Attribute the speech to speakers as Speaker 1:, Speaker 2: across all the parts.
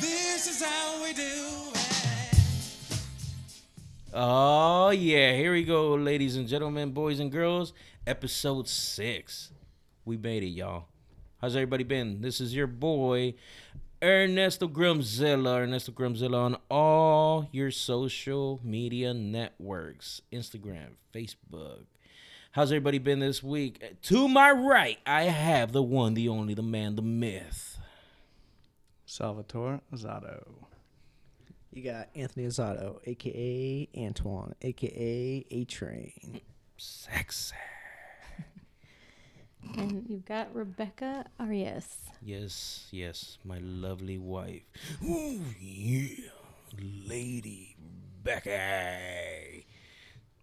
Speaker 1: This is how we do it.
Speaker 2: Oh yeah, here we go, ladies and gentlemen, boys and girls. Episode six. We made it, y'all. How's everybody been? This is your boy, Ernesto Grimzilla. Ernesto Grimzilla on all your social media networks. Instagram, Facebook. How's everybody been this week? To my right, I have the one, the only, the man, the myth.
Speaker 3: Salvatore Zato.
Speaker 4: You got Anthony Azzato, aka Antoine, aka A Train.
Speaker 2: Sexy.
Speaker 5: And you've got Rebecca Arias.
Speaker 2: Yes, yes, my lovely wife. Ooh, yeah, Lady Becky.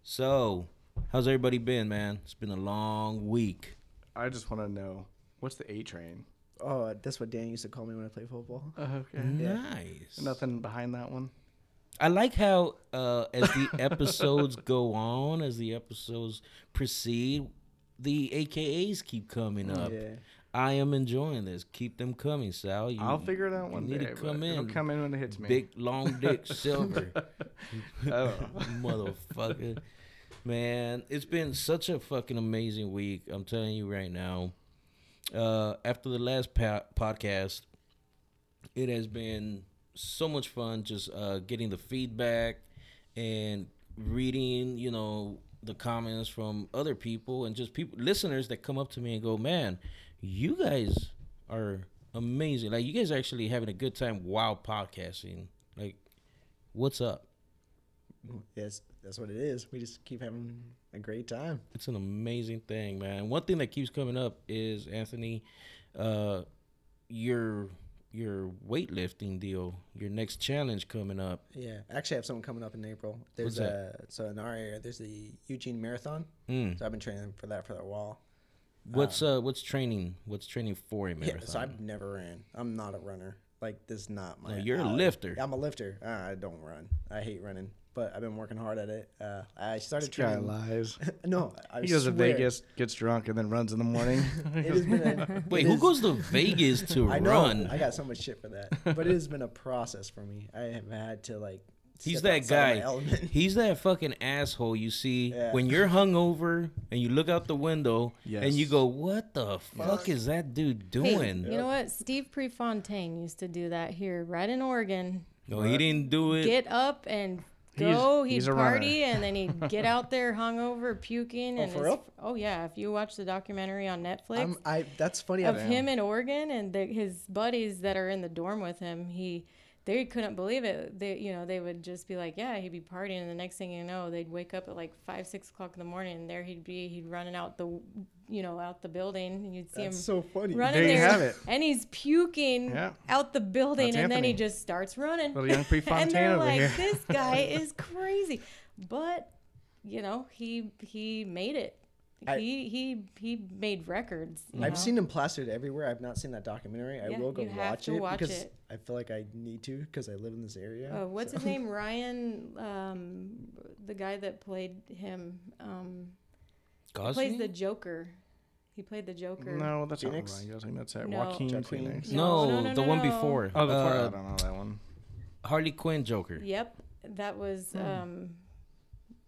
Speaker 2: So, how's everybody been, man? It's been a long week.
Speaker 3: I just want to know what's the A train?
Speaker 4: Oh, that's what Dan used to call me when I played football.
Speaker 2: Uh.
Speaker 3: okay.
Speaker 2: Mm. Nice.
Speaker 3: Nothing behind that one.
Speaker 2: I like how, uh, as the episodes go on, as the episodes proceed, the AKAs keep coming up.
Speaker 4: Yeah.
Speaker 2: I am enjoying this. Keep them coming, Sal. You,
Speaker 3: I'll figure it out one
Speaker 2: Mm. you need
Speaker 3: day.
Speaker 2: to
Speaker 3: but
Speaker 2: come
Speaker 3: It'll
Speaker 2: in.
Speaker 3: come in when it hits me.
Speaker 2: Big long dick silver.
Speaker 3: Oh.
Speaker 2: motherfucker. Man, it's been such a fucking amazing week. I'm telling you right now. Uh, after the last po- podcast, it has been so much fun just uh, getting the feedback and reading, you know, the comments from other people and just people, listeners that come up to me and go, man, you guys are amazing. Like, you guys are actually having a good time while podcasting. Like, what's up?
Speaker 4: Yes, that's what it is. We just keep having a great time.
Speaker 2: it's an amazing thing, man. One thing that keeps coming up is Anthony, uh, your your weightlifting deal, your next challenge coming up.
Speaker 4: Yeah, I actually have something coming up in April.
Speaker 2: What's
Speaker 4: There's
Speaker 2: that?
Speaker 4: a so in our area. There's the Eugene Marathon.
Speaker 2: Mm.
Speaker 4: So I've been training for that for a while.
Speaker 2: What's uh, what's training? What's training for a marathon?
Speaker 4: Um, Yeah, so I've never ran. I'm not a runner. Like this is not
Speaker 2: No,
Speaker 4: my.
Speaker 2: you're a
Speaker 4: alley.
Speaker 2: lifter.
Speaker 4: I'm a lifter. Uh, I don't run. I hate running, but I've been working hard at it. Uh, I started
Speaker 3: This guy
Speaker 4: training.
Speaker 3: lies.
Speaker 4: no, I
Speaker 3: He goes to
Speaker 4: swear.
Speaker 3: Vegas, gets drunk, and then runs in the morning.
Speaker 4: It has been a-
Speaker 2: Wait,
Speaker 4: it
Speaker 2: who
Speaker 4: is-
Speaker 2: goes to Vegas to
Speaker 4: I know.
Speaker 2: run?
Speaker 4: I got so much shit for that, but it has been a process for me. I have had to like.
Speaker 2: He's that
Speaker 4: step outside of my
Speaker 2: guy.
Speaker 4: element.
Speaker 2: He's that fucking asshole you see
Speaker 4: Yeah.
Speaker 2: when you're hungover and you look out the window and you
Speaker 3: Yes.
Speaker 2: go, "What the fuck is that dude
Speaker 5: Hey,
Speaker 2: doing?"
Speaker 5: you know what? Steve Prefontaine used to do that here, right in Oregon.
Speaker 2: no, he didn't do it.
Speaker 5: Get up and
Speaker 3: He's-
Speaker 5: go.
Speaker 3: he's
Speaker 5: he'd
Speaker 3: a
Speaker 5: party, and then he'd get out there hungover, puking.
Speaker 4: Oh,
Speaker 5: and
Speaker 4: for
Speaker 5: his-
Speaker 4: real?
Speaker 5: Oh yeah. If you watch the documentary on Netflix,
Speaker 4: I'm, I. That's funny.
Speaker 5: of
Speaker 4: I,
Speaker 5: him in Oregon and the, his buddies that are in the dorm with him, he they couldn't believe it. They you know they would just be like, yeah, he'd be partying, and the next thing you know, they'd wake up at like five six o'clock in the morning, and there he'd be, he'd running out the you know out the building, and you'd see
Speaker 4: that's
Speaker 5: him.
Speaker 4: so funny.
Speaker 5: Running
Speaker 3: There you
Speaker 5: there,
Speaker 3: have it.
Speaker 5: and he's puking
Speaker 3: Yeah.
Speaker 5: out the building,
Speaker 3: That's
Speaker 5: and then he
Speaker 3: Anthony.
Speaker 5: just starts running.
Speaker 3: Little young
Speaker 5: and
Speaker 3: Prefontaine
Speaker 5: they're
Speaker 3: over
Speaker 5: like,
Speaker 3: here.
Speaker 5: "This guy is crazy," but you know, he he made it.
Speaker 4: I-
Speaker 5: he he he made records. you know?
Speaker 4: I've seen him plastered everywhere. I've not seen that documentary. I
Speaker 5: Yeah,
Speaker 4: will go
Speaker 5: you have
Speaker 4: watch
Speaker 5: to
Speaker 4: it
Speaker 5: watch
Speaker 4: because
Speaker 5: it.
Speaker 4: I feel like I need to because I live in this area.
Speaker 5: Uh, what's
Speaker 4: so-
Speaker 5: his name? Ryan, um, the guy that played him, um, plays
Speaker 2: Gosling?
Speaker 5: the Joker. He played the Joker.
Speaker 3: No, that's
Speaker 4: Phoenix?
Speaker 3: not Ryan Gosling. That's that
Speaker 5: No.
Speaker 3: Joaquin
Speaker 4: Joaquin.
Speaker 3: Phoenix.
Speaker 2: No,
Speaker 5: No, no, no,
Speaker 2: the
Speaker 5: no,
Speaker 2: one
Speaker 5: no.
Speaker 2: before.
Speaker 3: Oh, the part
Speaker 2: Uh,
Speaker 3: I don't know that one.
Speaker 2: Harley Quinn Joker.
Speaker 5: Yep, that was. Um,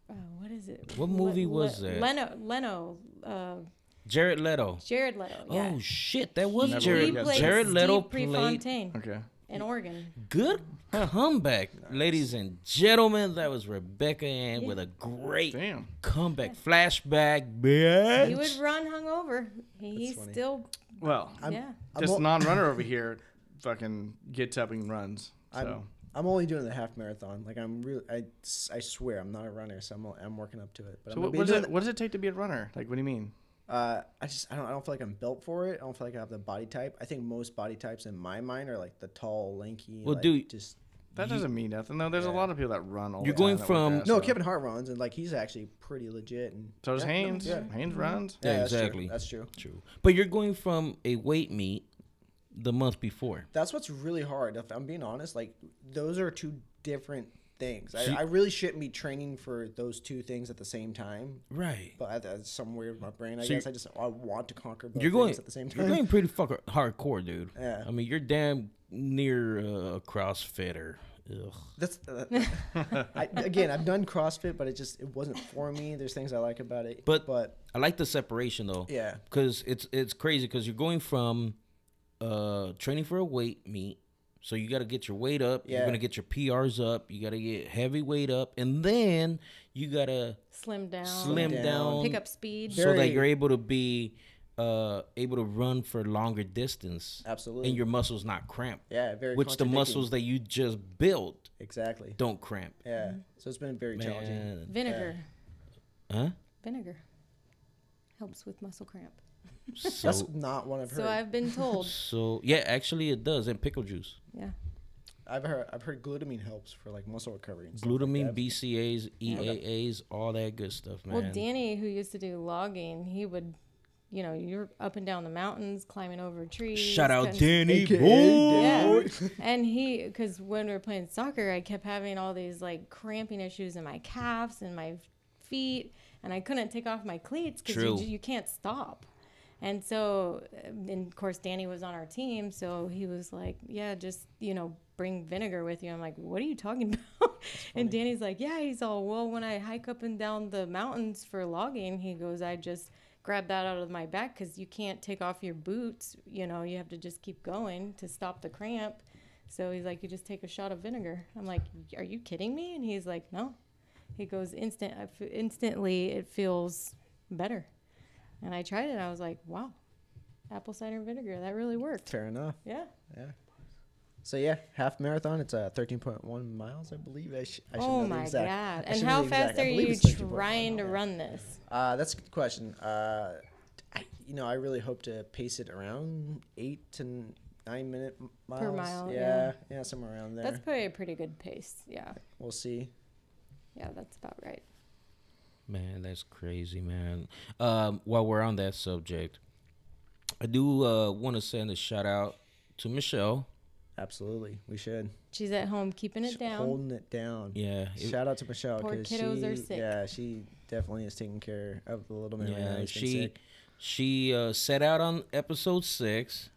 Speaker 5: uh, what is it?
Speaker 2: Hmm. What movie was that?
Speaker 5: Leno, Leno, uh,
Speaker 2: Jared Leto.
Speaker 5: Jared Leto. Yeah.
Speaker 2: Oh shit, that was
Speaker 3: Never
Speaker 2: Jared.
Speaker 5: he
Speaker 3: got
Speaker 5: played
Speaker 2: Jared Leto
Speaker 5: Steve
Speaker 2: played
Speaker 5: Prefontaine
Speaker 3: Okay.
Speaker 5: in Oregon.
Speaker 2: good comeback, ladies and gentlemen. That was Rebecca Ann with a great
Speaker 3: Damn.
Speaker 2: comeback flashback, bitch.
Speaker 5: He would run hungover. He
Speaker 4: That's funny.
Speaker 5: still,
Speaker 3: Well,
Speaker 4: I'm,
Speaker 5: yeah.
Speaker 4: I'm
Speaker 3: just
Speaker 4: o-
Speaker 3: non-runner over here, fucking gets up and runs.
Speaker 4: I'm,
Speaker 3: So
Speaker 4: I'm only doing the half marathon. Like I'm really, I, s- I swear I'm not a runner, so I'm, o- I'm working up to it.
Speaker 3: So
Speaker 4: But I'm gonna
Speaker 3: what,
Speaker 4: be
Speaker 3: what, does
Speaker 4: doing
Speaker 3: it, what does it take to be a runner? Like, what do you mean?
Speaker 4: Uh, I just I don't I don't feel like I'm built for it. I don't feel like I have the body type. I think most body types in my mind are like the tall, lanky.
Speaker 2: Well,
Speaker 4: like,
Speaker 2: dude-
Speaker 4: just
Speaker 3: That doesn't mean nothing though. There's a lot of people that run all
Speaker 2: You're
Speaker 3: the
Speaker 2: going
Speaker 3: time that
Speaker 2: from-
Speaker 3: work out,
Speaker 4: no.
Speaker 3: so-
Speaker 4: Kevin Hart runs and like he's actually pretty legit. And
Speaker 3: So does
Speaker 4: Yeah, no,
Speaker 3: Haynes.
Speaker 4: yeah. Mm-hmm.
Speaker 3: Haynes runs.
Speaker 2: Yeah,
Speaker 4: that's true.
Speaker 2: exactly.
Speaker 4: That's true.
Speaker 2: True, but you're going from a weight meet the month before.
Speaker 4: That's what's really hard. If I'm being honest, like those are two different things.
Speaker 2: See-
Speaker 4: I, I really shouldn't be training for those two things at the same time.
Speaker 2: Right.
Speaker 4: But I, that's some weird in my brain. I
Speaker 2: So
Speaker 4: guess I just I want to conquer both
Speaker 2: You're going
Speaker 4: things at the same
Speaker 2: You're
Speaker 4: time.
Speaker 2: going pretty fucking hardcore, dude.
Speaker 4: Yeah.
Speaker 2: I mean, you're damn near uh, a CrossFitter. Ugh.
Speaker 4: That's uh, I, again, I've done CrossFit, but it just it wasn't for me. There's things I like about it,
Speaker 2: But-
Speaker 4: but
Speaker 2: I like the separation though.
Speaker 4: yeah,
Speaker 2: because it's it's crazy because you're going from uh training for a weight meet so you got to get your weight up you're
Speaker 4: Yeah.
Speaker 2: gonna get your prs up you got to get heavy weight up and then you got to
Speaker 5: Slim down.
Speaker 2: slim
Speaker 4: down.
Speaker 2: down
Speaker 5: Pick up speed.
Speaker 2: so that
Speaker 4: Very-
Speaker 2: you're able to be uh able to run for longer distance
Speaker 4: absolutely.
Speaker 2: and your muscles not cramp
Speaker 4: yeah, very
Speaker 2: which the
Speaker 4: contradicting.
Speaker 2: muscles that you just built
Speaker 4: exactly.
Speaker 2: don't cramp
Speaker 5: Mm-hmm.
Speaker 4: Yeah, so it's been very challenging.
Speaker 2: Man.
Speaker 5: Vinegar.
Speaker 2: huh
Speaker 5: Vinegar helps with muscle cramp.
Speaker 4: That's
Speaker 2: so
Speaker 4: not one I've heard.
Speaker 5: So I've been told.
Speaker 2: so yeah actually it does and pickle juice
Speaker 5: Yeah.
Speaker 4: I've heard I've heard glutamine helps for like muscle recovery. And stuff like
Speaker 2: glutamine,
Speaker 4: that.
Speaker 2: BCAAs, EAAs, E all that good stuff, man.
Speaker 5: Well, Danny, who used to do logging, he would, you know, you're up and down the mountains, climbing over trees.
Speaker 2: Shout out
Speaker 5: cutting-
Speaker 2: Danny,
Speaker 4: AKA
Speaker 2: boy.
Speaker 5: Yeah. and he, because when we were playing soccer, I kept having all these like cramping issues in my calves and my feet, and I couldn't take off my cleats because you,
Speaker 2: True.
Speaker 5: ju- you can't stop. And so, uh, and of course, Danny was on our team, so he was like, "Yeah, just you know, bring vinegar with you." I'm like, "What are you talking about?" And Danny's like, "Yeah." He's all, "Well, when I hike up and down the mountains for logging, he goes, I just grab that out of my back because you can't take off your boots. You know, you have to just keep going to stop the cramp." So he's like, "You just take a shot of vinegar." I'm like, "Are you kidding me?" And he's like, "No." He goes, "Instant, I f- instantly, it feels better." And I tried it. I was like, wow, apple cider vinegar. That really worked.
Speaker 4: Fair enough.
Speaker 5: Yeah.
Speaker 4: So yeah, half marathon. It's uh, 13.1 miles, I believe. I, sh- I should know
Speaker 5: oh
Speaker 4: the
Speaker 5: my
Speaker 4: exact.
Speaker 5: god!
Speaker 4: I
Speaker 5: And
Speaker 4: should know
Speaker 5: how
Speaker 4: the
Speaker 5: fast
Speaker 4: exact. I
Speaker 5: are
Speaker 4: believe
Speaker 5: you
Speaker 4: it's 13.1
Speaker 5: trying to
Speaker 4: miles.
Speaker 5: run this?
Speaker 4: Uh, that's a good question. Uh, I, you know, I really hope to pace it around eight to n- nine minute m- miles.
Speaker 5: mile,
Speaker 4: yeah, yeah, somewhere around there.
Speaker 5: That's probably a pretty good pace. Yeah.
Speaker 4: We'll see.
Speaker 5: Yeah, that's about right.
Speaker 2: Man, that's crazy, man. Um, while we're on that subject, I do uh, want to send a shout out to Michelle.
Speaker 4: Absolutely, we should.
Speaker 5: She's at home keeping it
Speaker 4: Sh-
Speaker 5: down.
Speaker 4: Holding it down.
Speaker 2: Yeah, it-
Speaker 4: Shout out to Michelle
Speaker 5: Poor
Speaker 4: because she,
Speaker 5: kiddos are sick.
Speaker 4: yeah, she definitely is taking care of the little man. right now.
Speaker 2: yeah.
Speaker 4: He's been
Speaker 2: She
Speaker 4: sick.
Speaker 2: she uh, set out on episode six.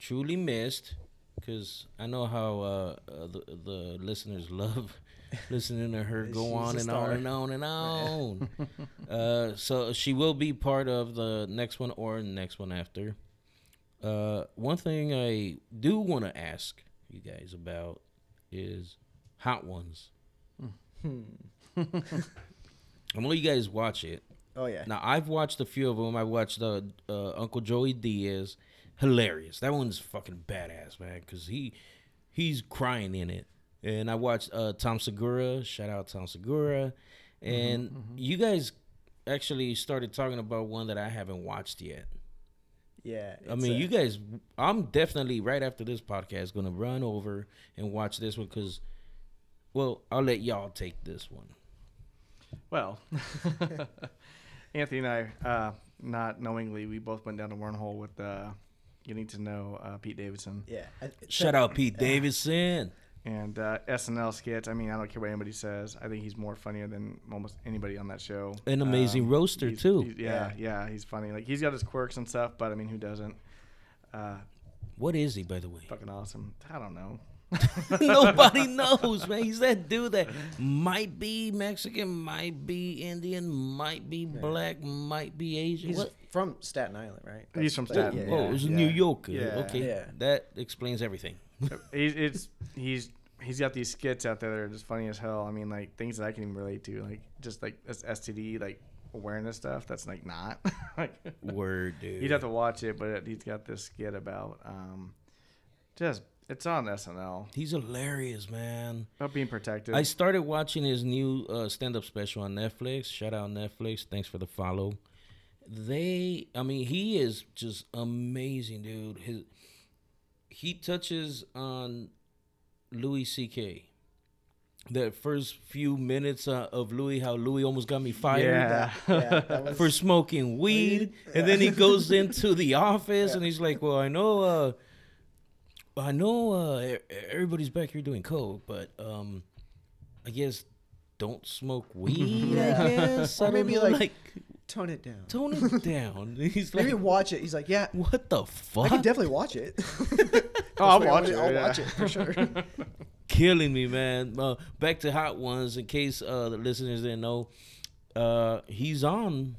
Speaker 2: Truly missed, because I know how uh, uh, the the listeners love listening to her go
Speaker 4: She's
Speaker 2: on and
Speaker 4: a
Speaker 2: on
Speaker 4: star.
Speaker 2: and on and on. uh, so she will be part of the next one or next one after. Uh, one thing I do want to ask you guys about is hot ones.
Speaker 4: Hmm.
Speaker 2: I know you guys watch it.
Speaker 4: Oh yeah.
Speaker 2: Now I've watched a few of them. I watched uh, uh, Uncle Joey Diaz, hilarious. That one's fucking badass, man, because he he's crying in it. And I watched uh, Tom Segura. Shout out Tom Segura.
Speaker 3: Mm-hmm,
Speaker 2: And you guys actually started talking about one that I haven't watched yet.
Speaker 4: Yeah.
Speaker 2: I
Speaker 4: it's,
Speaker 2: mean,
Speaker 4: uh,
Speaker 2: you guys, I'm definitely right after this podcast gonna run over and watch this one because, well, I'll let y'all take this one.
Speaker 3: Well, Anthony and I, uh, not knowingly, we both went down a wormhole with uh, getting to know uh, Pete Davidson
Speaker 4: Yeah. I-
Speaker 2: Shout out Pete
Speaker 3: Ah.
Speaker 2: Davidson.
Speaker 3: and uh, SNL skits. I mean, I don't care what anybody says. I think he's more funnier than almost anybody on that show.
Speaker 2: An amazing roaster,
Speaker 3: Um, he's-
Speaker 2: too.
Speaker 3: he's- yeah, yeah, he's funny. Like he's got his quirks and stuff, but I mean, who doesn't? Uh,
Speaker 2: What is he, by the way?
Speaker 3: fucking awesome. I don't know.
Speaker 2: Nobody knows, man. He's that dude that might be Mexican, might be Indian, might be black, might be Asian.
Speaker 4: He's
Speaker 2: What?
Speaker 4: from Staten Island, right?
Speaker 3: He's from
Speaker 4: Like,
Speaker 3: Staten.
Speaker 4: yeah,
Speaker 2: oh,
Speaker 3: yeah,
Speaker 2: it's
Speaker 3: yeah.
Speaker 2: New Yorker.
Speaker 3: Yeah.
Speaker 2: Okay,
Speaker 4: Yeah.
Speaker 2: that explains everything.
Speaker 3: he's it's he's he's got these skits out there that are just funny as hell. I mean, like things that I can even relate to, like just like this STD like awareness stuff. That's like not like
Speaker 2: Word, dude.
Speaker 3: you'd have to watch it, but he's got this skit about um just it's on SNL
Speaker 2: He's hilarious, man.
Speaker 3: about being protected.
Speaker 2: I started watching his new uh, stand-up special on Netflix. Shout out Netflix. Thanks for the follow. They, I mean, he is just amazing, dude. His he touches on Louis C.K. The first few minutes uh, of Louis, how Louis almost got me fired
Speaker 3: yeah.
Speaker 4: Yeah, that was,
Speaker 2: for smoking weed, and then he goes into the office and he's like, "Well, I know, uh, I know, uh, e- everybody's back here doing coke, but um, I guess don't smoke weed. I
Speaker 4: Yeah.
Speaker 2: guess
Speaker 4: Or
Speaker 2: I don't
Speaker 4: maybe,
Speaker 2: know,
Speaker 4: like, tone it down.
Speaker 2: Tone it down. He's
Speaker 4: Maybe
Speaker 2: like,
Speaker 4: watch it. He's like, yeah,
Speaker 2: what the fuck?
Speaker 4: I can definitely watch it.
Speaker 3: Oh, I'll
Speaker 4: That's what I
Speaker 3: watch
Speaker 4: would-
Speaker 3: it.
Speaker 4: I'll
Speaker 3: yeah.
Speaker 4: watch it for sure.
Speaker 2: killing me, man. Uh, back to Hot Ones, in case uh, the listeners didn't know, uh, he's on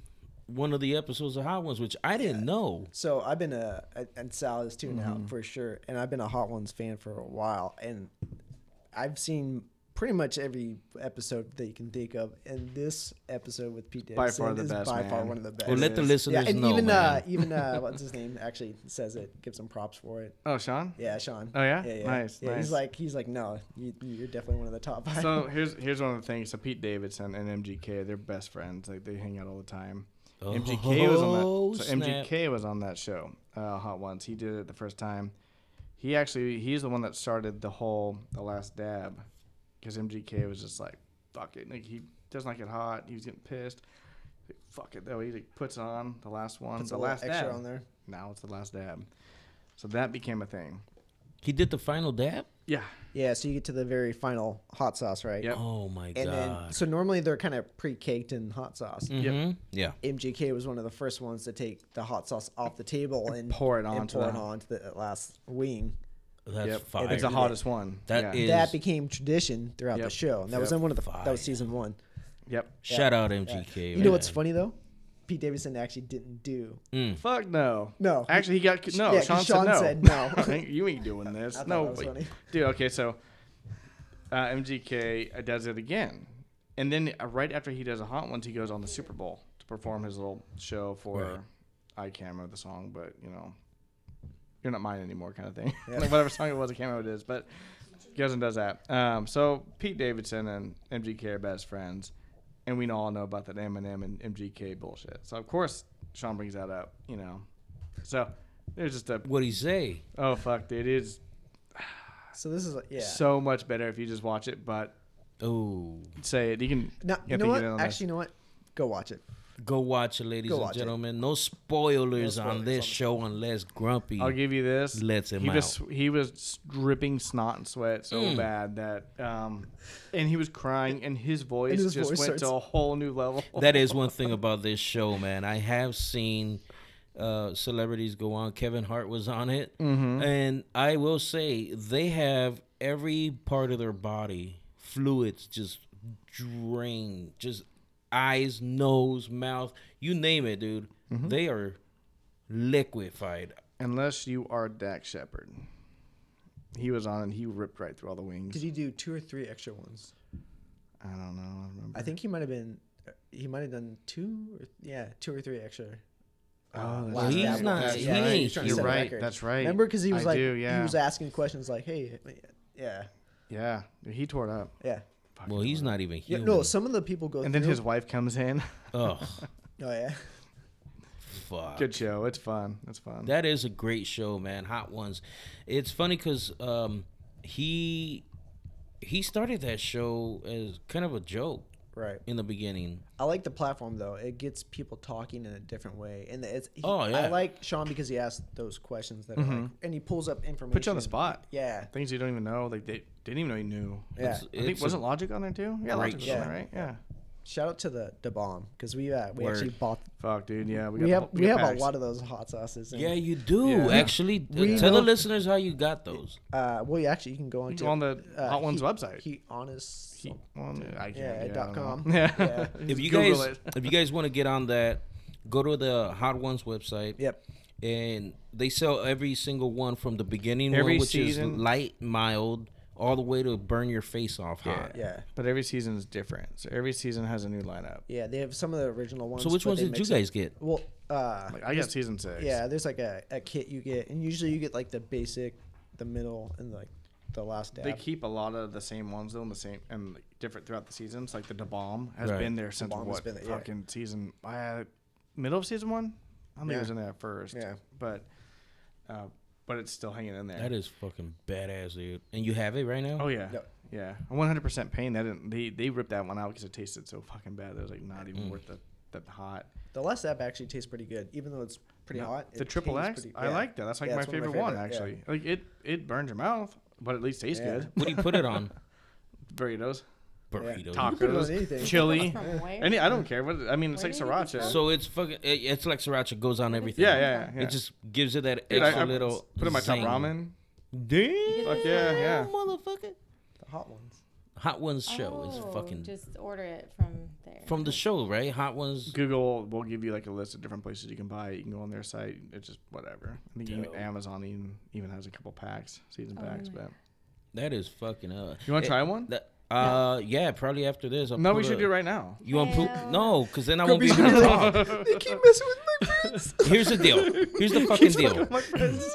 Speaker 2: one of the episodes of Hot Ones, which I didn't know.
Speaker 4: So I've been a and Sal is too
Speaker 2: Mm-hmm.
Speaker 4: now for sure, and I've been a Hot Ones fan for a while, and I've seen pretty much every episode that you can think of, and this episode with Pete Davidson
Speaker 3: By far the
Speaker 4: is
Speaker 3: best,
Speaker 4: by far
Speaker 3: man.
Speaker 4: one of the best.
Speaker 2: Well, let the
Speaker 3: Yeah,
Speaker 2: listeners
Speaker 4: yeah, and
Speaker 2: know,
Speaker 4: even uh,
Speaker 2: man.
Speaker 4: even uh, what's his name actually says it, gives him props for it.
Speaker 3: Oh, Sean.
Speaker 4: Yeah, Sean.
Speaker 3: Oh, yeah? Nice,
Speaker 4: Yeah,
Speaker 3: nice.
Speaker 4: he's like he's like no, you, you're definitely one of the top. five.
Speaker 3: So um, here's here's one of the things. So Pete Davidson and MGK, they're best friends. Like they hang out all the time. MGK was
Speaker 2: Oh,
Speaker 3: on that. So
Speaker 2: snap.
Speaker 3: MGK was on that show, uh, Hot Ones. He did it the first time. He actually he's the one that started the whole the last dab, because MGK was just like fuck it. Like he doesn't like it hot. He was getting pissed. Like, fuck it though. He like puts on the last one.
Speaker 4: Puts
Speaker 3: the
Speaker 4: a little
Speaker 3: last
Speaker 4: extra
Speaker 3: dab.
Speaker 4: on there.
Speaker 3: Now it's the last dab. So that became a thing.
Speaker 2: He did the final dab.
Speaker 3: Yeah.
Speaker 4: Yeah, so you get to the very final hot sauce, right?
Speaker 3: Yep.
Speaker 2: Oh my
Speaker 4: And then
Speaker 2: god.
Speaker 4: so normally they're kind of pre-caked in hot sauce.
Speaker 2: Mhm. Yeah.
Speaker 4: MGK was one of the first ones to take the hot sauce off the table and
Speaker 3: pour it
Speaker 4: and
Speaker 3: onto
Speaker 4: pour
Speaker 3: the-
Speaker 4: it onto the last wing.
Speaker 2: That's
Speaker 3: Yep.
Speaker 2: fire.
Speaker 3: It's the hottest one.
Speaker 2: That
Speaker 3: yeah.
Speaker 2: is-
Speaker 4: That became tradition throughout the
Speaker 3: Yep.
Speaker 4: show, and that was
Speaker 3: Yep.
Speaker 4: in one of the that was season one.
Speaker 3: Yep.
Speaker 2: Shout out MGK.
Speaker 4: You know what's
Speaker 2: man.
Speaker 4: funny though? Pete Davidson actually didn't do.
Speaker 3: Fuck no.
Speaker 4: No.
Speaker 3: Actually, he got no.
Speaker 4: Yeah, 'cause
Speaker 3: Sean,
Speaker 4: Sean
Speaker 3: said no.
Speaker 4: said no.
Speaker 3: I think you ain't doing this.
Speaker 4: thought
Speaker 3: no,
Speaker 4: that was
Speaker 3: wait.
Speaker 4: funny.
Speaker 3: dude. Okay, so uh, MGK uh, does it again, and then uh, right after he does a hot ones, he goes on the Super Bowl to perform his little show for. I can't remember the song, but you know, you're not mine anymore, kind of thing. like whatever song it was, I can't remember what it is, but he goes and does that. Um, so Pete Davidson and MGK are best friends, and we all know about that Eminem and MGK bullshit. So of course Sean brings that up, you know. So there's just a
Speaker 2: What he say?
Speaker 3: oh fuck, dude, it is
Speaker 4: So this is yeah.
Speaker 3: so much better if you just watch it. But
Speaker 2: Oh,
Speaker 3: say it, you can.
Speaker 4: no,
Speaker 3: you
Speaker 4: you
Speaker 3: have to
Speaker 4: know
Speaker 3: get
Speaker 4: what?
Speaker 3: in on
Speaker 4: Actually,
Speaker 3: this.
Speaker 4: you know what? Go watch it.
Speaker 2: go watch it, ladies
Speaker 4: Go
Speaker 2: and
Speaker 4: watch it.
Speaker 2: gentlemen. No spoilers,
Speaker 4: No
Speaker 2: on
Speaker 4: spoilers
Speaker 2: this
Speaker 4: on the-
Speaker 2: show unless Grumpy.
Speaker 3: I'll give you this.
Speaker 2: Lets him
Speaker 3: he was he was dripping snot and sweat so
Speaker 4: Mm.
Speaker 3: bad that um, and he was crying and his voice
Speaker 4: his
Speaker 3: just
Speaker 4: voice
Speaker 3: went
Speaker 4: starts-
Speaker 3: to a whole new level.
Speaker 2: that is one thing about this show, man. I have seen uh, celebrities go on. Kevin Hart was on it,
Speaker 4: Mm-hmm.
Speaker 2: and I will say they have every part of their body fluids just drained, just eyes, nose, mouth, you name it, dude.
Speaker 4: Mm-hmm.
Speaker 2: They are liquefied.
Speaker 3: Unless you are Dak Shepard, he was on and he ripped right through all the wings.
Speaker 4: Did he do two or three extra ones?
Speaker 3: I don't know. I, remember.
Speaker 4: I think he might have been. He might have done two. Or, yeah, two or three extra.
Speaker 3: Oh, that's
Speaker 4: Wow,
Speaker 2: he's
Speaker 4: that one.
Speaker 2: not-
Speaker 4: That's
Speaker 2: he
Speaker 4: right.
Speaker 2: ain't
Speaker 4: He was
Speaker 2: here.
Speaker 4: trying to set a
Speaker 3: You're right,
Speaker 4: record.
Speaker 3: that's right.
Speaker 4: Remember, because he was
Speaker 3: I
Speaker 4: like,
Speaker 3: do, yeah.
Speaker 4: he was asking questions like, "Hey, yeah,
Speaker 3: yeah, he tore it up.
Speaker 4: yeah,
Speaker 2: Well, he's not even
Speaker 4: yeah."
Speaker 2: human.
Speaker 4: No, some of the people go.
Speaker 3: And then
Speaker 4: through-
Speaker 3: his wife comes in.
Speaker 2: oh,
Speaker 4: Oh yeah.
Speaker 2: fuck.
Speaker 3: Good show. It's fun. It's fun.
Speaker 2: That is a great show, man. Hot ones. It's funny because um, he he started that show as kind of a joke
Speaker 4: Right.
Speaker 2: in the beginning.
Speaker 4: I like the platform though. It gets people talking in a different way, and it's. He,
Speaker 2: Oh, yeah.
Speaker 4: I like Sean because he asks those questions that, are like, and he pulls up information.
Speaker 3: Mm-hmm. Put you on the spot.
Speaker 4: Yeah.
Speaker 3: Things you don't even know. Like they didn't even know you knew.
Speaker 4: Yeah.
Speaker 3: I think
Speaker 2: It's a-
Speaker 3: wasn't Logic on there too?
Speaker 2: Great
Speaker 3: Yeah, Logic was
Speaker 4: show.
Speaker 3: on there, right? Yeah.
Speaker 4: Shout out to the the bomb because we uh, we
Speaker 2: Word.
Speaker 4: actually bought.
Speaker 3: Fuck, dude. Yeah, we,
Speaker 4: We
Speaker 3: got
Speaker 4: have we have a
Speaker 3: packs.
Speaker 4: lot of those hot sauces. and,
Speaker 2: Yeah, you do
Speaker 3: Yeah.
Speaker 2: actually.
Speaker 4: We
Speaker 2: tell the
Speaker 4: know-
Speaker 2: listeners how you got those.
Speaker 4: Uh, well, you actually you can go on
Speaker 3: You
Speaker 4: to
Speaker 3: go on the Hot Ones
Speaker 4: Heat-
Speaker 3: website.
Speaker 4: Heat honest.
Speaker 3: He- well, I can't,
Speaker 4: Yeah,
Speaker 3: I
Speaker 4: dot
Speaker 3: don't know.
Speaker 4: com.
Speaker 3: Yeah.
Speaker 4: Yeah.
Speaker 2: If you
Speaker 3: Google
Speaker 2: guys,
Speaker 3: it.
Speaker 2: if you guys want to get on that, go to the Hot Ones website.
Speaker 4: Yep.
Speaker 2: And they sell every single one from the beginning
Speaker 3: Every
Speaker 2: one, which is
Speaker 3: season.
Speaker 2: light, mild, all the way to burn your face off hot.
Speaker 4: Yeah.
Speaker 3: But every season is different. So every season has a new lineup.
Speaker 4: Yeah, they have some of the original ones.
Speaker 2: So which
Speaker 4: but
Speaker 2: ones
Speaker 4: they
Speaker 2: did you
Speaker 4: mix it-
Speaker 2: guys get?
Speaker 4: Well, uh,
Speaker 3: Like I got season six.
Speaker 4: yeah, there's like a, a kit you get, and usually you get like the basic, the middle, and like the last dab.
Speaker 3: They keep a lot of the same ones though, and the same and like, different throughout the seasons. Like the Da Bomb has
Speaker 2: Right.
Speaker 3: been there since
Speaker 4: Bomb has
Speaker 3: what
Speaker 4: been there, yeah.
Speaker 3: fucking season? Uh, middle of season one. I don't think it
Speaker 4: Yeah.
Speaker 3: was in there at first.
Speaker 4: Yeah.
Speaker 3: but uh, but it's still hanging in there.
Speaker 2: That is fucking badass, dude. And you have it right now.
Speaker 3: Oh yeah,
Speaker 4: Yep.
Speaker 3: yeah. I'm 100 percent pain. That didn't, they they ripped that one out because it tasted so fucking bad. It was like not
Speaker 2: Mm.
Speaker 3: even worth the the hot.
Speaker 4: the last dab actually tastes pretty good, even though it's pretty
Speaker 3: No,
Speaker 4: hot.
Speaker 3: the
Speaker 4: it
Speaker 3: triple
Speaker 4: tastes
Speaker 3: X.
Speaker 4: pretty-
Speaker 3: I
Speaker 4: yeah.
Speaker 3: like that. That's like
Speaker 4: Yeah,
Speaker 3: my
Speaker 4: it's one of
Speaker 3: favorite one actually.
Speaker 4: yeah.
Speaker 3: Like it it burns your mouth, but at least tastes
Speaker 4: Yeah.
Speaker 3: good.
Speaker 2: What do you put it on?
Speaker 3: Burritos.
Speaker 2: burrito.
Speaker 4: put it on
Speaker 3: tacos,
Speaker 4: anything.
Speaker 3: chili.
Speaker 5: From where?
Speaker 3: Any, I don't care. What I mean, it's
Speaker 5: Where
Speaker 3: like
Speaker 5: did you get
Speaker 3: sriracha.
Speaker 5: this
Speaker 2: So it's fucking. it- It's like sriracha goes on everything.
Speaker 3: yeah, yeah, yeah.
Speaker 2: It just gives it that
Speaker 3: Dude, I-
Speaker 2: extra
Speaker 3: I
Speaker 2: little.
Speaker 3: Put in my top
Speaker 2: zing.
Speaker 3: ramen.
Speaker 2: Damn.
Speaker 3: Fuck yeah, yeah.
Speaker 2: Motherfucker.
Speaker 4: The hot ones.
Speaker 2: Hot Ones show
Speaker 5: Oh,
Speaker 2: is fucking
Speaker 5: Just order it from there.
Speaker 2: from the show, right? Hot Ones.
Speaker 3: Google will give you like a list of different places you can buy. it. You can go on their site. It's just whatever. I think even
Speaker 2: Dope.
Speaker 3: Amazon even, even has a couple packs, season
Speaker 5: Oh
Speaker 3: packs.
Speaker 5: my
Speaker 3: But
Speaker 2: That is fucking up.
Speaker 3: you want
Speaker 2: Eh,
Speaker 3: to try one?
Speaker 2: that- uh, yeah, probably after this. I'll
Speaker 3: No,
Speaker 2: pull
Speaker 3: we should
Speaker 2: up-
Speaker 3: do it right now.
Speaker 2: You want poop?
Speaker 5: Hell.
Speaker 2: No, because then I won't be
Speaker 4: Kirby's
Speaker 2: able to
Speaker 4: gonna
Speaker 2: talk.
Speaker 4: be like, you keep messing with my friends.
Speaker 2: Here's the deal. Here's the fucking deal.
Speaker 3: My friends.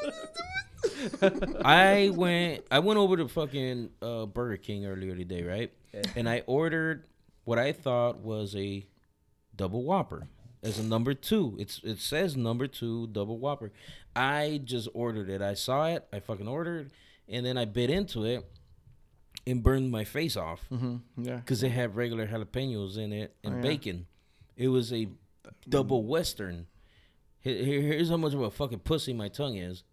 Speaker 2: I went I went over to fucking uh, Burger King earlier today, right?
Speaker 4: Yeah.
Speaker 2: And I ordered what I thought was a double whopper as a number two. It's it says number two double whopper. I just ordered it. I saw it. I fucking ordered, and then I bit into it and burned my face off
Speaker 3: Mm-hmm. yeah.
Speaker 2: because it had regular jalapenos in it and
Speaker 3: Oh, yeah.
Speaker 2: bacon. It was a double western. Here- here- Here's how much of a fucking pussy my tongue is.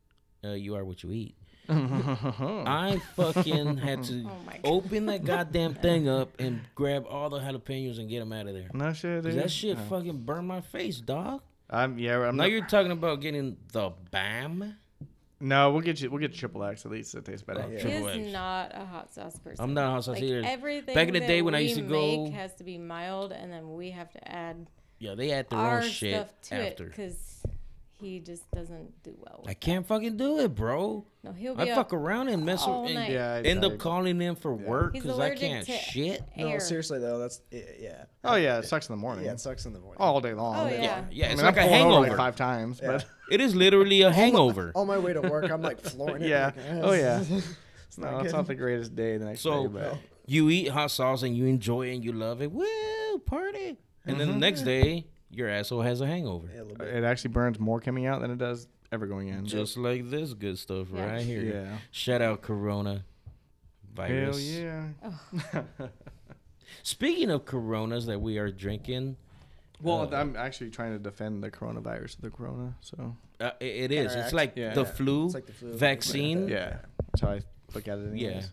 Speaker 2: Uh, you are what you eat. I fucking had to
Speaker 5: Oh my God.
Speaker 2: open that goddamn thing up and grab all the jalapenos and get them out of there.
Speaker 3: no shit,
Speaker 2: 'Cause
Speaker 3: dude.
Speaker 2: that shit
Speaker 3: No.
Speaker 2: fucking burned my face, dog.
Speaker 3: I'm yeah. I'm
Speaker 2: Now
Speaker 3: not.
Speaker 2: you're talking about getting the bam.
Speaker 3: No, we'll get you. We'll get triple X at least. It tastes better.
Speaker 2: Oh,
Speaker 5: He
Speaker 2: Triple
Speaker 5: is
Speaker 2: X.
Speaker 5: not a hot sauce person.
Speaker 2: I'm not a hot sauce
Speaker 5: like
Speaker 2: either.
Speaker 5: Everything
Speaker 2: Back in the
Speaker 5: that
Speaker 2: day when I
Speaker 5: we
Speaker 2: used to
Speaker 5: make
Speaker 2: go-
Speaker 5: has to be mild, and then we have to add
Speaker 2: Yeah, they add their
Speaker 5: our
Speaker 2: own shit
Speaker 5: stuff to it
Speaker 2: after.
Speaker 5: because he just doesn't do well.
Speaker 2: I
Speaker 5: With
Speaker 2: can't fucking do it, bro.
Speaker 5: no, he'll be
Speaker 2: I
Speaker 5: up
Speaker 2: fuck around and mess
Speaker 5: all
Speaker 2: up and
Speaker 5: night.
Speaker 3: Yeah. I-
Speaker 2: end
Speaker 3: I-
Speaker 2: up calling in for work
Speaker 5: He's
Speaker 2: because I
Speaker 5: allergic
Speaker 2: can't
Speaker 5: to
Speaker 2: shit.
Speaker 5: air.
Speaker 4: No, seriously though, that's it, yeah.
Speaker 3: Oh yeah, it sucks in the morning.
Speaker 4: Yeah, it sucks in the morning.
Speaker 3: all day long.
Speaker 5: Oh,
Speaker 3: It's-
Speaker 5: yeah.
Speaker 2: Yeah,
Speaker 3: I
Speaker 2: it's
Speaker 3: mean,
Speaker 2: like a
Speaker 3: I'm pulling over, like,
Speaker 2: hangover.
Speaker 3: five times, but
Speaker 2: It is literally a hangover.
Speaker 4: On my way to work, I'm like flooring it.
Speaker 3: yeah.
Speaker 4: like,
Speaker 3: Oh yeah.
Speaker 4: It's
Speaker 3: No,
Speaker 4: not
Speaker 3: it's
Speaker 4: good.
Speaker 3: not the greatest day the next
Speaker 2: So-
Speaker 3: day, but
Speaker 2: you eat hot sauce and you enjoy it and you love it. Woo, party. And
Speaker 3: Mm-hmm.
Speaker 2: then the next day, your asshole has a hangover.
Speaker 4: Yeah, a little bit.
Speaker 3: it actually burns more coming out than it does ever going in.
Speaker 2: Just like this good stuff
Speaker 5: Yeah.
Speaker 2: right here.
Speaker 3: yeah.
Speaker 2: Shout out Corona
Speaker 3: Hell
Speaker 2: virus.
Speaker 3: yeah.
Speaker 5: Oh.
Speaker 2: Speaking of Coronas that we are drinking,
Speaker 3: Well,
Speaker 2: Uh,
Speaker 3: I'm actually trying to defend the coronavirus, the corona. So
Speaker 2: uh, i- it is. It's
Speaker 4: Counteract.
Speaker 2: like
Speaker 3: Yeah.
Speaker 2: the
Speaker 3: Yeah.
Speaker 2: flu
Speaker 4: It's like the flu, like
Speaker 2: vaccine.
Speaker 4: that.
Speaker 3: yeah, that's how I look at it.
Speaker 2: Yeah.
Speaker 3: Anyways.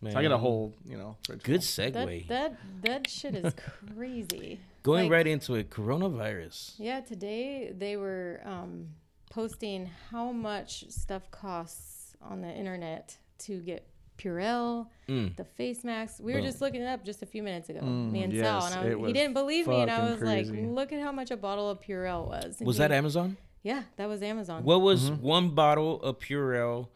Speaker 2: Man.
Speaker 3: So I got a whole, you know, fridge
Speaker 2: good
Speaker 3: full.
Speaker 2: segue.
Speaker 5: That, that that shit is crazy.
Speaker 2: Going
Speaker 5: like-
Speaker 2: right into it. Coronavirus.
Speaker 5: Yeah, today they were um, posting how much stuff costs on the internet to get Purell,
Speaker 2: Mm.
Speaker 5: the face masks. We were
Speaker 2: Boom.
Speaker 5: just looking it up just a few minutes ago,
Speaker 3: Mm,
Speaker 5: me and Sal,
Speaker 3: yes,
Speaker 5: and I was,
Speaker 3: it was
Speaker 5: he didn't believe me, and I
Speaker 3: fucking
Speaker 5: was
Speaker 3: crazy.
Speaker 5: like, "Look at how much a bottle of Purell was." And
Speaker 2: Was
Speaker 5: he-
Speaker 2: that Amazon?
Speaker 5: Yeah, that was Amazon.
Speaker 2: What was
Speaker 3: Mm-hmm.
Speaker 2: one bottle of Purell?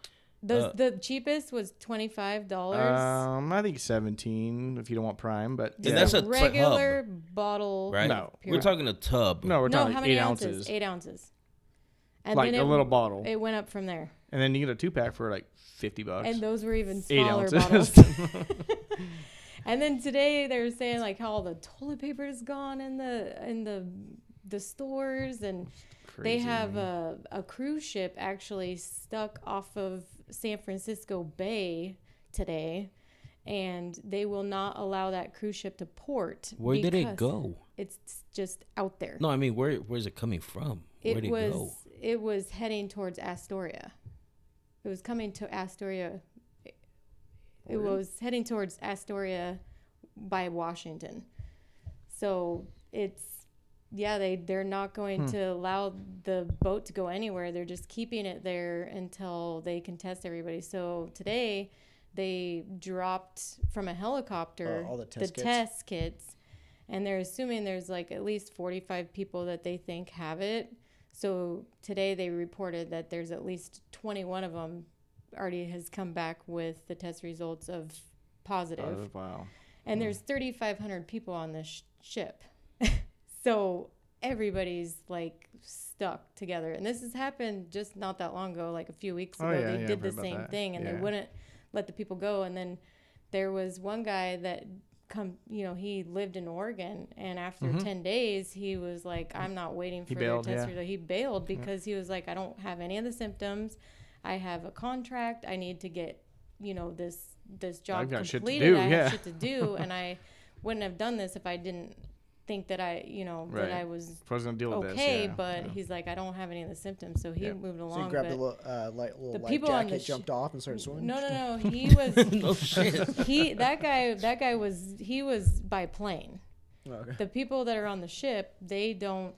Speaker 5: Those,
Speaker 2: uh,
Speaker 5: the cheapest was twenty five dollars.
Speaker 3: Um, I think 17 if you don't want prime, but
Speaker 2: And that's a tub,
Speaker 5: regular bottle.
Speaker 2: Right.
Speaker 3: No.
Speaker 2: We're
Speaker 5: Purell.
Speaker 2: talking a tub.
Speaker 3: no, we're
Speaker 5: no,
Speaker 3: talking
Speaker 5: how
Speaker 3: like
Speaker 5: many
Speaker 3: eight
Speaker 5: ounces?
Speaker 3: ounces,
Speaker 5: Eight ounces. And
Speaker 3: like
Speaker 5: then
Speaker 3: a
Speaker 5: it-
Speaker 3: little bottle,
Speaker 5: It went up from there.
Speaker 3: and then you get a two pack for like 50 bucks.
Speaker 5: And those were even
Speaker 3: eight
Speaker 5: smaller
Speaker 3: ounces.
Speaker 5: bottles. and then today they were saying like how all the toilet paper is gone in the in the the stores and they
Speaker 3: Crazy,
Speaker 5: have
Speaker 3: man.
Speaker 5: a, a cruise ship actually stuck off of San Francisco Bay today and they will not allow that cruise ship to port.
Speaker 2: Where did it
Speaker 5: because
Speaker 2: go?
Speaker 5: It's just out there.
Speaker 2: No, I mean, where where's it coming from?
Speaker 5: it
Speaker 2: Where'd it
Speaker 5: was
Speaker 2: go?
Speaker 5: it was heading towards Astoria. It was coming to Astoria. It was heading towards Astoria by Washington. So it's yeah, they they're not going
Speaker 4: Hmm.
Speaker 5: to allow the boat to go anywhere. They're just keeping it there until they can test everybody. So today they dropped from a helicopter
Speaker 4: Oh, all the test kits?
Speaker 5: test kits and they're assuming there's like at least 45 people that they think have it. So today they reported that there's at least 21 of them already has come back with the test results of positive.
Speaker 3: Oh, wow.
Speaker 5: And there's 3,500 people on this sh- ship. so everybody's like stuck together. And this has happened just not that long ago, like a few weeks
Speaker 3: Oh,
Speaker 5: ago.
Speaker 3: yeah,
Speaker 5: they
Speaker 3: yeah, I've
Speaker 5: did the
Speaker 3: heard about
Speaker 5: same
Speaker 3: that.
Speaker 5: thing and they
Speaker 3: Yeah.
Speaker 5: wouldn't let the people go. And then there was one guy that come you know he lived in oregon and after 10 days he was like i'm not waiting for
Speaker 3: Mm-hmm. He
Speaker 5: their
Speaker 3: bailed,
Speaker 5: test
Speaker 3: yeah.
Speaker 5: result he bailed because he was like i don't have any of the symptoms i have a contract i need to get you know this this job
Speaker 3: I've got shit to
Speaker 5: completed
Speaker 3: do,
Speaker 5: i
Speaker 3: yeah.
Speaker 5: have shit to do and i wouldn't have done this if i didn't think that I, you know,
Speaker 3: Right.
Speaker 5: that I was
Speaker 3: I was gonna deal with this.
Speaker 5: okay,
Speaker 3: yeah,
Speaker 5: but
Speaker 3: yeah.
Speaker 5: he's like, I don't have any of the symptoms, so he
Speaker 3: Yeah.
Speaker 5: moved
Speaker 4: So you
Speaker 5: along.
Speaker 4: grabbed a
Speaker 5: but
Speaker 4: little, uh, light, little
Speaker 5: the
Speaker 4: light
Speaker 5: people on
Speaker 4: jacket,
Speaker 5: the sh-
Speaker 4: jumped off, and started swimming.
Speaker 5: no, no, no, he was
Speaker 2: no shit.
Speaker 5: he that guy that guy was he was by plane.
Speaker 4: Oh, okay.
Speaker 5: The people that are on the ship, they don't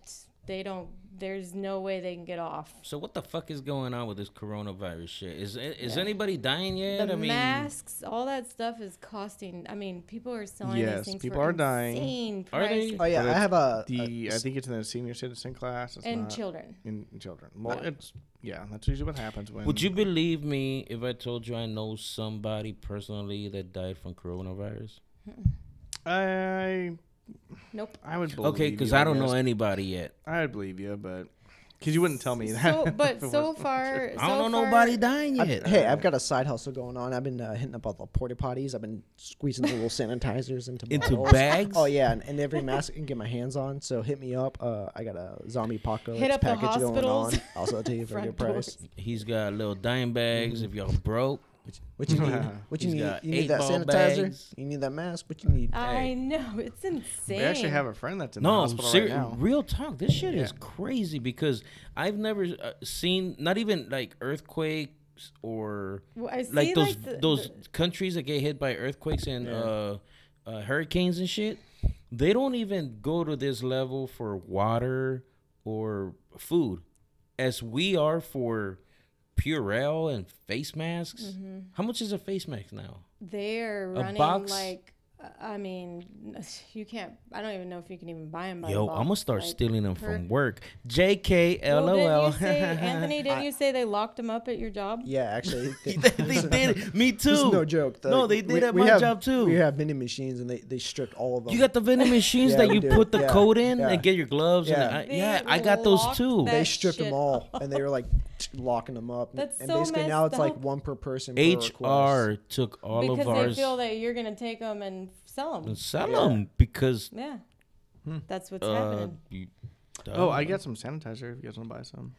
Speaker 5: they don't. There's no way they can get off.
Speaker 2: So what the fuck is going on with this coronavirus shit? Is is anybody dying yet?
Speaker 5: The
Speaker 2: I mean,
Speaker 5: masks, all that stuff is costing. I mean, people are selling
Speaker 3: Yes,
Speaker 5: these things
Speaker 3: people
Speaker 5: for
Speaker 3: are dying.
Speaker 5: insane
Speaker 2: Are they?
Speaker 5: prices.
Speaker 4: Oh yeah,
Speaker 3: But
Speaker 4: I
Speaker 3: it's
Speaker 4: have a,
Speaker 3: the
Speaker 4: a
Speaker 2: Uh,
Speaker 3: I think it's in the senior citizen class. It's
Speaker 5: and
Speaker 3: not
Speaker 5: children.
Speaker 3: in in children. Well, it's yeah. That's usually what happens when.
Speaker 2: would you believe me if I told you I know somebody personally that died from coronavirus?
Speaker 3: I
Speaker 5: Nope.
Speaker 3: I would believe.
Speaker 2: Okay, because
Speaker 3: Oh, you,
Speaker 2: I don't
Speaker 3: guess.
Speaker 2: know anybody yet.
Speaker 3: I would believe you, but because you wouldn't tell me that.
Speaker 5: So, but
Speaker 3: if it
Speaker 5: so
Speaker 3: wasn't
Speaker 5: far,
Speaker 2: I
Speaker 5: so
Speaker 2: don't know
Speaker 5: far-
Speaker 2: nobody dying
Speaker 4: I've-
Speaker 2: yet.
Speaker 4: hey, I've got a side hustle going on. I've been uh, hitting up all the porta potties. I've been squeezing the little sanitizers into
Speaker 2: Into
Speaker 4: bottles.
Speaker 2: bags?
Speaker 4: Oh yeah, and, and every mask I can get my hands on. So hit me up. Uh, I got a zombie apocalypse
Speaker 5: Hit up the
Speaker 4: package going
Speaker 5: hospitals.
Speaker 4: on. Also, I'll tell you for a
Speaker 5: Front
Speaker 4: good price.
Speaker 5: doors.
Speaker 2: He's got little dime bags. If y'all broke,
Speaker 4: What you need? What you
Speaker 2: He's
Speaker 4: need?
Speaker 2: got
Speaker 4: You
Speaker 2: eight
Speaker 4: need that
Speaker 2: ball
Speaker 4: sanitizer.
Speaker 2: bags.
Speaker 4: You need that mask. What you need?
Speaker 5: I know it's insane.
Speaker 3: We actually have a friend that's in the
Speaker 2: no,
Speaker 3: hospital
Speaker 2: ser-
Speaker 3: right now.
Speaker 2: real talk. This shit is
Speaker 3: Yeah.
Speaker 2: crazy because I've never uh, seen not even like earthquakes or
Speaker 5: Well, I see,
Speaker 2: like those
Speaker 5: the-
Speaker 2: those
Speaker 5: the-
Speaker 2: countries that get hit by earthquakes and uh, uh, hurricanes and shit, they don't even go to this level for water or food, as we are for Purell and face masks.
Speaker 5: Mm-hmm.
Speaker 2: How much is a face mask now?
Speaker 5: they're running
Speaker 2: box?
Speaker 5: like. uh, I mean, you can't. I don't even know if you can even buy them. By the
Speaker 2: Yo,
Speaker 5: box,
Speaker 2: I'm gonna start
Speaker 5: like,
Speaker 2: stealing them
Speaker 5: per-
Speaker 2: from work. J.K.
Speaker 5: Well,
Speaker 2: LOL.
Speaker 5: didn't you say, Anthony, didn't you say they locked him up at your job?
Speaker 4: Yeah, actually, th-
Speaker 2: they did. Me too.
Speaker 4: This is no joke. The-
Speaker 2: no, they did
Speaker 4: we-
Speaker 2: at
Speaker 4: we
Speaker 2: my
Speaker 4: have-
Speaker 2: job too.
Speaker 4: We have vending machines, and they, they stripped all of them.
Speaker 2: You got the vending machines
Speaker 4: Yeah,
Speaker 2: that
Speaker 4: we
Speaker 2: you
Speaker 4: do.
Speaker 2: put the
Speaker 4: Yeah,
Speaker 2: code in
Speaker 4: yeah.
Speaker 2: and get your gloves. Yeah,
Speaker 4: Yeah.
Speaker 2: and I,
Speaker 5: They
Speaker 2: yeah, I got those
Speaker 5: locked
Speaker 2: too.
Speaker 5: that
Speaker 4: they stripped
Speaker 5: shit
Speaker 4: them all, and they were like locking them up. and-
Speaker 5: That's
Speaker 4: and
Speaker 5: so
Speaker 4: basically now
Speaker 5: messed
Speaker 4: it's like
Speaker 5: up.
Speaker 4: one per person. per request.
Speaker 2: HR took all
Speaker 5: because
Speaker 2: of ours
Speaker 5: they feel that you're gonna take them and sell them.
Speaker 2: and sell
Speaker 4: Yeah.
Speaker 2: them because.
Speaker 5: Yeah, that's what's
Speaker 2: Uh,
Speaker 5: happening.
Speaker 2: you-
Speaker 3: Oh, I got some sanitizer. If you guys want to buy some,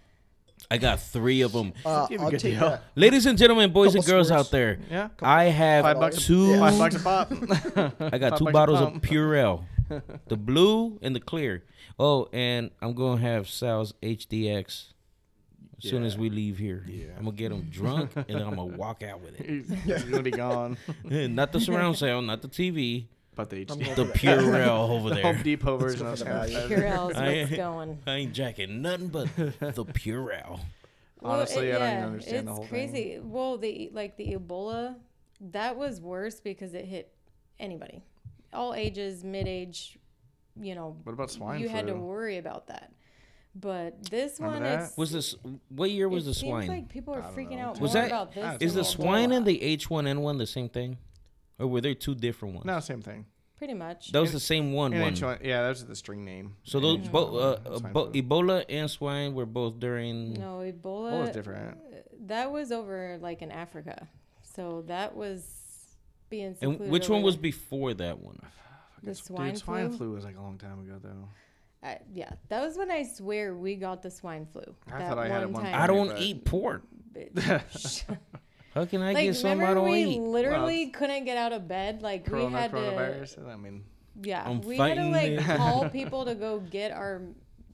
Speaker 2: I got three of them.
Speaker 4: Uh,
Speaker 3: Give a
Speaker 4: I'll
Speaker 3: good
Speaker 4: take
Speaker 3: deal.
Speaker 4: that.
Speaker 2: Ladies and gentlemen, boys
Speaker 4: Couple
Speaker 2: and girls
Speaker 4: squirts.
Speaker 2: out there,
Speaker 3: yeah,
Speaker 2: I
Speaker 3: five
Speaker 2: have
Speaker 3: bucks,
Speaker 2: two.
Speaker 3: a, five bucks a pop.
Speaker 2: I got
Speaker 3: Five
Speaker 2: two
Speaker 3: bucks a
Speaker 2: bottles of
Speaker 3: pump.
Speaker 2: Purell, the blue and the clear. Oh, and I'm gonna have Sal's HDX as soon as
Speaker 3: Yeah.
Speaker 2: we leave here.
Speaker 3: Yeah.
Speaker 2: I'm gonna get him drunk and then I'm gonna walk out with it.
Speaker 3: He's gonna be gone.
Speaker 2: not the surround sound, not the TV,
Speaker 3: But the
Speaker 4: I'm
Speaker 3: HD,
Speaker 4: going
Speaker 2: the
Speaker 4: for that.
Speaker 2: Purell over
Speaker 3: the Home
Speaker 2: there.
Speaker 3: Depot version of
Speaker 4: for the value.
Speaker 3: sanitizer.
Speaker 5: Purell's
Speaker 2: I-
Speaker 5: what's going.
Speaker 2: I ain't jacking nothing but the Purell.
Speaker 5: Well,
Speaker 3: Honestly,
Speaker 5: it-
Speaker 3: I don't even understand the
Speaker 5: it's
Speaker 3: whole thing.
Speaker 5: crazy. Well, the like the Ebola, that was worse because it hit anybody, all ages, mid age. You know,
Speaker 3: What about swine
Speaker 5: you
Speaker 3: flu?
Speaker 5: had to worry about about that. But this
Speaker 3: Remember
Speaker 5: one,
Speaker 3: that?
Speaker 5: it's,
Speaker 2: Was this what year was
Speaker 5: it
Speaker 2: the
Speaker 5: seems
Speaker 2: swine?
Speaker 5: like people are freaking out
Speaker 2: Was
Speaker 5: more
Speaker 2: that-
Speaker 5: about
Speaker 3: I
Speaker 5: this.
Speaker 2: Is
Speaker 5: than
Speaker 2: the swine
Speaker 5: Ebola.
Speaker 2: and the H1N1 the same thing, or were there two different ones?
Speaker 3: no, same thing.
Speaker 5: pretty much?
Speaker 2: that was the same one.
Speaker 3: And
Speaker 2: one.
Speaker 3: H1 yeah, that was the string name.
Speaker 2: So those bo- uh, uh,
Speaker 3: Swine
Speaker 2: bo-
Speaker 3: flu.
Speaker 2: Ebola and swine were both during.
Speaker 5: no Ebola.
Speaker 3: What was different?
Speaker 5: That was over like in Africa, so that was being.
Speaker 2: And
Speaker 5: secluded
Speaker 2: which
Speaker 5: over
Speaker 2: one was
Speaker 5: there.
Speaker 2: before that one?
Speaker 5: the
Speaker 3: It's-
Speaker 5: swine
Speaker 3: Dude, swine
Speaker 5: flu?
Speaker 3: flu was like a long time ago, though.
Speaker 5: I, yeah, that was when I swear we got the swine flu.
Speaker 3: I
Speaker 5: that
Speaker 3: thought I had it one
Speaker 5: time.
Speaker 3: time.
Speaker 2: I don't
Speaker 3: but-
Speaker 2: eat pork.
Speaker 5: bitch.
Speaker 2: How can I
Speaker 5: like
Speaker 2: get something I
Speaker 5: remember
Speaker 2: don't
Speaker 5: we
Speaker 2: eat?
Speaker 5: literally couldn't get out of bed. Like we
Speaker 3: Corona,
Speaker 5: had to,
Speaker 3: coronavirus. I mean,
Speaker 5: yeah,
Speaker 2: I'm
Speaker 5: we had to
Speaker 2: fighting
Speaker 5: like
Speaker 2: it.
Speaker 5: call people to go get our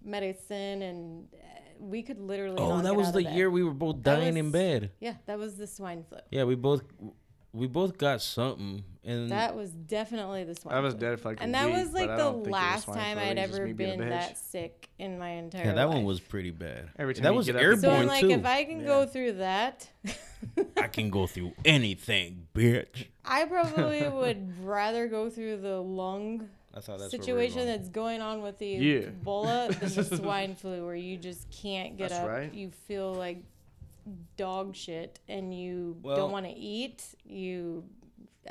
Speaker 5: medicine, and uh, we could literally.
Speaker 2: oh,
Speaker 5: not
Speaker 2: that
Speaker 5: get
Speaker 2: was
Speaker 5: out
Speaker 2: the
Speaker 5: of bed.
Speaker 2: year Mm. we were both
Speaker 5: That
Speaker 2: dying in
Speaker 5: was-
Speaker 2: bed.
Speaker 5: Yeah, that was the swine flu.
Speaker 2: Yeah, we both we both got something, and
Speaker 5: That was definitely the swine.
Speaker 3: I was
Speaker 5: flu.
Speaker 3: dead for like a
Speaker 5: and that
Speaker 3: week,
Speaker 5: was
Speaker 3: but I
Speaker 5: like the
Speaker 3: don't think it was
Speaker 5: last
Speaker 3: swine
Speaker 5: time
Speaker 3: flu, it
Speaker 5: I'd
Speaker 3: was just
Speaker 5: ever
Speaker 3: me being a
Speaker 5: been
Speaker 3: bitch.
Speaker 5: that sick in my entire.
Speaker 2: yeah, that one
Speaker 5: life.
Speaker 2: was pretty bad.
Speaker 3: Every time
Speaker 2: that
Speaker 3: you
Speaker 2: was
Speaker 3: get up to
Speaker 5: So I'm
Speaker 2: airborne
Speaker 5: like,
Speaker 2: too.
Speaker 5: if I can go through that,
Speaker 2: I can go through anything, bitch.
Speaker 5: I probably would rather go through the lung
Speaker 2: I thought that's
Speaker 5: situation that's going on with the
Speaker 3: Yeah.
Speaker 5: Ebola than the swine flu, where you just can't get
Speaker 3: That's
Speaker 5: up,
Speaker 3: right.
Speaker 5: you feel like dog shit, and you
Speaker 2: Well-
Speaker 5: don't want to eat. You,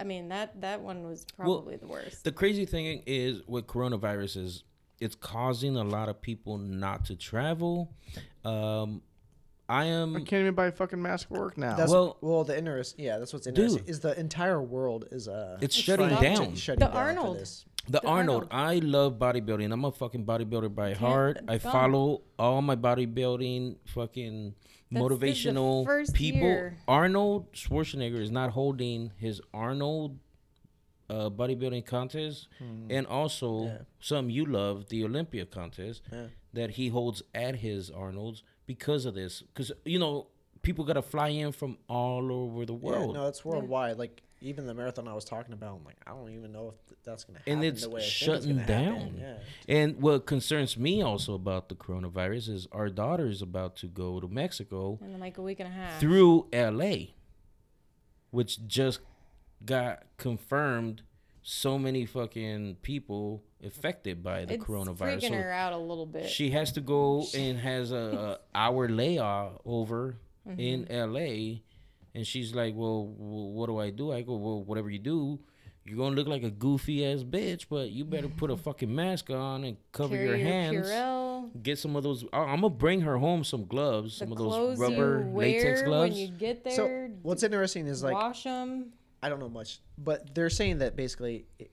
Speaker 5: I mean that that one was probably the worst.
Speaker 2: The crazy thing is with coronavirus is it's causing a lot of people not to travel. Um, I
Speaker 3: I
Speaker 2: am
Speaker 3: can't even buy a fucking mask for work now.
Speaker 4: That's
Speaker 2: Well-
Speaker 4: well, well, the interest. Yeah, that's what's interesting.
Speaker 2: Dude.
Speaker 4: is the entire world is uh,
Speaker 2: It's shutting
Speaker 4: trying to-
Speaker 2: down.
Speaker 4: shutting
Speaker 5: The
Speaker 4: down for
Speaker 5: Arnold.
Speaker 4: this.
Speaker 2: the,
Speaker 5: the
Speaker 2: Arnold. I love bodybuilding. I'm a fucking bodybuilder by heart. I
Speaker 5: dumb.
Speaker 2: follow all my bodybuilding fucking
Speaker 5: That's- this is the
Speaker 2: motivational
Speaker 5: first
Speaker 2: people.
Speaker 5: year.
Speaker 2: Arnold Schwarzenegger is not holding his Arnold uh, bodybuilding contest,
Speaker 5: Hmm.
Speaker 2: and also
Speaker 4: Yeah.
Speaker 2: some you love, the Olympia contest
Speaker 4: Yeah.
Speaker 2: that he holds at his Arnold's because of this. Because you know people gotta fly in from all over the
Speaker 4: Yeah,
Speaker 2: world.
Speaker 4: no, it's worldwide. Like even the marathon I was talking about, I'm like, I don't even know if th- that's gonna happen.
Speaker 2: and it's
Speaker 4: the way I think it's
Speaker 2: shutting
Speaker 4: gonna
Speaker 2: down.
Speaker 4: happen. Yeah.
Speaker 2: And what concerns me also about the coronavirus is our daughter is about to go to Mexico
Speaker 5: in like a week and a half.
Speaker 2: through LA, which just got confirmed so many fucking people affected by the
Speaker 5: it's
Speaker 2: coronavirus.
Speaker 5: freaking
Speaker 2: So
Speaker 5: her out a little bit.
Speaker 2: she has to go and has a, a hour layoff over
Speaker 5: Mm-hmm.
Speaker 2: in LA, and she's like, "Well, wh- what do I do?" I go, "Well, whatever you do, you're gonna look like a goofy ass bitch, but you better put a fucking mask on and cover
Speaker 5: Carry
Speaker 2: your hands."
Speaker 5: Purell,
Speaker 2: Get some of those. I- I'm gonna bring her home some gloves, some
Speaker 5: the
Speaker 2: of those
Speaker 5: clothes
Speaker 2: rubber
Speaker 5: you wear
Speaker 2: latex gloves.
Speaker 5: when you get
Speaker 4: So
Speaker 5: there.
Speaker 4: what's interesting is like
Speaker 5: wash them.
Speaker 4: I don't know much, but they're saying that basically, i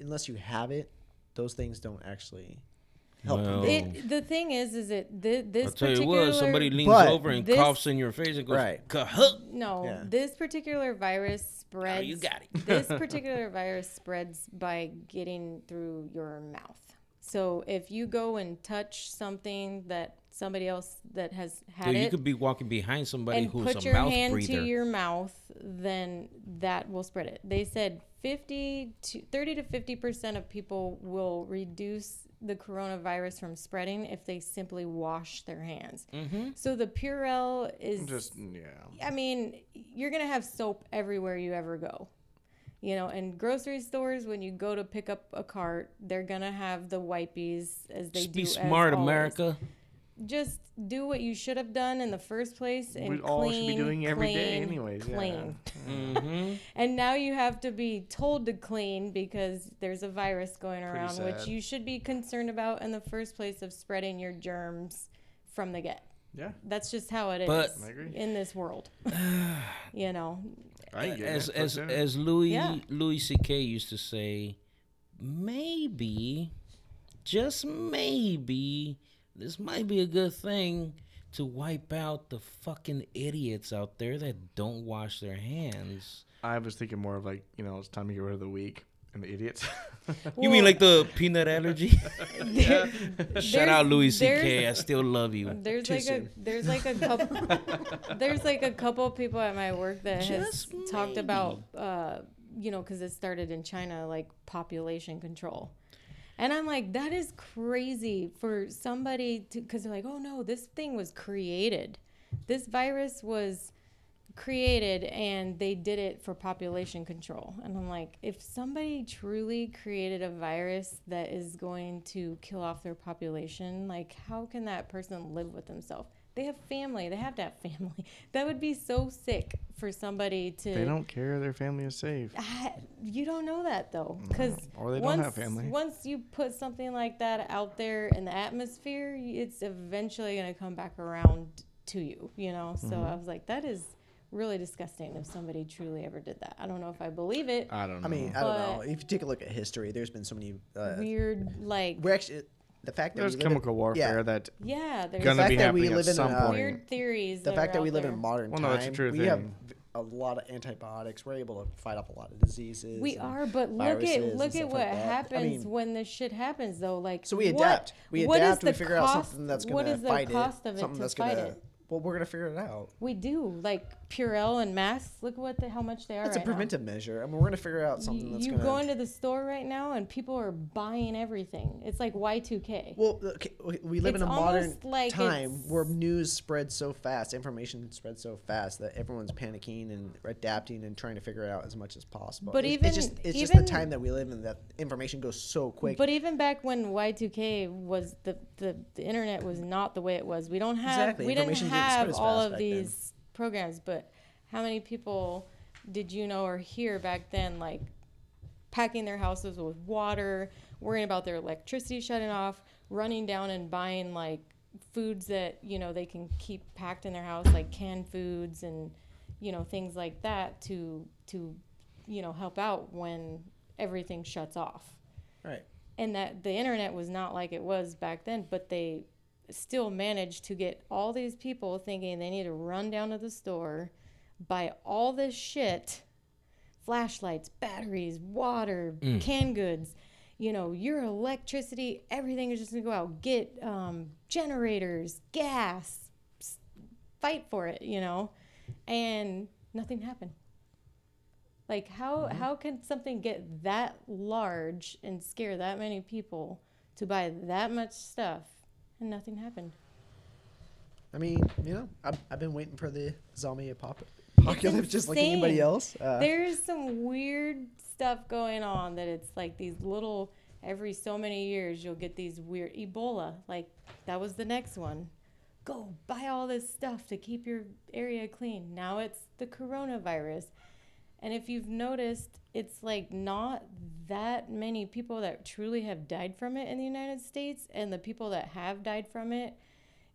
Speaker 4: unless you have it, those things don't actually help. you.
Speaker 2: Well,
Speaker 5: It, the thing is, is it thi- this
Speaker 2: I'll tell you
Speaker 5: particular
Speaker 2: what, somebody leans
Speaker 4: But
Speaker 2: over and
Speaker 5: this-
Speaker 2: coughs in your face and goes,
Speaker 4: Right.
Speaker 2: "Kahup."
Speaker 5: no
Speaker 4: Yeah.
Speaker 5: this particular virus
Speaker 2: Oh,
Speaker 5: spreads.
Speaker 2: you got it.
Speaker 5: this particular virus spreads by getting through your mouth. So if you go and touch something that somebody else that has had
Speaker 2: Dude, you
Speaker 5: it
Speaker 2: could be walking behind somebody
Speaker 5: and
Speaker 2: who's
Speaker 5: put
Speaker 2: a
Speaker 5: your
Speaker 2: mouth
Speaker 5: hand
Speaker 2: breather.
Speaker 5: to your mouth, then that will spread it. They said 50 to 30 to 50 percent of people will reduce the coronavirus from spreading if they simply wash their hands.
Speaker 2: Mm-hmm.
Speaker 5: So the Purell is
Speaker 3: Just yeah.
Speaker 5: I mean, you're gonna have soap everywhere you ever go. You know, in grocery stores, when you go to pick up a cart, they're gonna have the wipies as they
Speaker 2: Just
Speaker 5: do.
Speaker 2: be
Speaker 5: as
Speaker 2: smart,
Speaker 5: always.
Speaker 2: America.
Speaker 5: Just do what you should have done in the first place, and
Speaker 3: We
Speaker 5: clean,
Speaker 3: all should be doing every day
Speaker 5: clean,
Speaker 3: anyways, yeah.
Speaker 5: Clean.
Speaker 2: hmm
Speaker 5: And now you have to be told to clean because there's a virus going around, which
Speaker 3: sad.
Speaker 5: you should be concerned about in the first place of spreading your germs from the get.
Speaker 3: Yeah.
Speaker 5: That's just how it is
Speaker 2: But-
Speaker 3: I agree.
Speaker 5: in this world. you know,
Speaker 3: I ain't getting
Speaker 2: As
Speaker 3: that
Speaker 2: as
Speaker 3: fucked up.
Speaker 2: as Louis
Speaker 5: Yeah.
Speaker 2: Louis C.K. used to say, maybe, just maybe, this might be a good thing to wipe out the fucking idiots out there that don't wash their hands.
Speaker 3: I was thinking more of like, you know, it's time to get rid of the weak and the idiots.
Speaker 2: you mean like the peanut allergy?
Speaker 5: There-
Speaker 2: Shout out Louis
Speaker 5: there's-
Speaker 2: C.K. I still love you.
Speaker 5: there's
Speaker 4: Too
Speaker 5: like
Speaker 4: soon.
Speaker 5: a there's like a couple there's like a couple of people at my work that has
Speaker 2: Just
Speaker 5: talked about uh, you know because it started in China like population control. And I'm like, that is crazy for somebody to, because they're like, oh no, this thing was created. This virus was created and they did it for population control. And I'm like, if somebody truly created a virus that is going to kill off their population, like, how can that person live with themselves? They have family. They have to have family. That would be so sick for somebody to.
Speaker 3: they don't care their family is safe.
Speaker 5: I- you don't know that though, because
Speaker 3: Mm, Or they
Speaker 5: once,
Speaker 3: don't have family.
Speaker 5: Once you put something like that out there in the atmosphere, y- it's eventually going to come back around to you. You know, so
Speaker 3: Mm-hmm.
Speaker 5: I was like, that is really disgusting. If somebody truly ever did that, I don't know if I believe it.
Speaker 3: I don't know.
Speaker 4: I mean, I don't know.
Speaker 5: But-
Speaker 4: If you take a look at history, there's been so many. Uh,
Speaker 5: Weird, like
Speaker 4: we're actually the fact that
Speaker 3: there's
Speaker 4: we live in-
Speaker 3: chemical warfare
Speaker 4: yeah.
Speaker 3: that
Speaker 5: yeah, there's
Speaker 3: gonna
Speaker 4: fact
Speaker 3: be
Speaker 4: that we
Speaker 3: happening at
Speaker 4: live in
Speaker 3: some
Speaker 4: a-
Speaker 3: point.
Speaker 5: weird theories.
Speaker 4: the
Speaker 5: are
Speaker 4: fact that
Speaker 5: out
Speaker 4: we live
Speaker 5: there.
Speaker 4: in modern
Speaker 3: Well,
Speaker 4: time,
Speaker 3: no, that's a true
Speaker 4: we have
Speaker 3: thing.
Speaker 4: v- a lot of antibiotics. We're able to fight off a lot of diseases.
Speaker 5: We
Speaker 4: and-
Speaker 5: are, but look
Speaker 4: viruses
Speaker 5: at
Speaker 4: and
Speaker 5: look
Speaker 4: stuff
Speaker 5: at
Speaker 4: like
Speaker 5: what
Speaker 4: that. I
Speaker 5: happens
Speaker 4: mean-
Speaker 5: when this shit happens, though. Like,
Speaker 4: So we
Speaker 5: what-
Speaker 4: adapt. we
Speaker 5: what is
Speaker 4: adapt and we
Speaker 5: the
Speaker 4: figure out
Speaker 5: cost-
Speaker 4: something that's
Speaker 5: what
Speaker 4: going to
Speaker 5: is the
Speaker 4: fight it.
Speaker 5: cost of it
Speaker 4: something
Speaker 5: to
Speaker 4: that's
Speaker 5: fight
Speaker 4: gonna,
Speaker 5: it?
Speaker 4: Well, we're going to figure it out.
Speaker 5: We do like Purell and masks. Look what the, how much they are.
Speaker 4: That's a
Speaker 5: right now.
Speaker 4: preventive measure. I mean, we're going to figure out something
Speaker 5: You,
Speaker 4: that's
Speaker 5: you
Speaker 4: going to.
Speaker 5: go into the store right now and people are buying everything. It's like Y two K.
Speaker 4: Well, okay, we- we live in
Speaker 5: It's
Speaker 4: a modern
Speaker 5: almost like
Speaker 4: time
Speaker 5: it's-
Speaker 4: where news spreads so fast, information spreads so fast that everyone's panicking and adapting and trying to figure it out as much as possible.
Speaker 5: But
Speaker 4: it's,
Speaker 5: even-
Speaker 4: it's just it's just
Speaker 5: even-
Speaker 4: the time that we live in that information goes so quick.
Speaker 5: But even back when Y two K was the, the the internet was not the way it was. We don't have
Speaker 4: Exactly.
Speaker 5: we didn't
Speaker 4: Information didn't spread
Speaker 5: have
Speaker 4: as
Speaker 5: all
Speaker 4: fast
Speaker 5: of
Speaker 4: back then.
Speaker 5: these programs. But how many people did you know or hear back then like packing their houses with water, worrying about their electricity shutting off, running down and buying like foods that you know they can keep packed in their house, like canned foods and you know things like that to to you know help out when everything shuts off
Speaker 4: right.
Speaker 5: and that the internet was not like it was back then, but they still managed to get all these people thinking they need to run down to the store, buy all this shit flashlights, batteries, water, canned goods. You know, your electricity, everything is just gonna go out. Get um, generators, gas, s- fight for it. You know, and nothing happened. Like how how can something get that large and scare that many people to buy that much stuff and nothing happened?
Speaker 4: I mean, you know, I've, I've been waiting for the zombie apop- apocalypse just like anybody
Speaker 5: insane.
Speaker 4: else. Uh,
Speaker 5: There's some weird stuff going on that it's like these little every so many years you'll get these weird Ebola. Like that was the next one. Go buy all this stuff to keep your area clean. Now it's the coronavirus. And if you've noticed, it's like not that many people that truly have died from it in the United States. And the people that have died from it,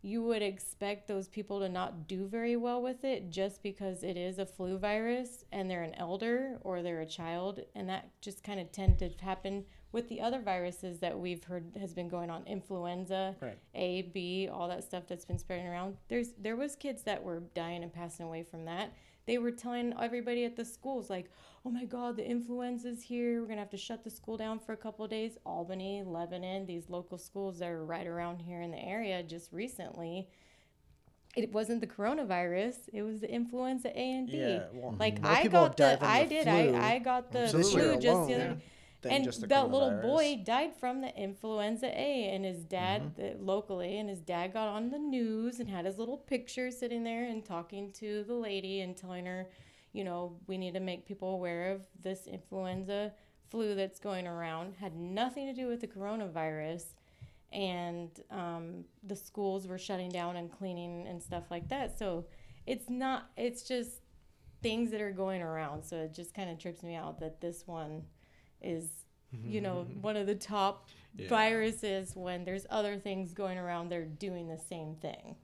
Speaker 5: you would expect those people to not do very well with it just because it is a flu virus and they're an elder or they're a child. And that just kind of tend to happen with the other viruses that we've heard has been going on influenza,
Speaker 4: Right.
Speaker 5: A, B, all that stuff that's been spreading around. There's there was kids that were dying and passing away from that they were telling everybody at the schools like oh my god the influenza's here we're going to have to shut the school down for a couple of days albany lebanon these local schools that are right around here in the area just recently it wasn't the coronavirus it was the influenza a and b
Speaker 4: Yeah, well,
Speaker 5: like
Speaker 4: more
Speaker 5: I
Speaker 4: people have
Speaker 5: got
Speaker 4: died
Speaker 5: the,
Speaker 4: from
Speaker 5: I
Speaker 4: the
Speaker 5: did
Speaker 4: flu
Speaker 5: I, I got the
Speaker 4: this year
Speaker 5: flu just
Speaker 4: alone
Speaker 5: the other
Speaker 4: than
Speaker 5: and
Speaker 4: just the
Speaker 5: that little
Speaker 4: coronavirus. Mm-hmm.
Speaker 5: boy died from the influenza A, and his dad uh, locally, and his dad got on the news and had his little picture sitting there and talking to the lady and telling her, you know, we need to make people aware of this influenza flu that's going around. Had nothing to do with the coronavirus, and um, the schools were shutting down and cleaning and stuff like that. So it's not. It's just things that are going around. So it just kind of trips me out that this one is, you know, one of the top viruses when there's other things going around. They're doing the same thing.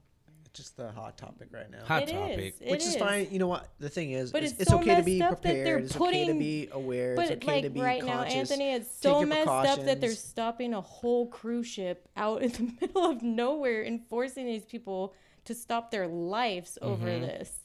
Speaker 4: just the hot topic right now.
Speaker 2: Hot
Speaker 5: It is.
Speaker 2: topic.
Speaker 5: It
Speaker 4: Which is, fine. You know what? The thing is,
Speaker 5: But
Speaker 4: it's,
Speaker 5: it's
Speaker 4: it's
Speaker 5: so
Speaker 4: okay to
Speaker 5: messed
Speaker 4: be
Speaker 5: up that they're
Speaker 4: prepared. It's okay to
Speaker 5: putting-
Speaker 4: be aware.
Speaker 5: But
Speaker 4: it's
Speaker 5: it,
Speaker 4: okay
Speaker 5: like
Speaker 4: to be
Speaker 5: right
Speaker 4: conscious.
Speaker 5: now, Anthony, it's
Speaker 4: Take
Speaker 5: so
Speaker 4: your
Speaker 5: messed up that they're
Speaker 4: precautions.
Speaker 5: stopping a whole cruise ship out in the middle of nowhere and forcing these people to stop their lives over
Speaker 4: Mm-hmm.
Speaker 5: this.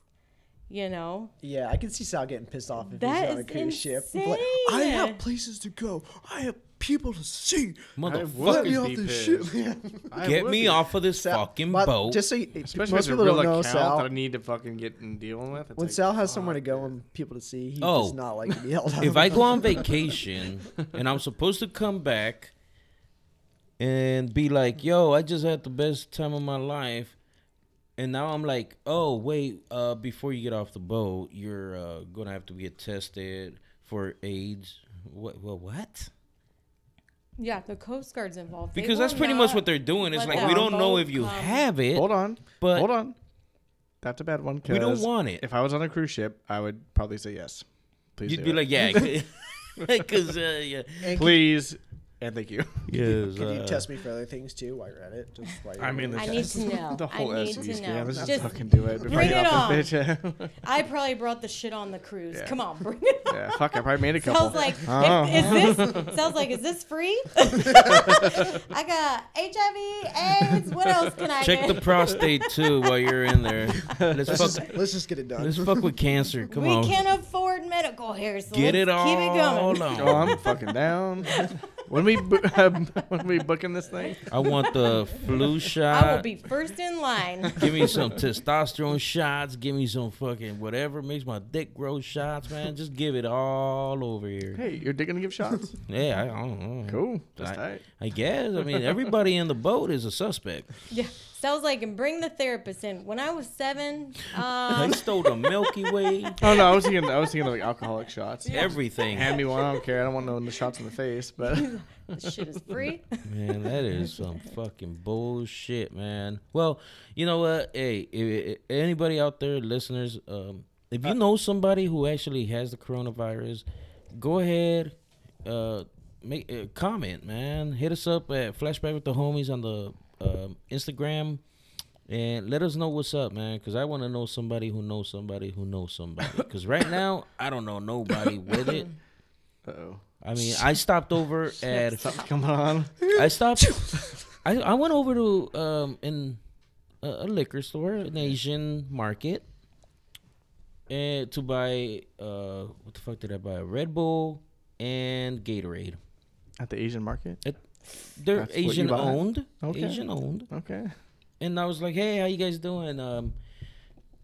Speaker 5: You know,
Speaker 4: Yeah, I can see Sal getting pissed off if
Speaker 5: That
Speaker 4: he's on a
Speaker 5: is
Speaker 4: cruise ship. He's like, I
Speaker 5: insane.
Speaker 4: have places to go. I have people to see. Let
Speaker 2: Motherfucker,
Speaker 4: me
Speaker 3: Fuckers
Speaker 4: off
Speaker 3: be
Speaker 4: this
Speaker 3: pissed.
Speaker 4: ship, man.
Speaker 3: I
Speaker 2: get
Speaker 3: would
Speaker 2: me
Speaker 3: be-
Speaker 2: off of this
Speaker 4: Sal-
Speaker 2: fucking
Speaker 4: but
Speaker 2: boat.
Speaker 4: Just so you, it-
Speaker 3: Especially with
Speaker 4: most
Speaker 3: a
Speaker 4: people
Speaker 3: real
Speaker 4: don't know
Speaker 3: account that I
Speaker 4: Sal.
Speaker 3: need to fucking get and dealing with. It's
Speaker 4: When
Speaker 3: like,
Speaker 4: Sal has somewhere to
Speaker 3: fuck.
Speaker 4: go and people to see, he
Speaker 2: Oh.
Speaker 4: does not like to be held up.
Speaker 2: if I go on vacation and I'm supposed to come back and be like, yo, I just had the best time of my life. And now I'm like, oh, wait, uh, before you get off the boat, you're uh, going to have to get tested for AIDS. What? What? what?
Speaker 5: yeah, the Coast Guard's involved They
Speaker 2: Because
Speaker 5: will
Speaker 2: that's pretty much
Speaker 5: not-
Speaker 2: what they're doing. It's
Speaker 5: let
Speaker 2: like,
Speaker 5: the
Speaker 2: we don't know
Speaker 5: boat
Speaker 2: if you
Speaker 5: come.
Speaker 2: have it.
Speaker 3: Hold on,
Speaker 2: But-
Speaker 3: hold on. That's a bad one.
Speaker 2: We don't
Speaker 3: 'cause
Speaker 2: want it.
Speaker 3: If I was on a cruise ship, I would probably say yes. Please,
Speaker 2: You'd
Speaker 3: do
Speaker 2: be
Speaker 3: it.
Speaker 2: like, yeah. Because, uh, yeah.
Speaker 3: please and thank you.
Speaker 2: Yes,
Speaker 4: Could you
Speaker 2: uh,
Speaker 4: test me for other things too while you're at it? Just while you're
Speaker 3: I mean,
Speaker 4: doing
Speaker 5: I
Speaker 4: it?
Speaker 5: need to know.
Speaker 3: The whole
Speaker 5: I need
Speaker 3: SED
Speaker 5: to
Speaker 3: scam.
Speaker 5: know.
Speaker 3: Let's
Speaker 5: Just,
Speaker 3: fucking do it. Before
Speaker 5: bring
Speaker 3: you
Speaker 5: it
Speaker 3: get off this bitch.
Speaker 5: I probably brought the shit on the cruise.
Speaker 3: Yeah.
Speaker 5: Come on, bring it on.
Speaker 3: yeah, fuck. I probably made a couple.
Speaker 5: Sounds like
Speaker 3: Oh.
Speaker 5: is this sounds like is this free? I got HIV, AIDS. What else can I
Speaker 2: Check
Speaker 5: get?
Speaker 2: the prostate too while you're in there. Let's
Speaker 4: let's,
Speaker 2: fuck.
Speaker 4: just, let's just get it done.
Speaker 2: Let's fuck with cancer. Come
Speaker 5: we
Speaker 2: on.
Speaker 5: can't afford medical here, so
Speaker 2: Get
Speaker 5: let's
Speaker 2: it all
Speaker 5: keep it going.
Speaker 3: oh,
Speaker 2: on.
Speaker 3: I'm fucking down. when we bo- when we booking this thing,
Speaker 2: I want the flu shot.
Speaker 5: I will be first in line.
Speaker 2: Give me some testosterone shots. Give me some fucking whatever makes my dick grow shots, man. Just give it all over here.
Speaker 3: hey, you're gonna give shots.
Speaker 2: Yeah, I, I don't know.
Speaker 3: Cool. That's
Speaker 2: I-
Speaker 3: tight.
Speaker 2: I guess. I mean, everybody in the boat is a suspect.
Speaker 5: Yeah, sounds like and bring the therapist in. When I was seven,
Speaker 2: They
Speaker 5: um,
Speaker 2: stole the Milky Way.
Speaker 3: Oh no, I was thinking I was thinking like alcoholic shots.
Speaker 2: Everything.
Speaker 3: Hand me one. I don't care. I don't want no shots in the face. But
Speaker 5: this shit is free.
Speaker 2: Man, that is some fucking bullshit, man. Well, you know what? Hey, i i anybody out there, listeners, um, if you know somebody who actually has the coronavirus, go ahead, uh, make uh, comment, man. Hit us up at Flashback with the Homies on the um, Instagram. And let us know what's up, man, because I want to know somebody who knows somebody who knows somebody. Because right now, I don't know nobody with it.
Speaker 3: uh oh,
Speaker 2: I mean, I stopped over at
Speaker 3: something's coming on.
Speaker 2: I stopped. I, I went over to um in a, a liquor store, an Asian market, and to buy uh what the fuck did I buy? Red Bull and Gatorade.
Speaker 3: At the Asian market?
Speaker 2: It- They're
Speaker 3: That's what you
Speaker 2: Asian
Speaker 3: buy?
Speaker 2: owned.
Speaker 3: Okay.
Speaker 2: Asian owned.
Speaker 3: Okay.
Speaker 2: And I was like, "Hey, how you guys doing?" Um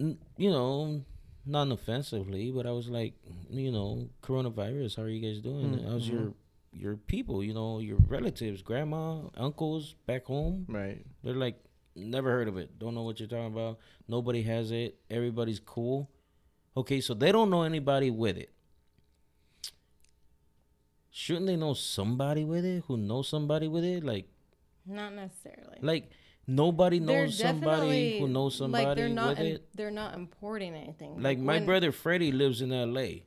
Speaker 2: n- you know, non offensively, but I was like, you know, coronavirus, how are you guys doing?
Speaker 3: Mm-hmm.
Speaker 2: How's your your people, you know, your relatives, grandma, uncles back home?
Speaker 3: Right.
Speaker 2: They're like, never heard of it. Don't know what you're talking about. Nobody has it. Everybody's cool. Okay, so they don't know anybody with it. Shouldn't they know somebody with it who knows somebody with it? Like,
Speaker 5: Not necessarily.
Speaker 2: like nobody
Speaker 5: They're
Speaker 2: knows somebody who
Speaker 5: definitely-
Speaker 2: knows somebody
Speaker 5: like they're not
Speaker 2: with
Speaker 5: im-
Speaker 2: it.
Speaker 5: They're not importing anything.
Speaker 2: Like my
Speaker 5: when-
Speaker 2: brother Freddie lives in L.A.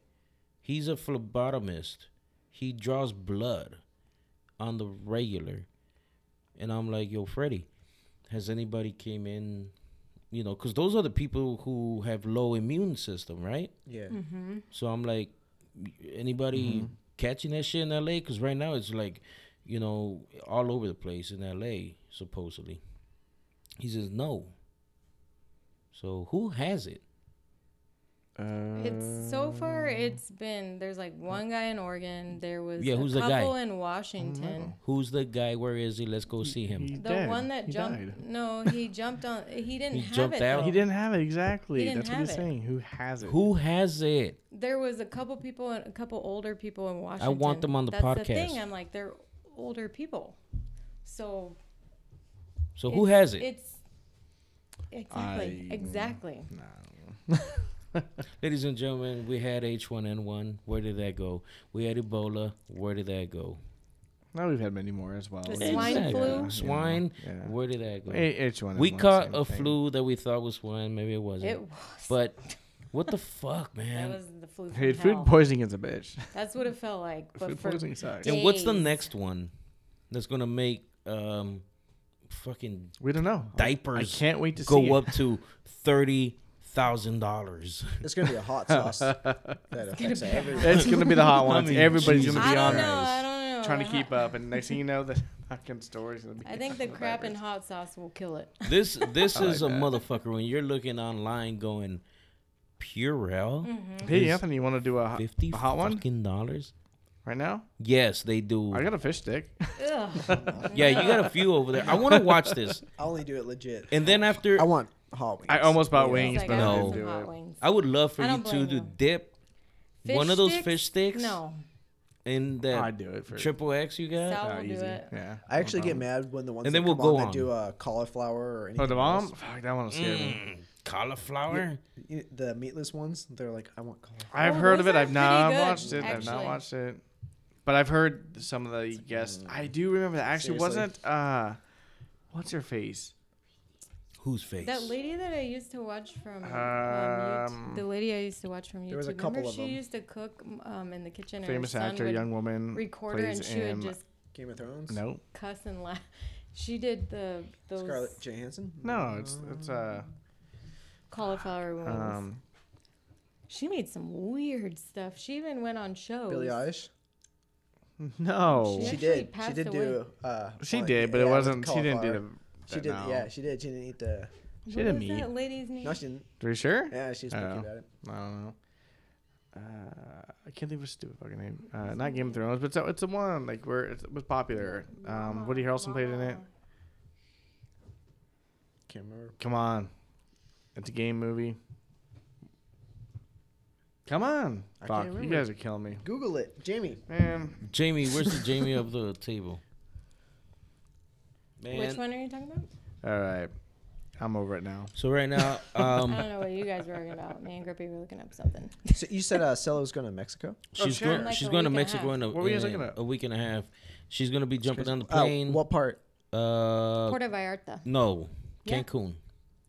Speaker 2: He's a phlebotomist. He draws blood on the regular, and I'm like, yo, Freddie, has anybody came in? You know, because those are the people who have low immune system, right?
Speaker 4: Yeah.
Speaker 2: So I'm like, anybody catching that shit in L.A. Because right now it's like, you know, all over the place in L.A. Supposedly, he says no. So who has it?
Speaker 3: Uh,
Speaker 5: It's so
Speaker 2: Mm.
Speaker 5: far. It's been there's like one guy in Oregon. There was
Speaker 2: Yeah,
Speaker 5: a
Speaker 2: who's the guy?
Speaker 5: couple in Washington.
Speaker 2: Who's the guy? Where is he? Let's go see him.
Speaker 5: The one that
Speaker 3: he
Speaker 5: jumped.
Speaker 3: died.
Speaker 5: No, he jumped on. He didn't
Speaker 2: He
Speaker 5: have
Speaker 2: jumped
Speaker 5: it.
Speaker 2: out?
Speaker 5: though.
Speaker 3: He didn't have it exactly.
Speaker 5: He didn't
Speaker 3: That's what he's
Speaker 5: have it.
Speaker 3: saying. Who has it?
Speaker 2: Who has it?
Speaker 5: There was a couple people, and a couple older people in Washington.
Speaker 2: want them on the
Speaker 5: That's The
Speaker 2: podcast.
Speaker 5: thing. I'm like they're older people, so
Speaker 2: So who
Speaker 5: it's-
Speaker 2: has it?
Speaker 5: It's exactly
Speaker 3: I-
Speaker 5: exactly.
Speaker 3: Nah, I don't know.
Speaker 2: Ladies and gentlemen, we had H1N1. Where did that go? We had Ebola. Where did that go?
Speaker 3: Now we've had many more as well.
Speaker 5: The
Speaker 3: It's- uh,
Speaker 5: swine
Speaker 2: Exactly.
Speaker 5: flu?
Speaker 3: you know,
Speaker 2: Swine.
Speaker 3: yeah.
Speaker 2: Where did that go?
Speaker 3: A- H one.
Speaker 2: we caught a flu that we thought was swine. Maybe it wasn't.
Speaker 5: It was.
Speaker 2: but what the fuck,
Speaker 5: that
Speaker 2: man?
Speaker 5: was the flu.
Speaker 3: Hey,
Speaker 5: from
Speaker 3: food
Speaker 5: hell.
Speaker 3: poisoning's a bitch.
Speaker 5: That's what it felt like. But
Speaker 3: food
Speaker 5: for
Speaker 3: poisoning sucks.
Speaker 5: Yeah.
Speaker 2: and what's the
Speaker 5: days.
Speaker 2: next one that's gonna make um fucking
Speaker 3: We don't know. I
Speaker 2: diapers
Speaker 3: can't wait to
Speaker 2: go
Speaker 3: see it.
Speaker 2: up to thirty thousand dollars?
Speaker 4: It's gonna be a hot sauce that affects everyone.
Speaker 3: It's gonna be the hot
Speaker 2: I
Speaker 3: ones.
Speaker 2: mean,
Speaker 3: Everybody's gonna
Speaker 5: I
Speaker 3: be on
Speaker 5: don't
Speaker 3: it,
Speaker 5: know. I don't know.
Speaker 3: trying to
Speaker 5: Hot-
Speaker 3: keep up, and next thing you know, the fucking story's gonna be.
Speaker 5: I think the
Speaker 3: fucking
Speaker 5: crap and
Speaker 3: diapers.
Speaker 5: hot sauce will kill it.
Speaker 2: This this
Speaker 3: I like
Speaker 2: is a
Speaker 3: that.
Speaker 2: motherfucker when you're looking online going Purell
Speaker 5: Mm.
Speaker 3: Hey, Anthony, you want to do a, hot-
Speaker 2: fifty
Speaker 3: a hot one
Speaker 2: fucking dollars?
Speaker 3: right now?
Speaker 2: Yes, they do.
Speaker 3: I got a fish stick.
Speaker 5: Ugh.
Speaker 2: yeah, you got a few over there. I want to watch this,
Speaker 4: I only do it legit.
Speaker 2: and then after
Speaker 4: I want hot wings.
Speaker 3: I almost bought
Speaker 4: Yeah.
Speaker 3: wings,
Speaker 5: It's
Speaker 3: but
Speaker 5: like, I
Speaker 3: I
Speaker 5: want
Speaker 2: No.
Speaker 3: didn't
Speaker 5: some
Speaker 3: do
Speaker 5: hot
Speaker 3: it.
Speaker 5: wings.
Speaker 2: I would love for
Speaker 5: I
Speaker 2: you
Speaker 5: don't
Speaker 2: two
Speaker 5: blame
Speaker 2: to
Speaker 5: you.
Speaker 2: dip one of those fish sticks?
Speaker 5: No,
Speaker 2: in
Speaker 3: I'd
Speaker 2: that
Speaker 3: do it for
Speaker 2: triple X you got.
Speaker 5: Sal
Speaker 3: uh,
Speaker 5: will do
Speaker 3: easy.
Speaker 5: it.
Speaker 3: Yeah.
Speaker 4: I actually
Speaker 3: no
Speaker 4: get
Speaker 3: problem.
Speaker 4: mad when the ones
Speaker 2: And
Speaker 4: that
Speaker 2: then we'll
Speaker 4: come on
Speaker 2: go
Speaker 4: that
Speaker 2: on.
Speaker 4: do uh, cauliflower or anything.
Speaker 3: Oh, the
Speaker 4: else.
Speaker 3: bomb? Fuck, that one will scare me.
Speaker 2: Mm, cauliflower.
Speaker 4: You- the meatless ones. They're like, I want cauliflower.
Speaker 3: I've
Speaker 5: Oh,
Speaker 3: heard
Speaker 5: those
Speaker 3: of it.
Speaker 5: are
Speaker 3: I've not
Speaker 5: pretty good,
Speaker 3: watched it. I've not
Speaker 5: actually.
Speaker 3: watched it. But I've heard some of the guests. I do remember that. Actually,
Speaker 4: Seriously.
Speaker 3: wasn't uh, what's her face?
Speaker 2: Whose face?
Speaker 5: That lady that I used to watch from um,
Speaker 3: Um,
Speaker 5: YouTube, the lady I used to watch from YouTube.
Speaker 4: there was a couple
Speaker 5: Remember
Speaker 4: of
Speaker 5: she
Speaker 4: them.
Speaker 5: used to cook um, in the kitchen. and her
Speaker 3: Famous
Speaker 5: son
Speaker 3: actor,
Speaker 5: would
Speaker 3: young woman.
Speaker 5: recorder, and
Speaker 3: plays
Speaker 5: she would
Speaker 3: in-
Speaker 5: just
Speaker 4: Game of Thrones.
Speaker 3: no,
Speaker 5: cuss and laugh. She did the those
Speaker 4: Scarlett Johansson. Mm-hmm.
Speaker 3: no, it's it's uh,
Speaker 5: cauliflower wings.
Speaker 3: um,
Speaker 5: she made some weird stuff. She even went on shows.
Speaker 4: Billie Eilish.
Speaker 3: no,
Speaker 4: She
Speaker 3: she,
Speaker 5: She actually
Speaker 4: did. She
Speaker 5: passed
Speaker 4: did do. Uh, one-
Speaker 3: did, but
Speaker 4: yeah,
Speaker 3: it
Speaker 4: with
Speaker 3: wasn't. She didn't do
Speaker 4: cauliflower.
Speaker 3: the.
Speaker 4: She did.
Speaker 3: no.
Speaker 4: Yeah, she did. She didn't eat the.
Speaker 5: What
Speaker 3: didn't
Speaker 5: was
Speaker 3: meet.
Speaker 5: that lady's name?
Speaker 4: No, she didn't.
Speaker 3: Are you sure?
Speaker 4: Yeah, she's
Speaker 3: Oh.
Speaker 4: thinking about it.
Speaker 3: I don't know. Uh, I can't think of a stupid fucking name. Uh, not Game of Thrones, but it's, it's the one like where it's, it was popular. Um, Woody Harrelson played in it.
Speaker 4: Can't remember.
Speaker 3: Come on. It's a game movie. Come on.
Speaker 4: I
Speaker 3: Fuck,
Speaker 4: can't
Speaker 3: you
Speaker 4: remember.
Speaker 3: guys are killing me.
Speaker 4: Google it, Jamie.
Speaker 3: Man.
Speaker 2: Jamie, where's the Jamie of the table? Man.
Speaker 5: Which one are you talking about?
Speaker 3: All right. I'm over it now.
Speaker 2: So right now, um,
Speaker 5: I don't know what you guys were arguing about. Me and Grippy were looking up something.
Speaker 4: So you said uh, Cello's going to Mexico.
Speaker 2: she's
Speaker 3: sure.
Speaker 2: going.
Speaker 5: Like
Speaker 2: she's
Speaker 5: a
Speaker 2: going to
Speaker 5: week and a
Speaker 2: Mexico
Speaker 5: half.
Speaker 2: in a,
Speaker 3: What were you guys
Speaker 2: in
Speaker 3: looking
Speaker 2: a,
Speaker 3: at?
Speaker 2: a week and a half. She's gonna be jumping on the
Speaker 4: Oh,
Speaker 2: plane.
Speaker 4: what part?
Speaker 2: Uh,
Speaker 5: Puerto Vallarta.
Speaker 2: no,
Speaker 5: Yeah.
Speaker 2: Cancun.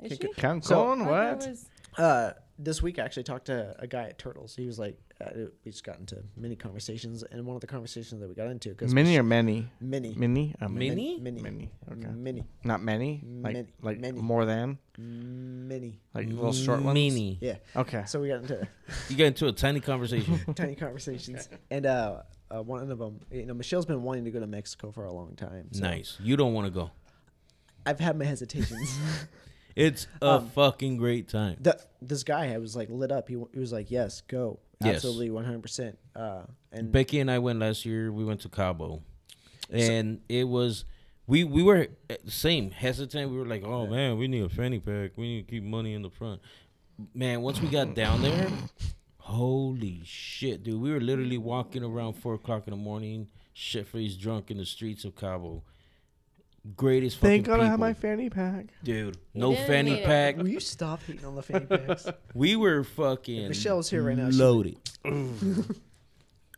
Speaker 5: Is she?
Speaker 3: Cancun?
Speaker 5: I thought it
Speaker 3: what?
Speaker 5: was-
Speaker 4: Uh, this week I actually talked to a guy at Turtles. He was like, uh, we just got into many conversations, and one of the conversations that we got into because
Speaker 3: Mini or many?
Speaker 4: many,
Speaker 3: Mini? Uh, many.
Speaker 2: Mini?
Speaker 4: many, many,
Speaker 3: Many. Okay.
Speaker 4: many,
Speaker 3: Not many? Like,
Speaker 4: Many.
Speaker 3: like
Speaker 4: Many.
Speaker 3: more than?
Speaker 4: many.
Speaker 3: Like little short ones?
Speaker 2: Meanie.
Speaker 4: Yeah.
Speaker 3: Okay.
Speaker 4: So we got into
Speaker 2: You get into a tiny conversation.
Speaker 4: tiny conversations, and uh, uh, one of them, you know, Michelle's been wanting to go to Mexico for a long time. So
Speaker 2: nice. You don't want to go.
Speaker 4: I've had my hesitations.
Speaker 2: It's a
Speaker 3: Um,
Speaker 2: fucking great time.
Speaker 4: The, this guy was like lit up. He, w- he was like, "Yes, go,
Speaker 2: Yes.
Speaker 4: absolutely, one hundred percent." Uh, And
Speaker 2: Becky and I went last year. We went to Cabo, and it was we we were uh, same hesitant. We were like, oh man, we need a fanny pack. We need to keep money in the front. Man, once we got down there, holy shit, dude! We were literally walking around four o'clock in the morning, shit face drunk in the streets of Cabo. Greatest fucking
Speaker 3: Thank God I have
Speaker 2: people.
Speaker 3: my fanny pack.
Speaker 2: dude. No
Speaker 5: didn't need
Speaker 2: fanny
Speaker 5: it.
Speaker 2: pack.
Speaker 4: will you stop hating on the fanny packs?
Speaker 2: We were fucking
Speaker 4: Michelle's here right now, she'd be-
Speaker 2: Loaded.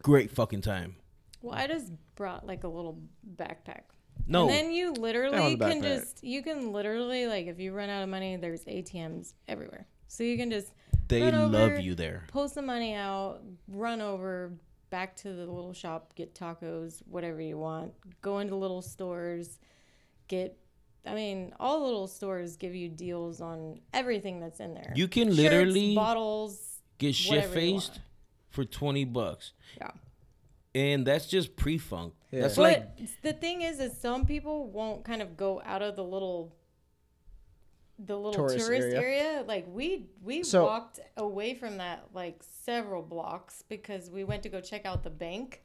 Speaker 2: Great fucking time.
Speaker 5: Well, I just brought like a little backpack.
Speaker 2: No.
Speaker 5: And then you literally
Speaker 3: the
Speaker 5: can
Speaker 3: backpack.
Speaker 5: just you can literally like if you run out of money, there's ATMs everywhere. So you can just
Speaker 2: They
Speaker 5: run
Speaker 2: love
Speaker 5: over,
Speaker 2: you there.
Speaker 5: Pull some money out, run over back to the little shop, get tacos, whatever you want. Go into little stores, get I mean, all little stores give you deals on everything that's in there.
Speaker 2: You can
Speaker 5: Shirts,
Speaker 2: literally
Speaker 5: bottles,
Speaker 2: Get shit
Speaker 5: whatever you want.
Speaker 2: faced for twenty bucks,
Speaker 5: yeah.
Speaker 2: and that's just pre-funk. That's
Speaker 5: But
Speaker 2: like
Speaker 5: the thing is, is some people won't kind of go out of the little, the little
Speaker 4: Tourist
Speaker 5: tourist,
Speaker 4: area.
Speaker 5: area. Like we we
Speaker 4: So-
Speaker 5: walked away from that like several blocks because we went to go check out the bank,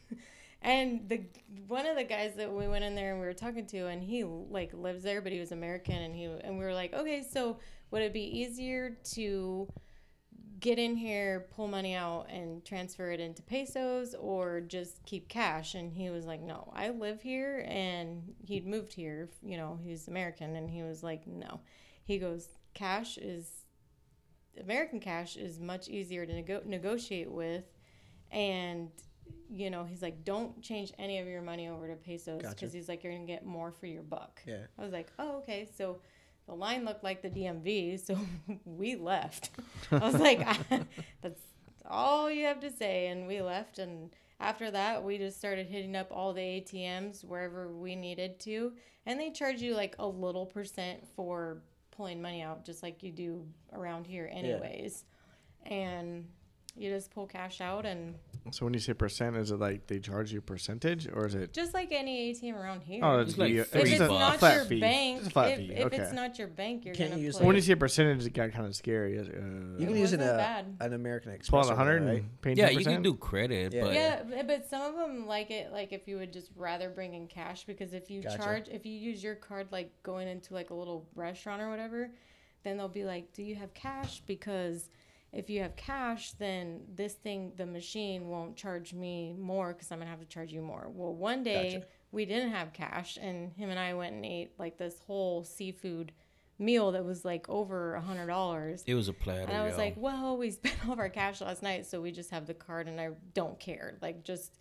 Speaker 5: and the one of the guys that we went in there and we were talking to, and he like lives there, but he was American, and he and we were like, okay, so would it be easier to get in here, pull money out, and transfer it into pesos or just keep cash? And he was like, No, I live here and he'd moved here. You know, he's American. And he was like, No. He goes, Cash is American cash is much easier to nego- negotiate with. And, you know, he's like, Don't change any of your money over to pesos because
Speaker 4: Gotcha.
Speaker 5: he's like, You're going to get more for your buck.
Speaker 4: Yeah.
Speaker 5: I was like, Oh, okay. So, the line looked like the DMV, so we left. I was like, I, that's all you have to say. And we left. And after that, we just started hitting up all the ATMs wherever we needed to. And they charge you like a little percent for pulling money out, just like you do around here, anyways. And you just pull cash out and
Speaker 3: So when you say percent, is it like they charge you a percentage or is it?
Speaker 5: just like any ATM around here.
Speaker 3: Oh, it's
Speaker 2: It's like
Speaker 3: be a-
Speaker 2: three
Speaker 5: if
Speaker 3: just
Speaker 5: it's
Speaker 3: a
Speaker 5: not
Speaker 3: flat
Speaker 5: your
Speaker 3: fee.
Speaker 5: bank,
Speaker 3: Just a flat
Speaker 5: if,
Speaker 3: fee.
Speaker 5: if
Speaker 3: okay.
Speaker 5: it's not your bank, you're
Speaker 4: Can't
Speaker 5: gonna
Speaker 4: you use
Speaker 5: play.
Speaker 4: like-
Speaker 3: when you say a percentage, it got kind of scary. It's, Uh,
Speaker 4: you
Speaker 5: It
Speaker 4: can use an
Speaker 5: wasn't
Speaker 4: uh,
Speaker 5: bad.
Speaker 4: an American
Speaker 3: pull
Speaker 4: Express.
Speaker 3: out
Speaker 4: over there,
Speaker 3: 100
Speaker 4: right?
Speaker 3: and pay
Speaker 2: yeah,
Speaker 3: 10%.
Speaker 2: you can do credit,
Speaker 4: Yeah.
Speaker 2: but
Speaker 5: Yeah, b- but some of them like it like if you would just rather bring in cash because if you
Speaker 4: Gotcha.
Speaker 5: charge if you use your card like going into like a little restaurant or whatever, then they'll be like, "Do you have cash?" because if you have cash, then this thing the machine won't charge me more cuz I'm going to have to charge you more. Well, one day we didn't have cash and him and I went and ate like this whole seafood meal that was like over a hundred dollars
Speaker 2: it was a platter.
Speaker 5: and I was
Speaker 2: yo.
Speaker 5: like, well, we spent all of our cash last night, so we just have the card and I don't care. Like, just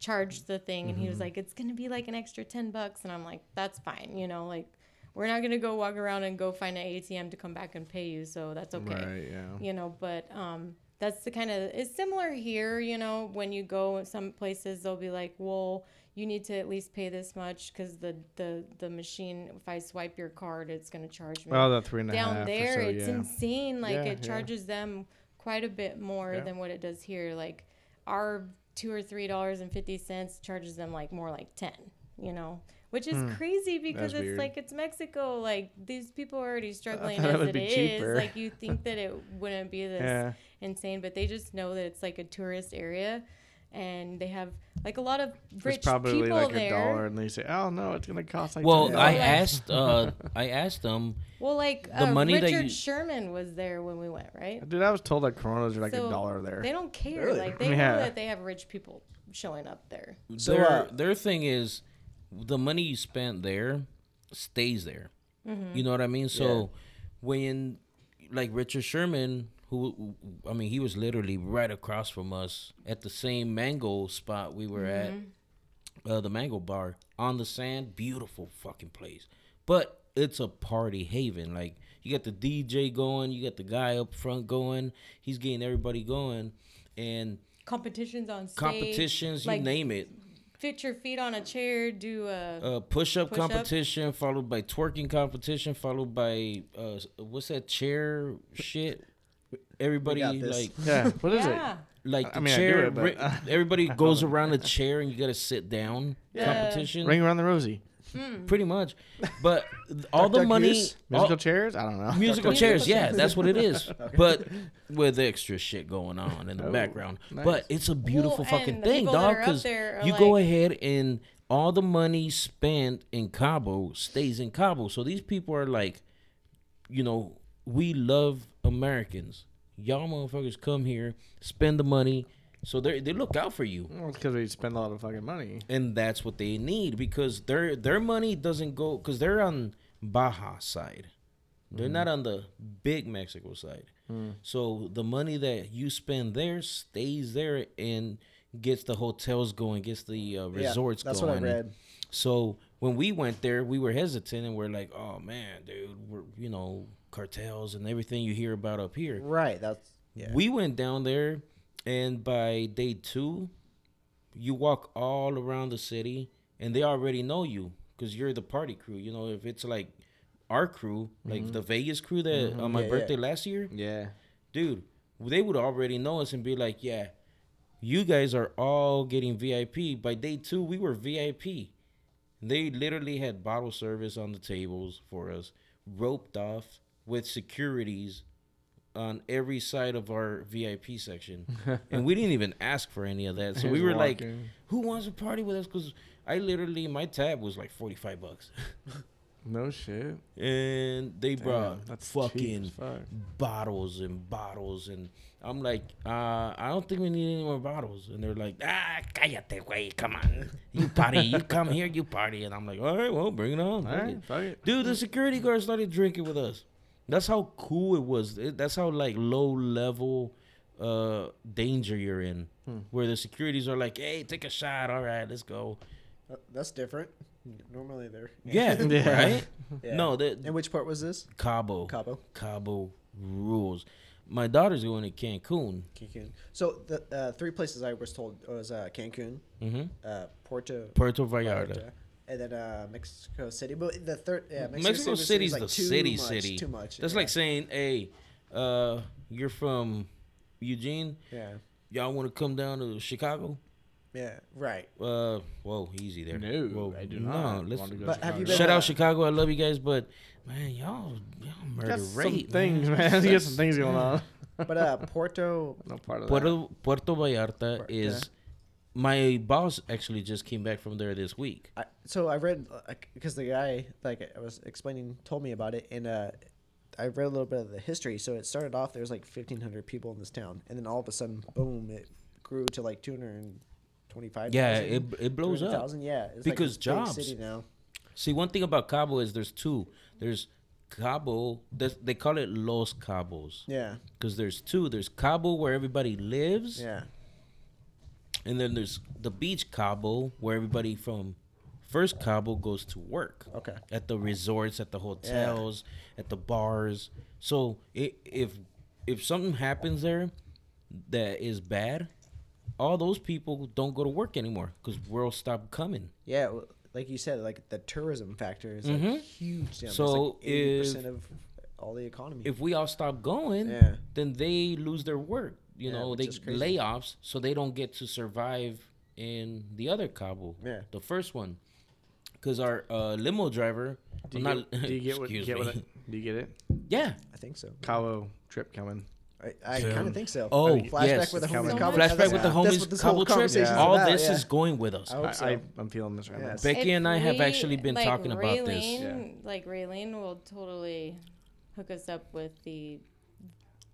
Speaker 5: charge the thing. And he was like, it's going to be like an extra 10 bucks. And I'm like, that's fine. You know, like, we're not going to go walk around and go find an ATM to come back and pay you. So that's okay
Speaker 3: Right, yeah.
Speaker 5: you know but um that's the kind of it's similar here you know when you go some places they'll be like well you need to at least pay this much because the the the machine if i swipe your card it's going to charge me
Speaker 3: Oh, that three and a half
Speaker 5: down
Speaker 3: or
Speaker 5: there
Speaker 3: so,
Speaker 5: it's
Speaker 3: yeah.
Speaker 5: insane like
Speaker 3: Yeah,
Speaker 5: it
Speaker 3: yeah.
Speaker 5: charges them quite a bit more
Speaker 3: Yeah.
Speaker 5: than what it does here like our two or three dollars and fifty cents charges them like more like ten you know which is crazy because it's
Speaker 3: Hmm. weird.
Speaker 5: like it's mexico like these people are already struggling
Speaker 3: thought it
Speaker 5: as
Speaker 3: would
Speaker 5: it
Speaker 3: be
Speaker 5: is
Speaker 3: cheaper.
Speaker 5: like you think that it wouldn't be this
Speaker 3: Yeah.
Speaker 5: insane, but they just know that it's like a tourist area, and they have like a lot of rich
Speaker 3: it's probably
Speaker 5: people
Speaker 3: like
Speaker 5: there.
Speaker 3: a dollar, and they say, "Oh no, it's gonna cost like."
Speaker 2: well,
Speaker 3: $10."
Speaker 2: I
Speaker 5: Yeah.
Speaker 2: asked, uh, I asked them.
Speaker 5: Well, like
Speaker 2: The
Speaker 5: uh,
Speaker 2: money that
Speaker 5: Richard
Speaker 2: you-
Speaker 5: Sherman was there when we went, right?
Speaker 3: dude, I was told that Coronas are like a
Speaker 5: So
Speaker 3: dollar there.
Speaker 5: They don't care.
Speaker 4: Really?
Speaker 5: Like they
Speaker 3: Yeah.
Speaker 5: know that they have rich people showing up there.
Speaker 4: So,
Speaker 2: their
Speaker 4: uh,
Speaker 2: their thing is, the money you spent there stays there.
Speaker 4: Mm-hmm.
Speaker 2: You know what I mean? So when like Richard Sherman, who I mean, he was literally right across from us at the same mango spot we were
Speaker 4: Mm-hmm.
Speaker 2: at, uh, the mango bar on the sand. Beautiful fucking place, but it's a party haven. Like you got the DJ going, you got the guy up front going. He's getting everybody going, and
Speaker 5: Competitions on stage.
Speaker 2: competitions, you
Speaker 5: like,
Speaker 2: name it.
Speaker 5: Fit your feet on a chair. Do a
Speaker 2: uh, push up
Speaker 5: Push-up.
Speaker 2: competition, followed by twerking competition, followed by uh, s- what's that chair shit? Everybody
Speaker 4: got this.
Speaker 2: like
Speaker 3: yeah, what is
Speaker 5: yeah.
Speaker 2: like the
Speaker 3: I mean, I do
Speaker 2: chair.
Speaker 3: it, but-
Speaker 2: ri- everybody goes around a chair and you gotta sit down.
Speaker 5: Yeah.
Speaker 2: Competition.
Speaker 5: Oh.
Speaker 3: it? Ring around the rosy.
Speaker 2: pretty much. But all the
Speaker 4: Duck
Speaker 2: money,
Speaker 4: Goose?
Speaker 2: all,
Speaker 3: Musical chairs? I don't know.
Speaker 2: musical
Speaker 5: Duck
Speaker 2: chairs,
Speaker 5: Goose.
Speaker 2: yeah, that's what it is. But with extra shit going on in the background.
Speaker 3: nice.
Speaker 2: But it's a beautiful
Speaker 5: Well,
Speaker 2: fucking
Speaker 5: and the
Speaker 2: thing,
Speaker 5: people that
Speaker 2: dog.
Speaker 5: are up
Speaker 2: Because
Speaker 5: there are
Speaker 2: you go
Speaker 5: like-
Speaker 2: ahead and all the money spent in Cabo stays in Cabo. So these people are like, you know, we love Americans. Y'all motherfuckers come here, spend the money, so they they look out for you
Speaker 3: Well, because we spend a lot of fucking money.
Speaker 2: and that's what they need because their their money doesn't go because they're on Baja side. They're
Speaker 4: Mm-hmm.
Speaker 2: not on the big Mexico side.
Speaker 4: Mm.
Speaker 2: So the money that you spend there stays there and gets the hotels going, gets the uh,
Speaker 4: Yeah,
Speaker 2: resorts
Speaker 4: that's
Speaker 2: going.
Speaker 4: what I read.
Speaker 2: So when we went there, we were hesitant and we're like, "Oh man, dude, we're you know cartels and everything you hear about up here."
Speaker 4: Right. That's yeah.
Speaker 2: We went down there, and by day two, you walk all around the city, and they already know you because you're the party crew. You know, if it's like our crew, like the Vegas crew that on my
Speaker 4: Mm-hmm. Yeah, yeah.
Speaker 2: birthday last year,
Speaker 3: Yeah.
Speaker 2: dude, they would already know us and be like, yeah, you guys are all getting VIP. By day two, we were VIP. They literally had bottle service on the tables for us, roped off with securities on every side of our VIP section. and we didn't even ask for any of that. So we
Speaker 3: Just
Speaker 2: were like,
Speaker 3: walking.
Speaker 2: who wants to party with us? Because I literally, my tab was like 45 bucks.
Speaker 3: No shit.
Speaker 2: and they brought
Speaker 3: that's cheap
Speaker 2: fucking
Speaker 3: as fuck.
Speaker 2: bottles and bottles and I'm like, uh, I don't think we need any more bottles. And they're like, ah, cállate, güey, come on, you party, you come here, you party. And I'm like, all right, well, bring it on,
Speaker 3: All
Speaker 2: fuck
Speaker 3: right.
Speaker 2: it."
Speaker 3: Fuck it.
Speaker 2: dude. The security guard started drinking with us. That's how cool it was. It- that's how like low level uh danger you're in,
Speaker 3: Hmm.
Speaker 2: where the securities are like, hey, take a shot, all right, let's go.
Speaker 4: That's different. Normally they're
Speaker 2: Yeah,
Speaker 3: Yeah.
Speaker 2: right.
Speaker 4: Yeah.
Speaker 2: No, the,
Speaker 4: And which part was this?
Speaker 2: Cabo.
Speaker 4: Cabo.
Speaker 2: Cabo rules. My daughter's going to Cancun.
Speaker 4: Cancun. So the uh, three places I was told was uh, Cancun,
Speaker 3: Mm-hmm.
Speaker 2: hmm
Speaker 4: uh, Puerto
Speaker 2: Puerto Vallarta.
Speaker 4: Vallarta, and then uh, Mexico City. But the third, yeah,
Speaker 2: Mexico,
Speaker 4: was-
Speaker 2: City's
Speaker 4: was,
Speaker 2: the
Speaker 4: like, too
Speaker 2: city
Speaker 4: much,
Speaker 2: city.
Speaker 4: Too much.
Speaker 2: That's
Speaker 4: yeah.
Speaker 2: like saying, hey, uh, you're from Eugene.
Speaker 4: yeah,
Speaker 2: Y'all want to come down to Chicago?
Speaker 4: yeah, right.
Speaker 2: Uh, whoa, easy there.
Speaker 3: No,
Speaker 2: Whoa,
Speaker 3: I do
Speaker 2: no,
Speaker 3: not.
Speaker 2: let's-
Speaker 3: want to go
Speaker 4: But have you
Speaker 3: Chicago.
Speaker 4: been-
Speaker 2: Shout out Chicago. I love you guys, but man, y'all, y'all murder
Speaker 3: Got some
Speaker 2: rate. man.
Speaker 3: things, man. you got some things going on.
Speaker 4: But uh, Puerto,
Speaker 3: No part of that.
Speaker 2: Puerto, Puerto Vallarta is. My boss actually just came back from there this week.
Speaker 4: I, so I read because the guy like I was explaining told me about it, and uh, I read a little bit of the history. So it started off there was like fifteen hundred people in this town, and then all of a sudden, boom, it grew to like two hundred and twenty-five.
Speaker 2: Yeah, it, it blows up.
Speaker 4: Yeah, it's
Speaker 2: Because
Speaker 4: like this
Speaker 2: jobs.
Speaker 4: big city now.
Speaker 2: See, one thing about Cabo is there's two. There's Cabo. That's, they call it Los Cabos
Speaker 4: Yeah,
Speaker 2: because there's two. There's Cabo where everybody lives,
Speaker 4: yeah,
Speaker 2: and then there's the beach Cabo where everybody from first Cabo goes to work.
Speaker 4: Okay.
Speaker 2: At the resorts, at the hotels, at the bars. So i if if something happens there that is bad, all those people don't go to work anymore because world stop coming.
Speaker 4: yeah. w- Like you said, like the tourism factor is like
Speaker 2: Mhm.
Speaker 4: huge. Down
Speaker 2: So
Speaker 4: eighty percent
Speaker 2: if-
Speaker 4: of all the economy.
Speaker 2: if we all stop going,
Speaker 4: Yeah.
Speaker 2: then they lose their work. You
Speaker 4: Yeah,
Speaker 2: know,
Speaker 4: which
Speaker 2: they
Speaker 4: is crazy.
Speaker 2: layoffs, so they don't get to survive in the other Kabul,
Speaker 4: Yeah.
Speaker 2: the first one, because our uh, limo driver.
Speaker 3: Do you,
Speaker 2: well,
Speaker 3: get, do you get what?
Speaker 2: excuse
Speaker 3: Get what
Speaker 2: me.
Speaker 3: I- do you get it?
Speaker 2: Yeah.
Speaker 4: I think so.
Speaker 3: Cabo trip coming.
Speaker 4: I, I
Speaker 2: Yeah.
Speaker 4: kind of think so.
Speaker 2: Oh,
Speaker 4: flashback
Speaker 2: yes.
Speaker 4: with the
Speaker 3: It's
Speaker 4: homies.
Speaker 3: coming.
Speaker 4: Cabo-
Speaker 5: Flashback
Speaker 4: that's-
Speaker 2: Flashback with the
Speaker 4: that's what
Speaker 2: homies
Speaker 4: this
Speaker 2: Kabul
Speaker 4: whole
Speaker 2: trip.
Speaker 4: conversation's
Speaker 2: All
Speaker 4: about,
Speaker 2: this
Speaker 4: yeah. Oh.
Speaker 2: is going with us.
Speaker 4: I hope so.
Speaker 3: I, I, I'm feeling this right
Speaker 4: Yes.
Speaker 3: now.
Speaker 2: Becky
Speaker 5: If
Speaker 2: and I have
Speaker 5: we-
Speaker 2: actually been
Speaker 5: like,
Speaker 2: talking about this.
Speaker 5: Raylene- Like Raylene will totally hook us up with the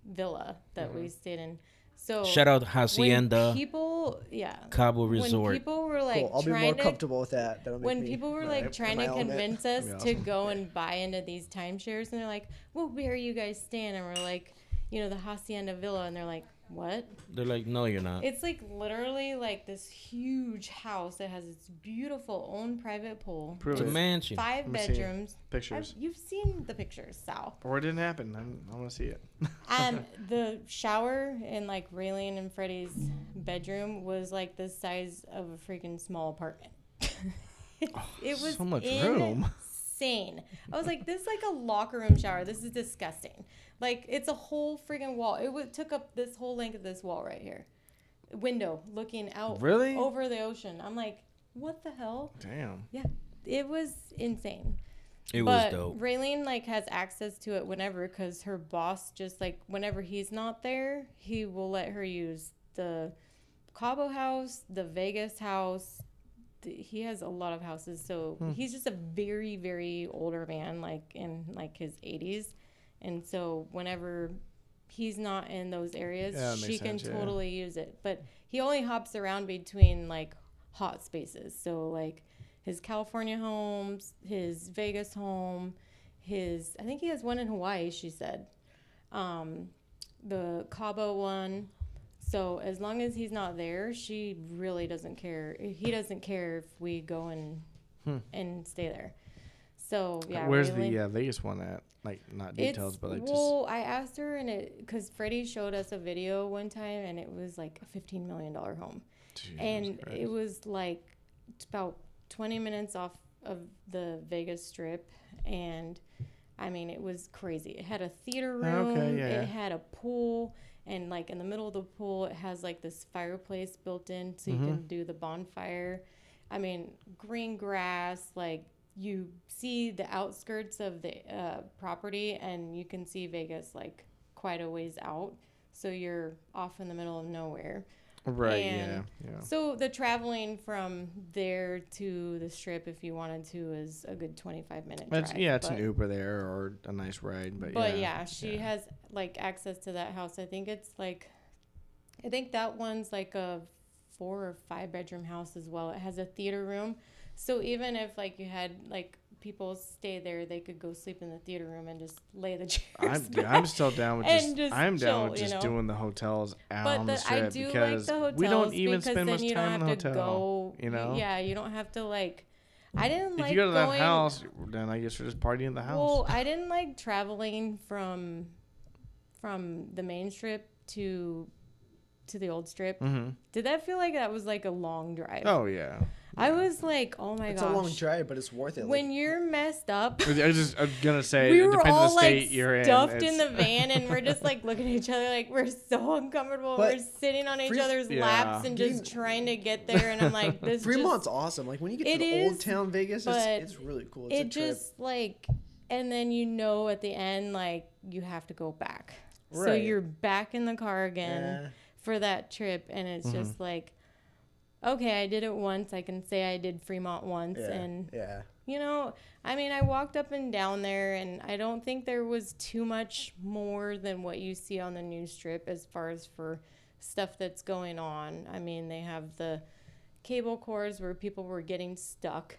Speaker 5: villa that we stayed in. So
Speaker 2: Shout out
Speaker 5: when
Speaker 2: Hacienda
Speaker 5: people, yeah,
Speaker 2: Cabo
Speaker 5: When
Speaker 2: Resort.
Speaker 5: people were like
Speaker 4: cool. I'll be
Speaker 5: trying
Speaker 4: more
Speaker 5: to,
Speaker 4: comfortable with that. That'll make
Speaker 5: when
Speaker 4: me-
Speaker 5: people were
Speaker 4: my-
Speaker 5: like
Speaker 4: in
Speaker 5: trying
Speaker 4: my
Speaker 5: to
Speaker 4: element.
Speaker 5: convince
Speaker 3: That'd
Speaker 5: us
Speaker 3: be
Speaker 5: to
Speaker 3: awesome.
Speaker 5: go and buy into these timeshares, and they're like, "Well, where are you guys staying?" And we're like, "You know, the hacienda villa," and they're like, "What?"
Speaker 2: They're like, no, you're not.
Speaker 5: It's like literally like this huge house that has its beautiful own private pool,
Speaker 2: It's
Speaker 3: Prove
Speaker 2: a
Speaker 3: it.
Speaker 2: mansion.
Speaker 5: five
Speaker 3: me see.
Speaker 5: bedrooms. I've-
Speaker 3: Pictures.
Speaker 5: you've seen the pictures, Sal.
Speaker 3: Or it didn't happen. I'm, I want to see it.
Speaker 5: Um, the shower in like Raylene and Freddie's bedroom was like the size of a freaking small apartment. it was
Speaker 3: so much room.
Speaker 5: insane. I was like, this is like a locker room shower. This is disgusting. Like it's a whole freaking wall. It w- took up this whole length of this wall right here, window looking out
Speaker 3: Really?
Speaker 5: over the ocean. I'm like, what the hell?
Speaker 3: Damn.
Speaker 5: Yeah, it was insane.
Speaker 2: It was
Speaker 5: but
Speaker 2: dope.
Speaker 5: Raylene like has access to it whenever because her boss just like whenever he's not there, he will let her use the Cabo house, the Vegas house. Th- He has a lot of houses, so
Speaker 2: Hmm.
Speaker 5: he's just a very very older man, like in like his 80s, and so whenever he's not in those areas,
Speaker 3: Yeah, that
Speaker 5: she
Speaker 3: makes
Speaker 5: can
Speaker 3: sense, yeah.
Speaker 5: totally use it. But he only hops around between like hot spaces, so like his California homes, his Vegas home, his I think he has one in Hawaii. She said, um, the Cabo one. So as long as he's not there, she really doesn't care. He doesn't care if we go and and stay there. So yeah,
Speaker 3: Hmm. Where's
Speaker 5: really.
Speaker 3: the uh, Vegas one at? Like not
Speaker 5: It's-
Speaker 3: details, but like just
Speaker 5: well, I asked her, and it because Freddie showed us a video one time, and it was like a fifteen million dollar home,
Speaker 3: Jesus
Speaker 5: and
Speaker 3: Christ.
Speaker 5: it was like t- about twenty minutes off of the Vegas Strip, and I mean it was crazy. It had a theater
Speaker 3: Okay,
Speaker 5: room,
Speaker 3: yeah, yeah.
Speaker 5: it had a pool, and like in the middle of the pool, it has like this fireplace built in, so you
Speaker 3: Mm-hmm.
Speaker 5: can do the bonfire. I mean, green grass, like you see the outskirts of the uh, property and you can see Vegas like quite a ways out. So you're off in the middle of nowhere.
Speaker 3: right,
Speaker 5: and-
Speaker 3: yeah, yeah.
Speaker 5: So the traveling from there to the strip, if you wanted to, is a good 25 minute drive.
Speaker 3: That's, yeah, it's
Speaker 5: but,
Speaker 3: an Uber there or a nice ride, but,
Speaker 5: But yeah,
Speaker 3: yeah,
Speaker 5: she
Speaker 3: yeah.
Speaker 5: has like access to that house. I think it's like, I think that one's like a four or five bedroom house as well. It has a theater room. So even if like you had like people stay there, they could go sleep in the theater room and just lay the chairs.
Speaker 3: I'm, dude,
Speaker 5: back.
Speaker 3: I'm still down with just,
Speaker 5: And just
Speaker 3: I'm down
Speaker 5: chill,
Speaker 3: with
Speaker 5: you
Speaker 3: just
Speaker 5: know?
Speaker 3: doing the hotels out
Speaker 5: but
Speaker 3: on
Speaker 5: the,
Speaker 3: the strip
Speaker 5: I do like
Speaker 3: because
Speaker 5: the hotels
Speaker 3: we don't even
Speaker 5: because
Speaker 3: spend
Speaker 5: then
Speaker 3: much
Speaker 5: you
Speaker 3: time in
Speaker 5: don't
Speaker 3: the
Speaker 5: have to
Speaker 3: hotel.
Speaker 5: go.
Speaker 3: you know,
Speaker 5: yeah, you don't have to like. I didn't
Speaker 3: if
Speaker 5: like
Speaker 3: you go to that
Speaker 5: going,
Speaker 3: house, then I guess you're just partying in the house.
Speaker 5: Well, I didn't like traveling from from the main strip to to the old strip. Did that feel like that was like a long drive?
Speaker 3: Mm-hmm. oh yeah,
Speaker 5: I was like, oh my
Speaker 4: It's
Speaker 5: gosh.
Speaker 4: a long drive, but it's worth it.
Speaker 5: When you're messed up,
Speaker 3: I was just I'm gonna say
Speaker 5: we
Speaker 3: it
Speaker 5: were
Speaker 3: depends on the
Speaker 5: all
Speaker 3: state
Speaker 5: like
Speaker 3: you're in.
Speaker 5: stuffed in
Speaker 3: it's-
Speaker 5: the van, and we're just like looking at each other like we're so uncomfortable.
Speaker 4: But
Speaker 5: we're sitting on each
Speaker 4: Fre-
Speaker 5: other's
Speaker 3: Yeah.
Speaker 5: laps and just trying to get there. And I'm like, this
Speaker 4: like,
Speaker 5: just-
Speaker 4: Fremont's awesome. Like when you get to
Speaker 5: It
Speaker 4: the
Speaker 5: is,
Speaker 4: old town Vegas, it's,
Speaker 5: but
Speaker 4: it's really cool. It's
Speaker 5: it
Speaker 4: a trip.
Speaker 5: just like and then you know at the end like you have to go back so
Speaker 4: Right.
Speaker 5: you're back in the car again
Speaker 4: Yeah.
Speaker 5: for that trip and it's
Speaker 3: Mm-hmm.
Speaker 5: just like okay i did it once i can say i did fremont once
Speaker 4: yeah,
Speaker 5: and
Speaker 4: yeah.
Speaker 5: you know i mean i walked up and down there and i don't think there was too much more than what you see on the news strip as far as for stuff that's going on i mean they have the cable cores where people were getting stuck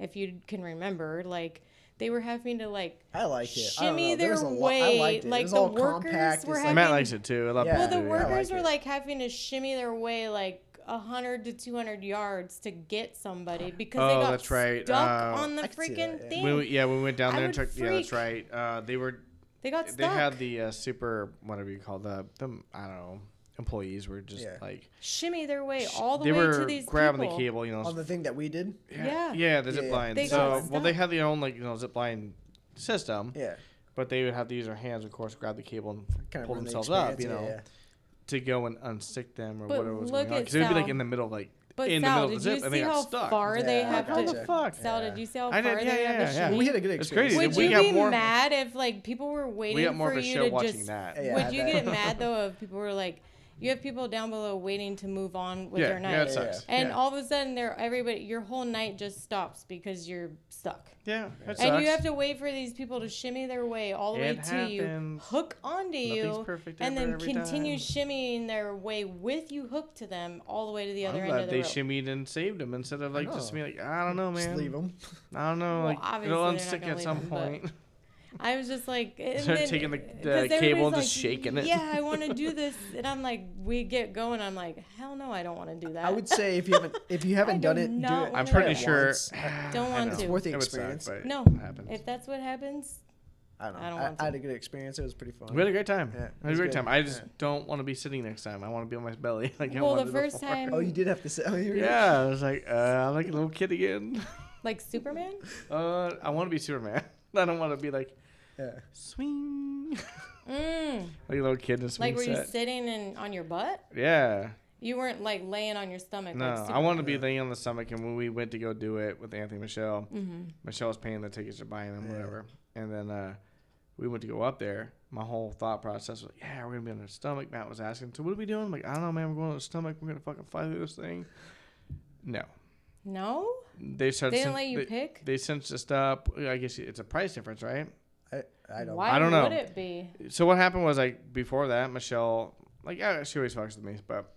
Speaker 5: if you can remember like they were having to like
Speaker 4: I liked it. I don't
Speaker 5: Shimmy
Speaker 4: know. There was
Speaker 5: their
Speaker 4: a lot. I
Speaker 5: way,
Speaker 4: liked it.
Speaker 5: like,
Speaker 4: it was
Speaker 5: the
Speaker 4: all
Speaker 5: workers
Speaker 4: compact.
Speaker 5: were
Speaker 4: It's
Speaker 5: having-
Speaker 4: like,
Speaker 3: Matt likes it too. I love
Speaker 4: Yeah.
Speaker 5: well, the
Speaker 3: yeah.
Speaker 4: work-
Speaker 5: workers
Speaker 4: like
Speaker 5: were
Speaker 4: it.
Speaker 5: like having to shimmy their way like 100 to 200 yards to get somebody because
Speaker 3: Oh,
Speaker 5: they got
Speaker 3: that's right.
Speaker 5: stuck
Speaker 3: Uh,
Speaker 5: on the
Speaker 4: I could see
Speaker 5: freaking
Speaker 4: that, yeah.
Speaker 5: thing.
Speaker 3: When we, yeah, when we went down
Speaker 5: I
Speaker 3: there and
Speaker 5: would
Speaker 3: took. Yeah, that's
Speaker 5: freak.
Speaker 3: right. Uh, they were
Speaker 5: they got stuck.
Speaker 3: they had the uh, super whatever you call the the I don't know employees were just
Speaker 4: Yeah.
Speaker 3: like
Speaker 5: shimmy their way all the
Speaker 3: they
Speaker 5: way
Speaker 3: were
Speaker 5: to these
Speaker 3: grabbing
Speaker 5: people.
Speaker 3: the cable. You know,
Speaker 4: on the thing that we did.
Speaker 5: Yeah.
Speaker 3: yeah, the zip
Speaker 4: Yeah.
Speaker 3: line.
Speaker 5: They got
Speaker 3: so well, they
Speaker 5: stuck.
Speaker 3: had their own like you know zip line system,
Speaker 4: Yeah.
Speaker 3: but they would have to use their hands, of course, grab the cable and
Speaker 4: Kind of
Speaker 3: pull
Speaker 4: ruined the
Speaker 3: themselves up. You
Speaker 4: experience,
Speaker 3: know.
Speaker 4: yeah, yeah.
Speaker 3: to go and unstick them or
Speaker 5: But
Speaker 3: whatever was
Speaker 5: look
Speaker 3: going on.
Speaker 5: at
Speaker 3: Because it would be like
Speaker 5: Sal.
Speaker 3: in the middle of like
Speaker 5: But
Speaker 3: in
Speaker 5: Sal,
Speaker 3: the middle of
Speaker 5: did
Speaker 3: the zip
Speaker 5: you
Speaker 3: and they
Speaker 5: see
Speaker 3: got
Speaker 5: how
Speaker 3: stuck.
Speaker 5: far they
Speaker 4: Yeah,
Speaker 5: have
Speaker 4: I
Speaker 5: to?
Speaker 4: got you.
Speaker 3: fuck?
Speaker 5: Sal,
Speaker 4: Yeah.
Speaker 5: did you see how
Speaker 3: I
Speaker 5: far
Speaker 3: did-
Speaker 5: they
Speaker 3: yeah,
Speaker 5: have
Speaker 3: yeah,
Speaker 5: to
Speaker 3: yeah.
Speaker 5: shimmy?
Speaker 4: Well, we had a good
Speaker 3: It's crazy.
Speaker 4: experience.
Speaker 5: Would
Speaker 3: we
Speaker 5: you
Speaker 3: got
Speaker 5: be
Speaker 3: more-
Speaker 5: mad if like people were waiting
Speaker 3: We got more
Speaker 5: for
Speaker 3: of a
Speaker 5: you
Speaker 3: show
Speaker 5: to
Speaker 3: watching
Speaker 5: just?
Speaker 3: that.
Speaker 4: Yeah, I
Speaker 5: would you
Speaker 4: bet.
Speaker 5: get mad though if people were like, you have people down below waiting to move on with
Speaker 3: yeah,
Speaker 5: their night?
Speaker 3: yeah, it
Speaker 4: Yeah,
Speaker 3: sucks.
Speaker 5: And
Speaker 4: Yeah.
Speaker 5: all of a sudden, there everybody your whole night just stops because you're stuck.
Speaker 3: Yeah, it sucks.
Speaker 5: And you have to wait for these people to shimmy their way all the way
Speaker 3: It
Speaker 5: to you,
Speaker 3: happens.
Speaker 5: hook onto you,
Speaker 3: Nothing's perfect
Speaker 5: and
Speaker 3: ever,
Speaker 5: then
Speaker 3: every
Speaker 5: continue
Speaker 3: time.
Speaker 5: shimmying their way with you hooked to them all the way to the
Speaker 3: I'm
Speaker 5: other end
Speaker 3: glad
Speaker 5: of
Speaker 3: they
Speaker 5: the rope.
Speaker 3: shimmied and saved him instead of like just
Speaker 4: know.
Speaker 3: being like, I don't know, man.
Speaker 4: Just leave 'em.
Speaker 3: I don't know.
Speaker 5: Well,
Speaker 3: like, it'll
Speaker 5: obviously they're not
Speaker 3: unstick
Speaker 5: gonna
Speaker 3: at some
Speaker 5: leave him,
Speaker 3: point.
Speaker 5: I was just like, and
Speaker 3: Start
Speaker 5: then-
Speaker 3: taking the- the
Speaker 5: 'cause
Speaker 3: cable and
Speaker 5: everybody's
Speaker 3: just shaking it.
Speaker 5: Yeah, I want to do this, and I'm like, we get going. I'm like, hell no, I don't want to do that.
Speaker 4: I would say if you haven't if you haven't
Speaker 5: I
Speaker 4: done
Speaker 5: do
Speaker 4: it, do
Speaker 5: not
Speaker 4: it.
Speaker 5: wanna
Speaker 3: I'm
Speaker 5: do
Speaker 4: try
Speaker 3: pretty
Speaker 4: it
Speaker 3: sure.
Speaker 4: once.
Speaker 5: Don't
Speaker 3: I
Speaker 5: want
Speaker 3: know.
Speaker 5: to.
Speaker 4: It's worth the
Speaker 3: It would suck,
Speaker 4: experience.
Speaker 3: but
Speaker 5: no.
Speaker 3: it happens.
Speaker 5: If that's what happens,
Speaker 4: I don't know.
Speaker 5: I
Speaker 4: I,
Speaker 5: don't want
Speaker 4: I,
Speaker 5: to.
Speaker 4: had a good experience. It was pretty fun.
Speaker 3: We had a great time.
Speaker 4: Yeah,
Speaker 3: it
Speaker 4: it
Speaker 3: was
Speaker 4: was
Speaker 3: a great
Speaker 4: good.
Speaker 3: time. I just
Speaker 4: Yeah.
Speaker 3: don't want to be sitting next time. I want to be on my belly. Like I
Speaker 5: well, the
Speaker 3: wanted
Speaker 5: first
Speaker 3: before.
Speaker 5: time,
Speaker 4: Oh, you did have to say. Oh, you were-
Speaker 3: Yeah, I was like, uh, I'm like a little kid again.
Speaker 5: like Superman.
Speaker 3: Uh, I want to be Superman. I don't want to be like
Speaker 4: Yeah.
Speaker 3: swing,
Speaker 5: Mm.
Speaker 3: like a little kid in a swing
Speaker 5: Like, were you
Speaker 3: set.
Speaker 5: sitting in on your butt?
Speaker 3: yeah,
Speaker 5: You weren't like laying on your stomach.
Speaker 3: No,
Speaker 5: like,
Speaker 3: I
Speaker 5: super-
Speaker 3: wanted to be laying on the stomach, and when we went to go do it with Anthony Michelle,
Speaker 5: Mm-hmm.
Speaker 3: Michelle was paying the tickets or buying them, whatever. And then uh, we went to go up there. My whole thought process was, yeah, we're gonna be on our stomach. Matt was asking, so what are we doing? I'm like, I don't know, man. We're going on our stomach. We're gonna fucking fly through this thing. No,
Speaker 5: No,
Speaker 3: they started.
Speaker 5: they didn't
Speaker 3: sen-
Speaker 5: let you
Speaker 3: they,
Speaker 5: pick.
Speaker 3: They cinched us up. I guess it's a price difference, right?
Speaker 4: I, I don't.
Speaker 5: Why
Speaker 3: I don't know.
Speaker 5: would it be?
Speaker 3: so what happened was like before that michelle like yeah, she always fucks with me but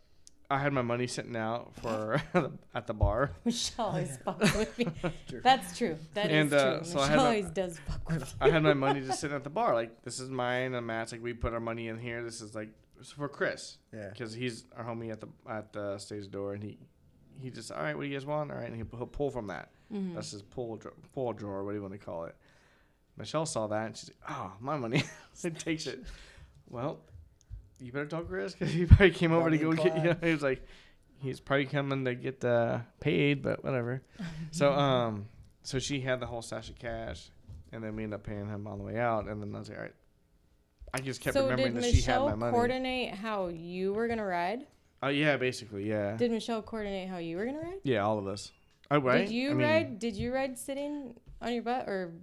Speaker 3: i had my money sitting out for at the bar
Speaker 5: Michelle always fucks with me. That's true. That is
Speaker 3: And, uh,
Speaker 5: true.
Speaker 3: so I had
Speaker 5: Michelle
Speaker 3: my-
Speaker 5: always does fuck with me.
Speaker 3: i had my money just sitting at the bar like this is mine and matt's like we put our money in here this is like it's for chris
Speaker 4: Yeah.
Speaker 3: because he's our homie at the at the stage door and he he just all right what do you guys want all right and he'll, he'll pull from that
Speaker 5: Mm-hmm.
Speaker 3: that's his pull dra- pull drawer what do you want to call it michelle saw that and she's like oh my money and takes it well you better talk to Chris because he probably came over to go
Speaker 4: Probably
Speaker 3: get. You know, he was like, he's probably coming to get uh, paid, but whatever. so um, so she had the whole stash of cash, and then we ended up paying him on the way out, and then I was like, all right. I just kept
Speaker 5: So
Speaker 3: remembering
Speaker 5: did
Speaker 3: that she had
Speaker 5: Michelle
Speaker 3: my money.
Speaker 5: coordinate how you were gonna ride?
Speaker 3: Oh yeah, basically yeah,
Speaker 5: Did Michelle coordinate how you were gonna ride?
Speaker 3: yeah, all of us. Oh right.
Speaker 5: Did you
Speaker 3: I mean,
Speaker 5: ride? Did you ride sitting on your butt, or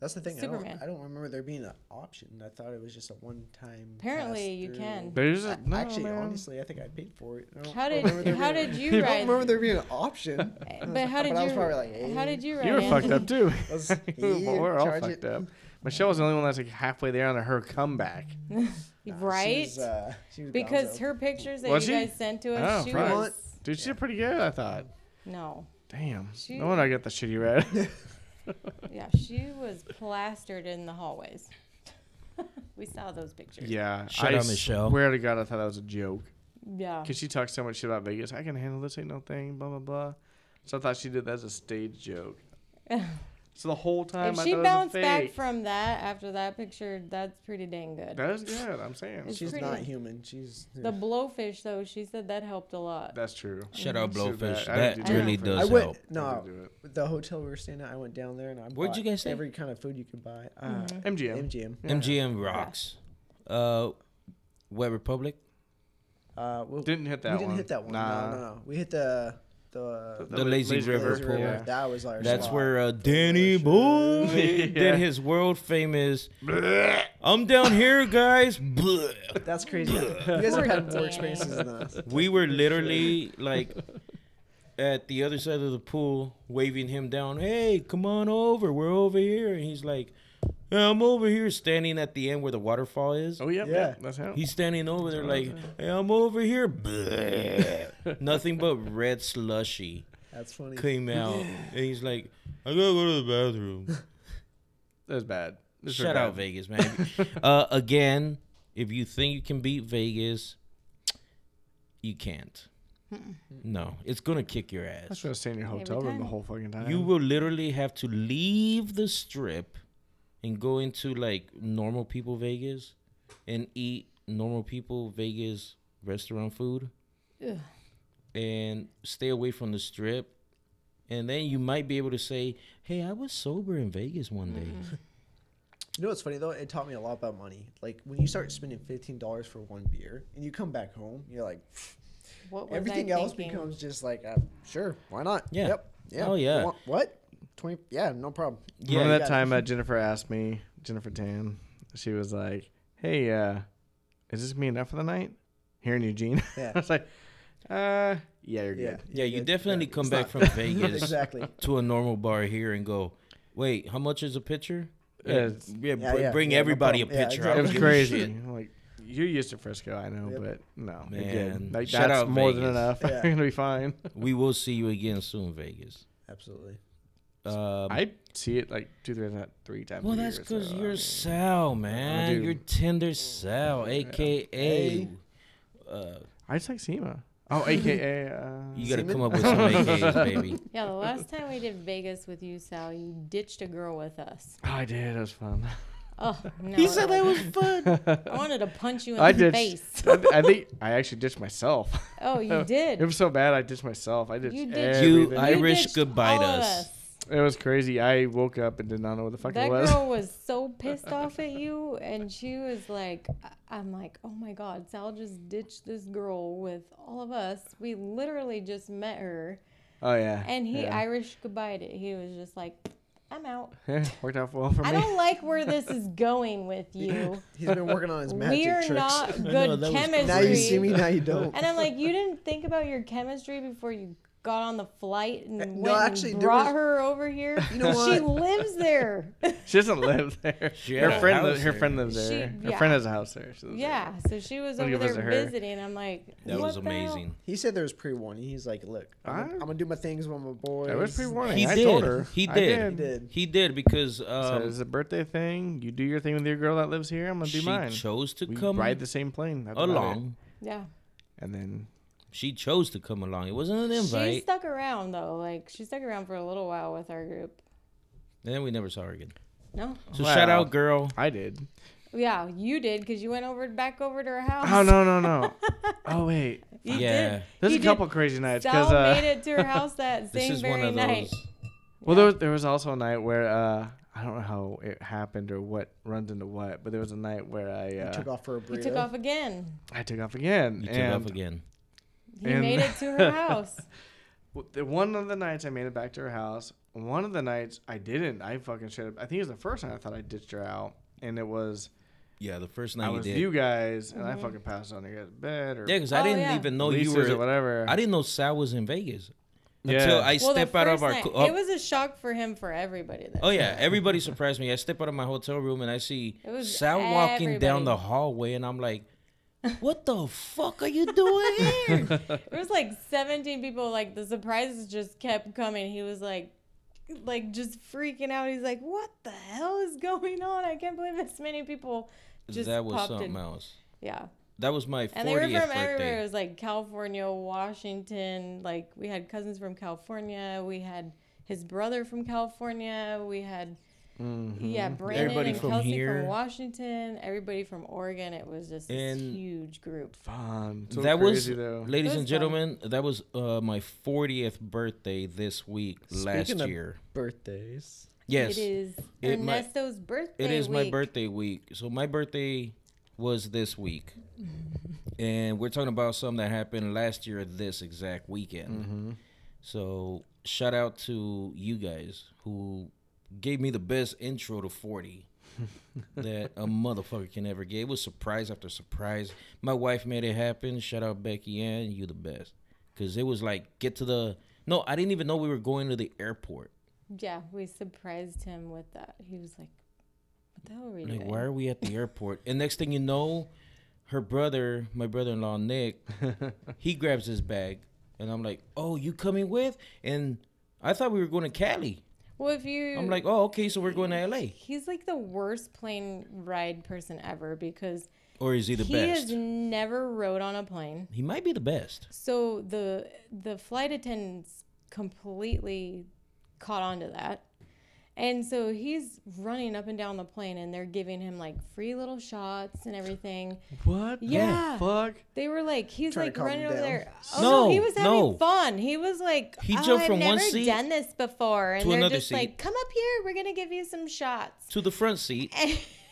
Speaker 4: That's the thing.
Speaker 5: Superman.
Speaker 4: I don't. I don't remember there being an option. I thought it was just a one-time.
Speaker 5: Apparently you
Speaker 4: pass-through.
Speaker 5: can.
Speaker 3: There's
Speaker 4: I-
Speaker 3: a, no,
Speaker 4: actually,
Speaker 3: man.
Speaker 4: honestly, I think I paid for it. I don't
Speaker 5: how did
Speaker 4: remember there
Speaker 5: how
Speaker 4: being-
Speaker 5: did you
Speaker 4: I don't
Speaker 5: ride?
Speaker 4: remember there being an option.
Speaker 5: But how did
Speaker 4: But I
Speaker 5: you?
Speaker 4: was probably like,
Speaker 5: how
Speaker 4: eh.
Speaker 5: did you ride?
Speaker 3: You were fucked
Speaker 5: Anthony?
Speaker 3: up too.
Speaker 4: Let's-
Speaker 3: we
Speaker 4: you
Speaker 3: were all
Speaker 4: charge
Speaker 3: fucked
Speaker 4: it.
Speaker 3: up. Michelle was the only one that's like halfway there on her comeback.
Speaker 5: right?
Speaker 4: She was, uh, she was
Speaker 5: because
Speaker 4: gonzo.
Speaker 5: her pictures that
Speaker 3: Was
Speaker 5: you
Speaker 3: she?
Speaker 5: guys sent to us,
Speaker 3: Oh,
Speaker 5: she
Speaker 3: right.
Speaker 5: was
Speaker 3: Dude, she did pretty good, I thought.
Speaker 5: no,
Speaker 3: Damn.
Speaker 5: She-
Speaker 3: No wonder I got the shitty red.
Speaker 5: yeah, she was plastered in the hallways. we saw those pictures.
Speaker 3: yeah.
Speaker 2: Shut
Speaker 3: I
Speaker 2: up, Michelle.
Speaker 3: swear to God, I thought that was a joke.
Speaker 5: yeah.
Speaker 3: Because she talks so much shit about Vegas. I can handle this, ain't no thing, blah, blah, blah. So I thought she did that as a stage joke. so the whole time
Speaker 5: If
Speaker 3: I
Speaker 5: she
Speaker 3: thought
Speaker 5: bounced
Speaker 3: it was a
Speaker 5: back
Speaker 3: fake.
Speaker 5: from that after that picture, that's pretty dang good.
Speaker 3: that is good, I'm saying.
Speaker 5: It's
Speaker 4: she's
Speaker 5: pretty-
Speaker 4: not human. She's.
Speaker 5: the blowfish though, she said that helped a lot.
Speaker 3: That's true.
Speaker 2: Shut up,
Speaker 3: So
Speaker 2: Blowfish.
Speaker 3: bad. I didn't
Speaker 2: That,
Speaker 5: do
Speaker 2: really
Speaker 5: that.
Speaker 2: does
Speaker 4: I
Speaker 2: help.
Speaker 4: went
Speaker 3: I
Speaker 4: no.
Speaker 3: didn't do it.
Speaker 4: The hotel we were staying at, I went down there and I.
Speaker 2: Where'd
Speaker 4: bought
Speaker 2: you guys stay?
Speaker 4: Every kind of food you could buy. Uh,
Speaker 5: Mm-hmm.
Speaker 3: MGM.
Speaker 4: MGM.
Speaker 2: MGM rocks. Uh, Web Republic.
Speaker 4: Uh, well,
Speaker 3: Didn't hit that
Speaker 4: we didn't
Speaker 3: one.
Speaker 4: hit that one.
Speaker 3: Nah.
Speaker 4: No, no, no. We hit the the,
Speaker 2: The Lazy River
Speaker 4: Lazy
Speaker 2: Pool.
Speaker 3: Yeah.
Speaker 4: That was our.
Speaker 2: That's
Speaker 4: spot.
Speaker 2: where uh, Danny Boy did his world famous. I'm down here, guys. Bleh.
Speaker 4: That's crazy. you guys have had
Speaker 5: Danny.
Speaker 4: more experiences than us.
Speaker 2: we were literally like at the other side of the pool, waving him down. Hey, come on over. We're over here, and he's like, "Yeah, "I'm over here," standing at the end where the waterfall is.
Speaker 3: Oh, yeah, yeah.
Speaker 4: Yeah.
Speaker 3: That's him.
Speaker 2: He's standing over there like, hey, I'm over here. Bleh. Nothing but red slushy
Speaker 4: That's funny.
Speaker 2: came out. And he's like, I gotta go to the bathroom.
Speaker 3: That was bad. This was
Speaker 2: Shout
Speaker 3: bad.
Speaker 2: out Vegas, man. uh, again, if you think you can beat Vegas, you can't. No, it's gonna kick your
Speaker 3: I was
Speaker 2: ass.
Speaker 3: going to stay in your
Speaker 5: Every
Speaker 3: hotel room the
Speaker 5: time.
Speaker 3: whole fucking time.
Speaker 4: Um,
Speaker 2: You will literally have to leave the strip and go into like normal people Vegas and eat normal people Vegas restaurant food
Speaker 5: Ugh.
Speaker 2: and stay away from the strip. And then you might be able to say, "Hey, I was sober in Vegas one day."
Speaker 4: You know what's funny though? It taught me a lot about money. Like when you start spending fifteen dollars for one beer, and you come back home, you're like,
Speaker 5: What was I
Speaker 4: everything else
Speaker 5: thinking?
Speaker 4: becomes just like, uh, sure, why not?
Speaker 2: Yeah.
Speaker 4: Yep. Yeah.
Speaker 2: Oh, yeah.
Speaker 4: Wha- What? Twenty? Yeah, no problem.
Speaker 2: Yeah.
Speaker 4: You
Speaker 3: Remember that
Speaker 4: got
Speaker 3: time uh, Jennifer asked me, Jennifer Tan, she was like, "Hey, uh, is this me enough for the night here in Eugene?"
Speaker 4: Yeah.
Speaker 3: I was like, "Uh, yeah, you're
Speaker 4: it. Yeah.
Speaker 3: good."
Speaker 2: Yeah, you
Speaker 4: good.
Speaker 2: definitely come
Speaker 4: It's
Speaker 2: back from
Speaker 4: not-
Speaker 2: Vegas
Speaker 4: exactly.
Speaker 2: to a normal bar here and go, "Wait, how much is a pitcher?"
Speaker 3: Yeah,
Speaker 2: Yeah,
Speaker 3: it's-
Speaker 2: yeah,
Speaker 4: Yeah,
Speaker 2: br-
Speaker 4: yeah,
Speaker 2: bring
Speaker 4: yeah, no
Speaker 2: everybody a
Speaker 4: problem. Yeah,
Speaker 2: pitcher.
Speaker 4: exactly.
Speaker 2: I
Speaker 3: It
Speaker 2: don't
Speaker 3: was
Speaker 2: give a
Speaker 3: crazy.
Speaker 2: shit.
Speaker 3: I'm Like you're used to Frisco, I know,
Speaker 4: Yep.
Speaker 3: but no, you're
Speaker 2: Man,
Speaker 3: good. Like
Speaker 2: shout
Speaker 3: that's
Speaker 2: out
Speaker 3: more than
Speaker 2: Vegas.
Speaker 3: enough.
Speaker 4: Yeah.
Speaker 3: you're gonna be fine.
Speaker 2: We will see you again soon, Vegas.
Speaker 4: Absolutely.
Speaker 2: Um,
Speaker 3: I see it like two, three, times- three times.
Speaker 2: well,
Speaker 3: a
Speaker 2: that's
Speaker 3: year,
Speaker 2: because
Speaker 3: so, uh, I
Speaker 2: you're
Speaker 3: mean,
Speaker 2: Sal, man.
Speaker 3: do.
Speaker 2: You're Tinder Sal, aka. Uh,
Speaker 3: I just like SEMA. Oh, AKA. Uh, Oh,
Speaker 2: you gotta
Speaker 4: Seaman?
Speaker 2: come up with some AKs, baby.
Speaker 5: Yeah, the last time we did Vegas with you, Sal, you ditched a girl with us.
Speaker 3: Oh, I did. It was fun.
Speaker 5: Oh no!
Speaker 2: He said that was fun.
Speaker 5: I wanted to punch you in
Speaker 3: I
Speaker 5: the
Speaker 3: did.
Speaker 5: face.
Speaker 3: I think I actually ditched myself.
Speaker 5: Oh, you
Speaker 3: It
Speaker 5: did.
Speaker 3: was so bad. I ditched myself. I ditched
Speaker 5: You ditched-
Speaker 3: everything.
Speaker 2: You Irish
Speaker 5: ditched
Speaker 2: goodbye
Speaker 5: all
Speaker 2: to
Speaker 5: of
Speaker 2: us.
Speaker 3: It was crazy. I woke up and did not know what the fuck
Speaker 5: that
Speaker 3: it was.
Speaker 5: girl was so pissed off at you, and she was like, I- "I'm like, oh my god, Sal just ditched this girl with all of us. We literally just met her,
Speaker 3: oh yeah.
Speaker 5: and he
Speaker 3: yeah.
Speaker 5: Irish goodbye it. He was just like, I'm out.
Speaker 3: Yeah, worked out well for
Speaker 5: I
Speaker 3: me.
Speaker 5: don't like where this is going with you.
Speaker 4: He's been working on his magic
Speaker 5: We're
Speaker 4: tricks.
Speaker 5: not
Speaker 2: know, that
Speaker 5: good
Speaker 2: was
Speaker 5: chemistry.
Speaker 4: now you see me, now you don't.
Speaker 5: And I'm like, you didn't think about your chemistry before you got on the flight and
Speaker 4: Uh,
Speaker 5: went
Speaker 4: no, actually,
Speaker 5: and
Speaker 4: there
Speaker 5: brought
Speaker 4: was-
Speaker 5: her over here.
Speaker 4: You know
Speaker 5: She
Speaker 4: what?
Speaker 5: lives there.
Speaker 3: She doesn't live there.
Speaker 2: She had
Speaker 3: her
Speaker 2: a
Speaker 3: friend,
Speaker 2: house
Speaker 3: li- her
Speaker 2: there.
Speaker 3: friend lives
Speaker 5: She-
Speaker 3: there. Her
Speaker 5: yeah.
Speaker 3: friend has a house there. She lives
Speaker 5: yeah. So she was
Speaker 3: Wanna
Speaker 5: over
Speaker 3: go visit
Speaker 5: there
Speaker 3: her.
Speaker 5: visiting. I'm like,
Speaker 2: That
Speaker 5: what
Speaker 2: was
Speaker 5: the hell?
Speaker 2: amazing.
Speaker 4: He said there was pre-warning. He's like, look, I'm, gonna,
Speaker 3: I-
Speaker 4: I'm gonna do my things with my boys.
Speaker 3: There. It was pre warning.
Speaker 2: He
Speaker 3: I
Speaker 2: did.
Speaker 3: told her.
Speaker 2: He
Speaker 3: I
Speaker 2: did.
Speaker 4: He did.
Speaker 2: He did because
Speaker 3: So
Speaker 2: um,
Speaker 3: it's a birthday thing. You do your thing with your girl that lives here. I'm gonna do
Speaker 2: she
Speaker 3: mine.
Speaker 2: chose to
Speaker 3: we
Speaker 2: come
Speaker 3: ride the same plane That's about it.
Speaker 2: along.
Speaker 5: Yeah.
Speaker 3: and then
Speaker 2: She chose to come along. It wasn't an
Speaker 5: She
Speaker 2: invite,
Speaker 5: stuck around though. Like she stuck around for a little while with our group.
Speaker 2: and then we never saw her again.
Speaker 5: No.
Speaker 2: So
Speaker 3: Wow.
Speaker 2: shout out, girl.
Speaker 3: I did.
Speaker 5: Yeah, you did because you went over back over to her house.
Speaker 3: Oh no no no. oh wait.
Speaker 5: You
Speaker 2: Yeah.
Speaker 5: Did.
Speaker 3: There's
Speaker 5: You
Speaker 3: a
Speaker 5: did.
Speaker 3: couple crazy nights
Speaker 5: Sal
Speaker 3: because uh,
Speaker 5: made it to her house that
Speaker 2: This
Speaker 5: same
Speaker 2: is one
Speaker 5: very
Speaker 2: of those.
Speaker 5: night.
Speaker 3: Well, there was, there was also a night where uh, I don't know how it happened or what runs into what, but there was a night where I uh,
Speaker 4: Took off for a
Speaker 5: He
Speaker 4: burrito.
Speaker 5: took off again.
Speaker 3: I took off again.
Speaker 2: You took
Speaker 3: and
Speaker 2: off again.
Speaker 5: He
Speaker 3: And-
Speaker 5: made it to her house.
Speaker 3: w- the- One of the nights I made it back to her house. One of the nights I didn't. I fucking straight up. I think it was the first night I thought I ditched her out, and it was
Speaker 2: Yeah, the first
Speaker 3: I
Speaker 2: night you
Speaker 3: was with
Speaker 2: did.
Speaker 3: you guys, and
Speaker 5: Mm-hmm.
Speaker 3: I fucking passed on your guys' bed or
Speaker 2: Yeah, because I
Speaker 5: Oh,
Speaker 2: didn't
Speaker 5: yeah.
Speaker 2: even know
Speaker 3: Lisa's
Speaker 2: you were.
Speaker 3: or whatever.
Speaker 2: I didn't know Sal was in Vegas
Speaker 3: Yeah.
Speaker 2: until I
Speaker 5: Well,
Speaker 2: step
Speaker 5: the
Speaker 2: out of
Speaker 5: first
Speaker 2: our.
Speaker 5: night-
Speaker 2: co- oh,
Speaker 5: It was a shock for him for everybody. Then.
Speaker 2: oh, yeah, everybody surprised me. I step out of my hotel room and I see
Speaker 5: It was
Speaker 2: Sal walking down
Speaker 5: everybody.
Speaker 2: the hallway, and I'm like, "What the fuck are you doing here?"
Speaker 5: There was like 17 people. Like the surprises just kept coming. He was like, like just freaking out. He's like, "What the hell is going on? I can't believe this many people just
Speaker 2: that was
Speaker 5: popped
Speaker 2: something
Speaker 5: in."
Speaker 2: else.
Speaker 5: Yeah,
Speaker 2: That was my
Speaker 5: and they were from
Speaker 2: 40th
Speaker 5: everywhere. It
Speaker 2: birthday.
Speaker 5: was like California, Washington. Like we had cousins from California. We had his brother from California. We had. Yeah,
Speaker 2: Mm-hmm.
Speaker 5: Brandon
Speaker 2: Everybody
Speaker 5: and
Speaker 2: from
Speaker 5: Kelsey
Speaker 2: here.
Speaker 5: from Washington, everybody from Oregon. It was just this
Speaker 2: And-
Speaker 5: huge group.
Speaker 3: fun. So
Speaker 2: that
Speaker 3: crazy
Speaker 2: was,
Speaker 3: though.
Speaker 2: ladies
Speaker 5: It was
Speaker 2: and gentlemen, that was uh, my 40th birthday this week
Speaker 4: Speaking
Speaker 2: last
Speaker 4: of
Speaker 2: year.
Speaker 4: birthdays.
Speaker 2: Yes,
Speaker 5: It is
Speaker 2: It might-
Speaker 5: Ernesto's birthday.
Speaker 2: It is my
Speaker 5: week.
Speaker 2: birthday week. So my birthday was this week. and we're talking about something that happened last year this exact weekend. So shout out to you guys who gave me the best intro to 40 that a motherfucker can ever get. It was surprise after surprise. My wife made it happen. Shout out Becky Ann, you the best. Cuz it was like get to the No, I didn't even know we were going to the airport.
Speaker 5: Yeah, we surprised him with that. He was like, "What the hell are we
Speaker 2: Like,
Speaker 5: doing?"
Speaker 2: why are we at the airport? And next thing you know, her brother, my brother in law, Nick, he grabs his bag. And I'm like, oh, you coming with? And I thought we were going to Cali.
Speaker 5: Well, if you,
Speaker 2: I'm like, oh, okay, so we're going to LA.
Speaker 5: he's like the worst plane ride person ever because
Speaker 2: Or is he the
Speaker 5: he
Speaker 2: best?
Speaker 5: has never rode on a plane.
Speaker 2: He might be the best.
Speaker 5: So the the flight attendants completely caught on to that. And so he's running up and down the plane and they're giving him like free little shots and everything.
Speaker 3: what?
Speaker 5: Yeah.
Speaker 3: The fuck.
Speaker 5: They were like, he's
Speaker 4: Trying to
Speaker 5: like
Speaker 4: calm
Speaker 5: running
Speaker 4: him
Speaker 5: over
Speaker 4: down.
Speaker 5: there. Oh no,
Speaker 2: No,
Speaker 5: he was having
Speaker 2: no.
Speaker 5: fun. He was like,
Speaker 2: He
Speaker 5: oh,
Speaker 2: jumped
Speaker 5: I've
Speaker 2: from one
Speaker 5: never
Speaker 2: seat
Speaker 5: done this before, and
Speaker 2: to
Speaker 5: they're
Speaker 2: another
Speaker 5: just like,
Speaker 2: seat.
Speaker 5: come up here, we're gonna give you some shots.
Speaker 2: To the front seat.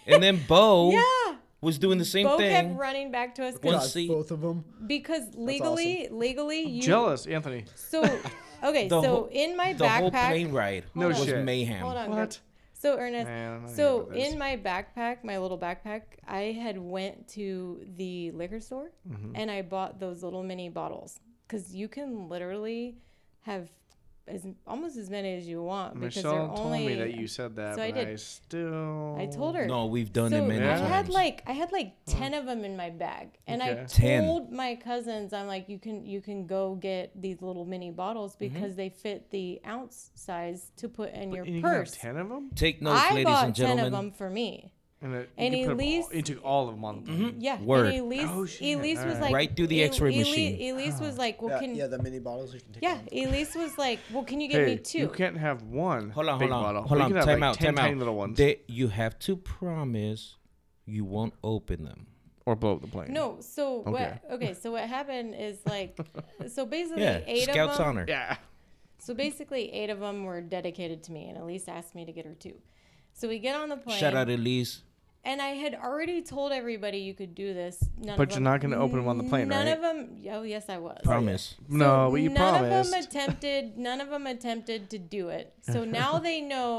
Speaker 2: and then Bo
Speaker 5: yeah,
Speaker 2: was doing the same
Speaker 5: Bo kept
Speaker 2: thing.
Speaker 5: running back to us
Speaker 2: One
Speaker 4: God,
Speaker 5: because
Speaker 2: seat.
Speaker 4: both of them.
Speaker 5: because legally, legally, you
Speaker 3: Jealous, Anthony.
Speaker 5: so okay.
Speaker 2: The
Speaker 5: so
Speaker 2: whole-
Speaker 5: in my
Speaker 2: The
Speaker 5: backpack,
Speaker 2: whole plane ride
Speaker 5: No
Speaker 2: was
Speaker 3: shit.
Speaker 2: mayhem.
Speaker 5: Hold on.
Speaker 3: What?
Speaker 5: What? So Ernest,
Speaker 3: Man, I'm not here
Speaker 5: so
Speaker 3: for this.
Speaker 5: in my backpack, my little backpack, I had went to the liquor store
Speaker 3: Mm-hmm.
Speaker 5: and I bought those little mini bottles because you can literally have as almost as many as you want because
Speaker 3: Michelle
Speaker 5: they're
Speaker 3: told
Speaker 5: only.
Speaker 3: me that you said that,
Speaker 5: so I
Speaker 3: but I,
Speaker 5: did.
Speaker 3: still.
Speaker 5: I told her.
Speaker 2: No, we've done
Speaker 5: So
Speaker 2: it many
Speaker 5: I
Speaker 2: times.
Speaker 5: had like I had like ten of them in my bag, and I
Speaker 3: Okay.
Speaker 2: 10.
Speaker 5: told my cousins, I'm like, you can you can go get these little mini bottles because they fit the ounce size to put in your
Speaker 3: And Mm-hmm. you can have
Speaker 5: purse.
Speaker 3: ten of them,
Speaker 2: Take notes,
Speaker 5: I
Speaker 2: ladies
Speaker 5: bought
Speaker 2: and
Speaker 5: ten
Speaker 2: gentlemen.
Speaker 5: of them for me.
Speaker 3: and, it,
Speaker 5: And
Speaker 3: you
Speaker 5: Mm-hmm.
Speaker 3: put
Speaker 5: he
Speaker 3: 'em all-
Speaker 5: leaves-
Speaker 3: you took all of them on the plane.
Speaker 5: Yeah.
Speaker 2: Word.
Speaker 5: And Elise,
Speaker 3: Oh, shit. Uh-huh.
Speaker 5: Elise was
Speaker 3: Alright.
Speaker 5: like
Speaker 2: Right through the
Speaker 5: El-
Speaker 2: X-ray
Speaker 5: Eli-
Speaker 2: machine.
Speaker 5: Elise was like, well,
Speaker 4: Yeah,
Speaker 5: can
Speaker 4: yeah, the mini bottles you can take.
Speaker 5: yeah,
Speaker 4: them.
Speaker 5: Elise was like, well, can you get
Speaker 3: Hey,
Speaker 5: me two?
Speaker 3: you can't have one.
Speaker 2: Hold on,
Speaker 3: big
Speaker 2: hold on,
Speaker 3: bottle,
Speaker 2: hold
Speaker 3: but
Speaker 2: on.
Speaker 3: You can have
Speaker 2: Time
Speaker 3: like
Speaker 2: out,
Speaker 3: 10
Speaker 2: time
Speaker 3: tiny
Speaker 2: out.
Speaker 3: little ones,
Speaker 2: They- you have to promise you won't open them.
Speaker 3: or blow up the plane.
Speaker 5: No, so
Speaker 3: Okay.
Speaker 5: what? Okay, so what happened is like, so basically
Speaker 2: Yeah,
Speaker 5: eight
Speaker 2: Scouts
Speaker 5: of them.
Speaker 2: Honor.
Speaker 3: Yeah.
Speaker 5: So basically, eight of them were dedicated to me, and Elise asked me to get her two. So we get on the plane,
Speaker 2: Shout out Elise.
Speaker 3: Oh,
Speaker 5: and I had already told everybody you could do this. None
Speaker 3: But
Speaker 5: of
Speaker 3: you're
Speaker 5: them-
Speaker 3: not gonna open them on the plane,
Speaker 5: none
Speaker 3: right?
Speaker 5: of them. Oh yes, I was.
Speaker 2: Promise.
Speaker 3: no, but you
Speaker 5: none
Speaker 3: promised.
Speaker 5: of them attempted. None of them attempted to do it. So now they know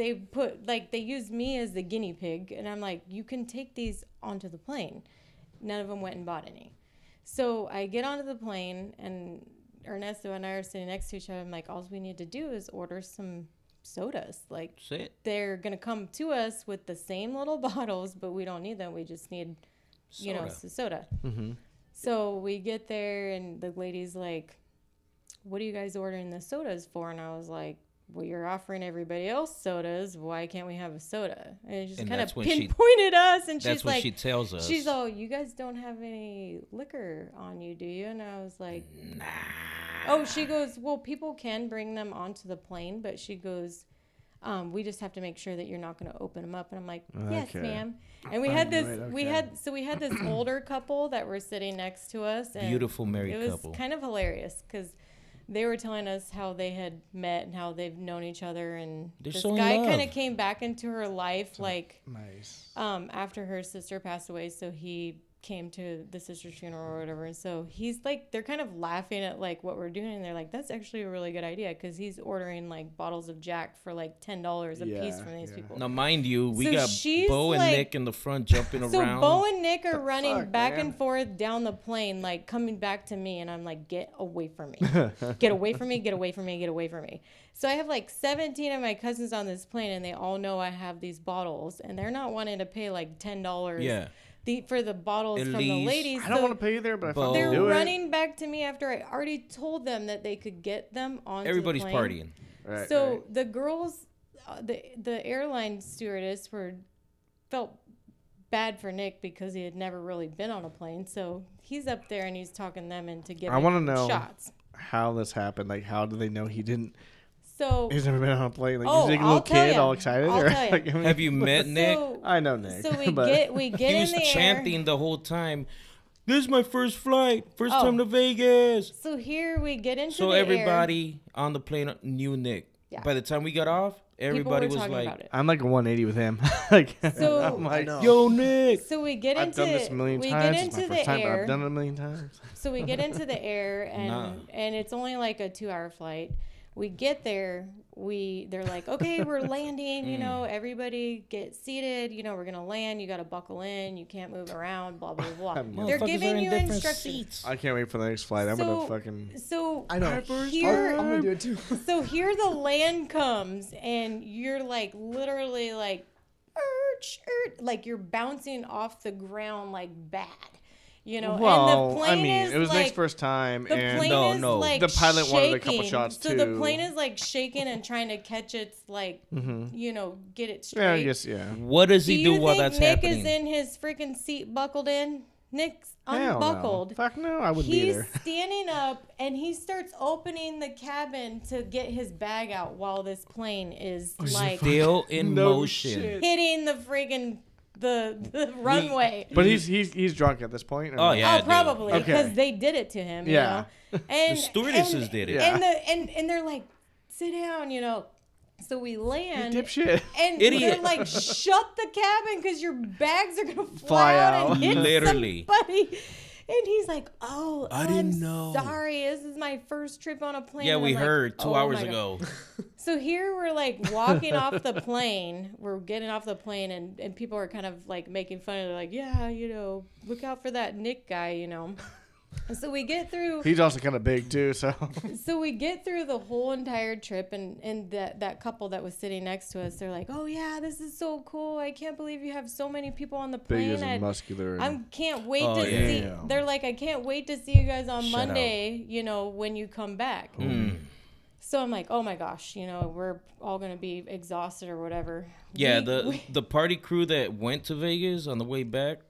Speaker 5: they put like they used me as the guinea pig, and I'm like, you can take these onto the plane. None of them went and bought any. So I get onto the plane, and Ernesto and I are sitting next to each other. I'm like, all we need to do is order some sodas. Like
Speaker 2: That's it.
Speaker 5: they're gonna come to us with the same little bottles, but we don't need them. We just need you know,
Speaker 2: Soda. Mm-hmm.
Speaker 5: s- soda. So we get there, and the lady's like, What are you guys ordering the sodas for? And I was like, Well, you're offering everybody else sodas. Why can't we have a soda? And she
Speaker 2: And
Speaker 5: kind of
Speaker 2: that's when she-
Speaker 5: pinpointed us, and
Speaker 2: That's
Speaker 5: she's
Speaker 2: what
Speaker 5: like,
Speaker 2: she tells us.
Speaker 5: She's all, You guys don't have any liquor on you, do you? And I was like, Oh, she goes, Well, people can bring them onto the plane, but she goes, um, we just have to make sure that you're not going to open them up. And I'm like, yes,
Speaker 3: Okay.
Speaker 5: ma'am. And we had this,
Speaker 3: Right,
Speaker 5: we
Speaker 3: okay.
Speaker 5: had, so we had this older couple that were sitting next to us. And
Speaker 2: Beautiful married
Speaker 5: It was
Speaker 2: couple.
Speaker 5: kind of hilarious because they were telling us how they had met and how they've known each other. And
Speaker 2: They're
Speaker 5: this
Speaker 2: so in
Speaker 5: guy kind
Speaker 2: love.
Speaker 5: of came back into her life, like,
Speaker 3: nice.
Speaker 5: um, after her sister passed away, so he came to the sister's funeral or whatever. And so he's like, they're kind of laughing at like what we're doing, and they're like, that's actually a really good idea because he's ordering like bottles of Jack for like ten dollars a piece
Speaker 3: Yeah,
Speaker 5: from these
Speaker 3: yeah.
Speaker 5: people.
Speaker 2: now, mind you, we
Speaker 5: So
Speaker 2: got
Speaker 5: she's
Speaker 2: Bo and
Speaker 5: like-
Speaker 2: Nick in the front jumping
Speaker 5: So
Speaker 2: around.
Speaker 5: Bo and Nick are running
Speaker 3: fuck,
Speaker 5: back
Speaker 3: man?
Speaker 5: and forth down the plane, like coming back to me, and I'm like, get away from me. get away from me, get away from me, get away from me. So I have like 17 of my cousins on this plane, and they all know I have these bottles, and they're not wanting to pay like $10
Speaker 2: Yeah.
Speaker 5: the, for the bottles from the
Speaker 2: Elise.
Speaker 5: ladies.
Speaker 3: I don't
Speaker 5: So
Speaker 3: want to pay you there, but if I
Speaker 2: Bo-
Speaker 3: fucking
Speaker 5: They're
Speaker 3: do it.
Speaker 5: running back to me after I already told them that they could get them on.
Speaker 2: Everybody's
Speaker 5: the plane.
Speaker 2: partying.
Speaker 3: Right,
Speaker 5: so
Speaker 3: right.
Speaker 5: the girls, uh, the the airline stewardess were felt bad for Nick because he had never really been on a plane. So he's up there and he's talking them into giving
Speaker 3: wanna know-
Speaker 5: shots.
Speaker 3: how this happened? Like, how do they know he didn't?
Speaker 5: So
Speaker 3: He's never been on a plane. Like,
Speaker 5: Oh,
Speaker 3: he's like a
Speaker 5: I'll
Speaker 3: little
Speaker 5: tell
Speaker 3: kid,
Speaker 5: ya.
Speaker 3: all excited.
Speaker 5: I'll
Speaker 3: or,
Speaker 5: tell ya.
Speaker 3: like, I mean,
Speaker 2: Have you met Nick?
Speaker 5: so,
Speaker 3: I know Nick.
Speaker 5: so we
Speaker 3: but
Speaker 5: get we get
Speaker 2: he
Speaker 5: in
Speaker 2: was
Speaker 5: the air.
Speaker 2: chanting the whole time. This is my first flight, first
Speaker 5: Oh.
Speaker 2: time to Vegas.
Speaker 5: So here we get into
Speaker 2: So
Speaker 5: the air.
Speaker 2: everybody on the plane knew Nick.
Speaker 5: Yeah.
Speaker 2: By the time we got off,
Speaker 5: People
Speaker 2: everybody
Speaker 5: were
Speaker 2: was
Speaker 5: talking
Speaker 2: like,
Speaker 5: about it.
Speaker 3: I'm like a 180 with him. like,
Speaker 5: So-
Speaker 3: I'm like,
Speaker 4: know.
Speaker 2: "Yo, Nick."
Speaker 5: So we get
Speaker 3: I've
Speaker 5: into
Speaker 3: done this a million
Speaker 5: we
Speaker 3: times.
Speaker 5: get
Speaker 3: It's my
Speaker 5: into
Speaker 3: first
Speaker 5: the
Speaker 3: time, but
Speaker 5: air.
Speaker 3: I've done it a million times.
Speaker 5: So we get into the air and
Speaker 2: Nah.
Speaker 5: and it's only like a two hour flight. We get there, we they're like, Okay, we're landing, you know, everybody get seated, you know, we're gonna land, you gotta buckle in, you can't move around, blah blah blah. they're
Speaker 2: Motherfuckers are
Speaker 5: giving
Speaker 2: in
Speaker 5: you
Speaker 2: different
Speaker 5: instructions.
Speaker 2: seats.
Speaker 3: I can't wait for the next flight. I'm
Speaker 5: So,
Speaker 3: gonna fucking.
Speaker 5: so
Speaker 4: I know.
Speaker 5: here
Speaker 4: Oh,
Speaker 5: um,
Speaker 4: I'm gonna do it too.
Speaker 5: so here the land comes and you're like literally like "Urch, urch," like you're bouncing off the ground like bad. You know, and the
Speaker 3: Well,
Speaker 5: plane
Speaker 3: I mean,
Speaker 5: is
Speaker 3: it was
Speaker 5: like,
Speaker 3: Nick's first time,
Speaker 5: The
Speaker 3: and
Speaker 5: plane
Speaker 2: No,
Speaker 5: is
Speaker 2: no.
Speaker 5: like
Speaker 3: The pilot
Speaker 5: shaking.
Speaker 3: wanted a couple shots,
Speaker 5: So the
Speaker 3: too.
Speaker 5: plane is like shaking and trying to catch its like,
Speaker 3: Mm-hmm.
Speaker 5: you know, get it straight.
Speaker 3: yeah, I guess yeah.
Speaker 2: What does
Speaker 5: Do
Speaker 2: he
Speaker 5: you
Speaker 2: do,
Speaker 5: think
Speaker 2: while that's
Speaker 5: Nick
Speaker 2: happening?
Speaker 5: is in his freaking seat buckled in? Nick's
Speaker 3: Hell no.
Speaker 5: unbuckled.
Speaker 3: Fuck no, I wouldn't be
Speaker 5: He's
Speaker 3: there.
Speaker 5: standing up and he starts opening the cabin to get his bag out while this plane is
Speaker 3: Oh,
Speaker 5: like
Speaker 2: Still in
Speaker 3: No
Speaker 2: motion.
Speaker 3: shit.
Speaker 5: hitting the freaking the, the runway.
Speaker 3: But he's he's he's drunk at this point. or
Speaker 2: Oh,
Speaker 3: no?
Speaker 2: yeah.
Speaker 5: Oh,
Speaker 2: dude.
Speaker 5: probably
Speaker 3: Okay.
Speaker 5: because they did it to him.
Speaker 3: Yeah.
Speaker 5: you know? and
Speaker 2: stewardesses
Speaker 5: and-
Speaker 2: did it.
Speaker 5: and
Speaker 3: Yeah.
Speaker 5: the and and they're like, sit down, you know. So we land,
Speaker 3: Dipshit.
Speaker 5: and
Speaker 2: Idiot.
Speaker 5: they're like, shut the cabin because your bags are gonna fly,
Speaker 3: Fly
Speaker 5: out,
Speaker 3: out.
Speaker 5: and hit
Speaker 2: Literally.
Speaker 5: somebody. And he's like, oh,
Speaker 2: I
Speaker 5: I'm
Speaker 2: didn't know.
Speaker 5: Sorry, this is my first trip on a plane.
Speaker 2: Yeah,
Speaker 5: And
Speaker 2: we
Speaker 5: I'm like,
Speaker 2: heard two
Speaker 5: "Oh
Speaker 2: hours
Speaker 5: my
Speaker 2: ago.
Speaker 5: God." So here we're like walking off the plane. We're getting off the plane, and, and people are kind of like making fun of it. like, yeah, you know, look out for that Nick guy, you know. And so we get through.
Speaker 3: He's also kind of big too, so
Speaker 5: So we get through the whole entire trip, and and that that couple that was sitting next to us, they're like, oh yeah, this is so cool. I can't believe you have so many people on the
Speaker 3: big
Speaker 5: plane.
Speaker 3: is
Speaker 5: I-
Speaker 3: muscular.
Speaker 5: I can't wait
Speaker 2: Oh,
Speaker 5: to
Speaker 2: yeah.
Speaker 5: see.
Speaker 3: Damn.
Speaker 5: They're like, I can't wait to see you guys on
Speaker 2: Shout out. Hmm.
Speaker 5: Monday. You know when you come back. So I'm like, oh my gosh, you know we're all gonna be exhausted or whatever.
Speaker 2: Yeah,
Speaker 5: We-
Speaker 2: the
Speaker 5: we-
Speaker 2: the party crew that went to Vegas on the way back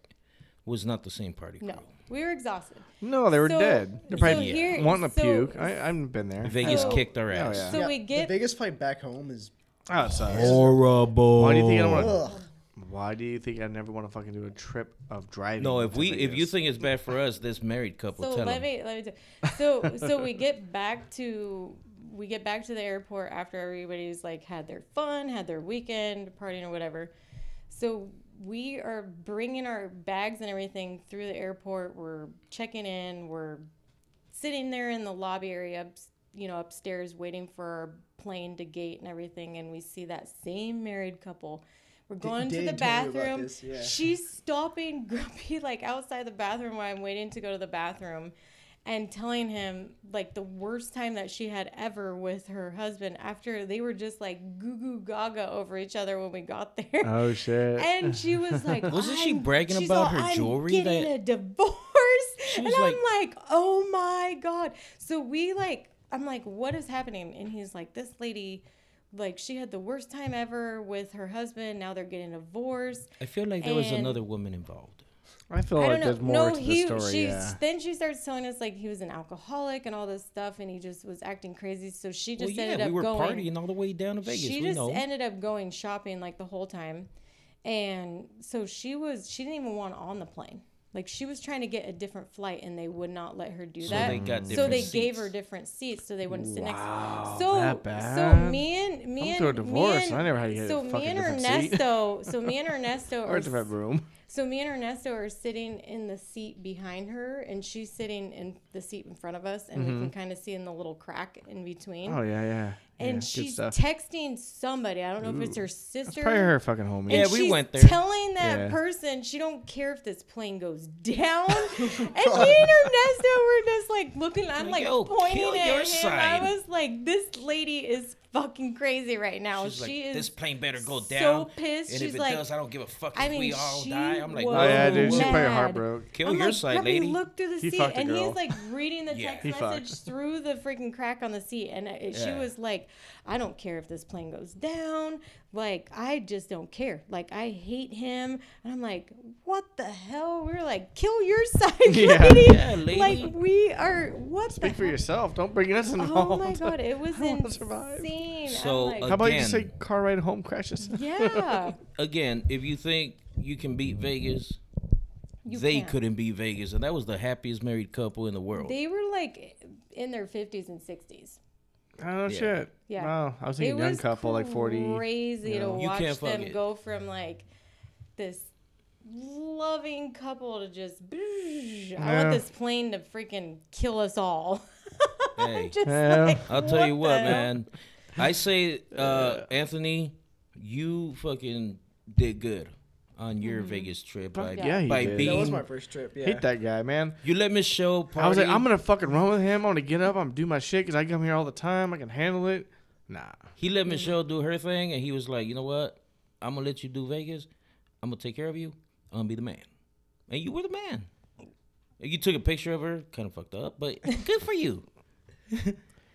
Speaker 2: was not the same party crew.
Speaker 5: no, we were exhausted.
Speaker 3: no, they were
Speaker 5: so-
Speaker 3: dead. They're probably
Speaker 5: so here-
Speaker 3: wanting to
Speaker 5: so-
Speaker 3: puke. I, I've been there.
Speaker 2: Vegas
Speaker 5: So-
Speaker 2: kicked our ass.
Speaker 3: Oh. yeah.
Speaker 5: So we get
Speaker 4: the biggest flight back home is
Speaker 3: Oh, it sucks.
Speaker 2: Horrible.
Speaker 3: Why do you think I don't
Speaker 4: ugh.
Speaker 3: want? Why do you think I never want to fucking do a trip of driving?
Speaker 2: No, if
Speaker 3: to
Speaker 2: we if you
Speaker 3: Vegas?
Speaker 2: think it's bad for us, this married couple
Speaker 5: so
Speaker 2: tell
Speaker 5: let
Speaker 2: them.
Speaker 5: me let me do, so so we get back to we get back to the airport after everybody's like had their fun, had their weekend partying or whatever. So we are bringing our bags and everything through the airport. We're checking in. We're sitting there in the lobby area, ups- you know, upstairs waiting for our plane to gate and everything. And we see that same married couple. We're going to
Speaker 4: Dave
Speaker 5: the
Speaker 4: told me about
Speaker 5: bathroom.
Speaker 4: this, yeah.
Speaker 5: She's stopping Grumpy like outside the bathroom while I'm waiting to go to the bathroom and telling him like the worst time that she had ever with her husband after they were just like goo goo gaga over each other when we got there.
Speaker 3: Oh shit.
Speaker 5: And she was like,
Speaker 2: Wasn't she
Speaker 5: "I'm-"
Speaker 2: bragging
Speaker 5: she's
Speaker 2: about
Speaker 5: all,
Speaker 2: her
Speaker 5: "I'm
Speaker 2: jewelry
Speaker 5: Getting
Speaker 2: that-
Speaker 5: a divorce, and
Speaker 2: was
Speaker 5: I'm
Speaker 2: like-
Speaker 5: like, oh my god. So we like, I'm like, what is happening? And he's like, this lady, like, she had the worst time ever with her husband. Now they're getting a divorce.
Speaker 2: I feel like there was
Speaker 5: And-
Speaker 2: another woman involved.
Speaker 3: I feel
Speaker 5: I
Speaker 3: like
Speaker 5: don't
Speaker 3: Oh, there's
Speaker 5: know.
Speaker 3: more
Speaker 5: no,
Speaker 3: to
Speaker 5: he.
Speaker 3: the story.
Speaker 5: she
Speaker 3: yeah.
Speaker 5: then she starts telling us like he was an alcoholic and all this stuff, and he just was acting crazy. So she
Speaker 2: Well,
Speaker 5: just ended
Speaker 2: yeah,
Speaker 5: up
Speaker 2: we were
Speaker 5: going.
Speaker 2: partying all the way down to Vegas.
Speaker 5: She
Speaker 2: we
Speaker 5: just
Speaker 2: know.
Speaker 5: ended up going shopping like the whole time. And so she was she didn't even want on the plane. Like she was trying to get a different flight and they would not let her do
Speaker 2: So
Speaker 5: that.
Speaker 2: they got
Speaker 5: so they
Speaker 2: different
Speaker 5: gave her
Speaker 2: seats.
Speaker 5: different seats so they wouldn't sit next
Speaker 3: Wow,
Speaker 5: so
Speaker 3: that
Speaker 5: so
Speaker 3: bad?
Speaker 5: me and me
Speaker 3: I'm
Speaker 5: and
Speaker 3: through a
Speaker 5: me
Speaker 3: divorce,
Speaker 5: and-
Speaker 3: I never had to get a
Speaker 5: so me
Speaker 3: fucking
Speaker 5: and
Speaker 3: different seat.
Speaker 5: Ernesto so me and Ernesto
Speaker 3: Or
Speaker 5: are
Speaker 3: a different room.
Speaker 5: so me and Ernesto are sitting in the seat behind her, and she's sitting in the seat in front of us, and we can kind of see in the little crack in between.
Speaker 3: Mm-hmm. Oh yeah, yeah. yeah,
Speaker 5: and
Speaker 3: good
Speaker 5: she's
Speaker 3: stuff.
Speaker 5: texting somebody. I don't know if it's her sister.
Speaker 3: probably her fucking homie.
Speaker 5: And
Speaker 2: Yeah, we
Speaker 5: she's
Speaker 2: went there.
Speaker 5: telling that
Speaker 3: Yeah.
Speaker 5: person she don't care if this plane goes down. and me and Ernesto were just like looking. I'm
Speaker 2: Oh, Like,
Speaker 5: like,
Speaker 2: yo, kill
Speaker 5: pointing at
Speaker 2: your
Speaker 5: him.
Speaker 2: side.
Speaker 5: I was like, this lady is fucking crazy right now.
Speaker 2: She's like,
Speaker 5: she is
Speaker 2: this plane better go
Speaker 5: so
Speaker 2: down.
Speaker 5: pissed.
Speaker 2: And if
Speaker 5: She's
Speaker 2: it
Speaker 5: like-
Speaker 2: does, I don't give a fuck
Speaker 5: I
Speaker 2: if we
Speaker 5: mean,
Speaker 2: all
Speaker 5: she
Speaker 2: die. I'm like,
Speaker 5: was-
Speaker 3: oh yeah, dude. She's probably
Speaker 5: Mad.
Speaker 3: heartbroke.
Speaker 2: kill
Speaker 5: I'm
Speaker 2: your
Speaker 5: like,
Speaker 2: side,
Speaker 5: "Grubby,
Speaker 2: lady.
Speaker 5: Look through the
Speaker 3: He
Speaker 5: seat,
Speaker 3: fucked a
Speaker 5: and
Speaker 3: girl.
Speaker 5: he's like reading the
Speaker 2: Yeah.
Speaker 5: text
Speaker 3: He
Speaker 5: message
Speaker 3: fucked.
Speaker 5: through the freaking crack on the seat, and it, she
Speaker 2: Yeah.
Speaker 5: was like, "I don't care if this plane goes down. Like, I just don't care. Like, I hate him." And I'm like, "What the hell?" We were like, "Kill your side,
Speaker 3: Yeah.
Speaker 5: lady.
Speaker 2: Yeah, lady.
Speaker 5: Like, we are what
Speaker 3: Speak
Speaker 5: the
Speaker 3: for
Speaker 5: hell?
Speaker 3: yourself. Don't bring us involved.
Speaker 5: Oh my god, it was
Speaker 3: I wanna survive.
Speaker 5: insane.
Speaker 2: So,
Speaker 5: I'm
Speaker 2: uh,
Speaker 5: like,
Speaker 3: How about you just say
Speaker 2: Again.
Speaker 3: car ride home crashes?
Speaker 5: yeah,
Speaker 2: Again, if you think you can beat Vegas,
Speaker 5: you
Speaker 2: they
Speaker 5: can't.
Speaker 2: couldn't beat Vegas. And that was the happiest married couple in the world.
Speaker 5: They were like in their 50s and 60s.
Speaker 3: Oh
Speaker 2: Yeah.
Speaker 3: shit.
Speaker 5: Yeah.
Speaker 3: Wow. I was thinking young couple like forty.
Speaker 5: Crazy to
Speaker 2: You
Speaker 5: watch
Speaker 2: can't fuck
Speaker 5: them
Speaker 2: it.
Speaker 5: go from like this loving couple to just. I
Speaker 3: Yeah.
Speaker 5: want this plane to freaking kill us all.
Speaker 2: Hey.
Speaker 5: I'm just
Speaker 3: Yeah.
Speaker 5: like,
Speaker 2: I'll tell you what,
Speaker 5: the hell?
Speaker 2: man. I say, uh, Anthony, you fucking did good on your Vegas trip. By,
Speaker 5: Mm-hmm. yeah,
Speaker 3: he
Speaker 2: by
Speaker 3: did.
Speaker 2: being
Speaker 4: That was my first trip. Yeah.
Speaker 3: Hate that guy, man.
Speaker 2: you let Michelle party.
Speaker 3: I was like, I'm gonna fucking run with him. I'm gonna get up. I'm gonna do my shit because I come here all the time. I can handle it. Nah.
Speaker 2: He let Michelle do her thing, and he was like, you know what? I'm gonna let you do Vegas. I'm gonna take care of you. I'm gonna be the man. And you were the man. You took a picture of her, kind of fucked up, but good for you.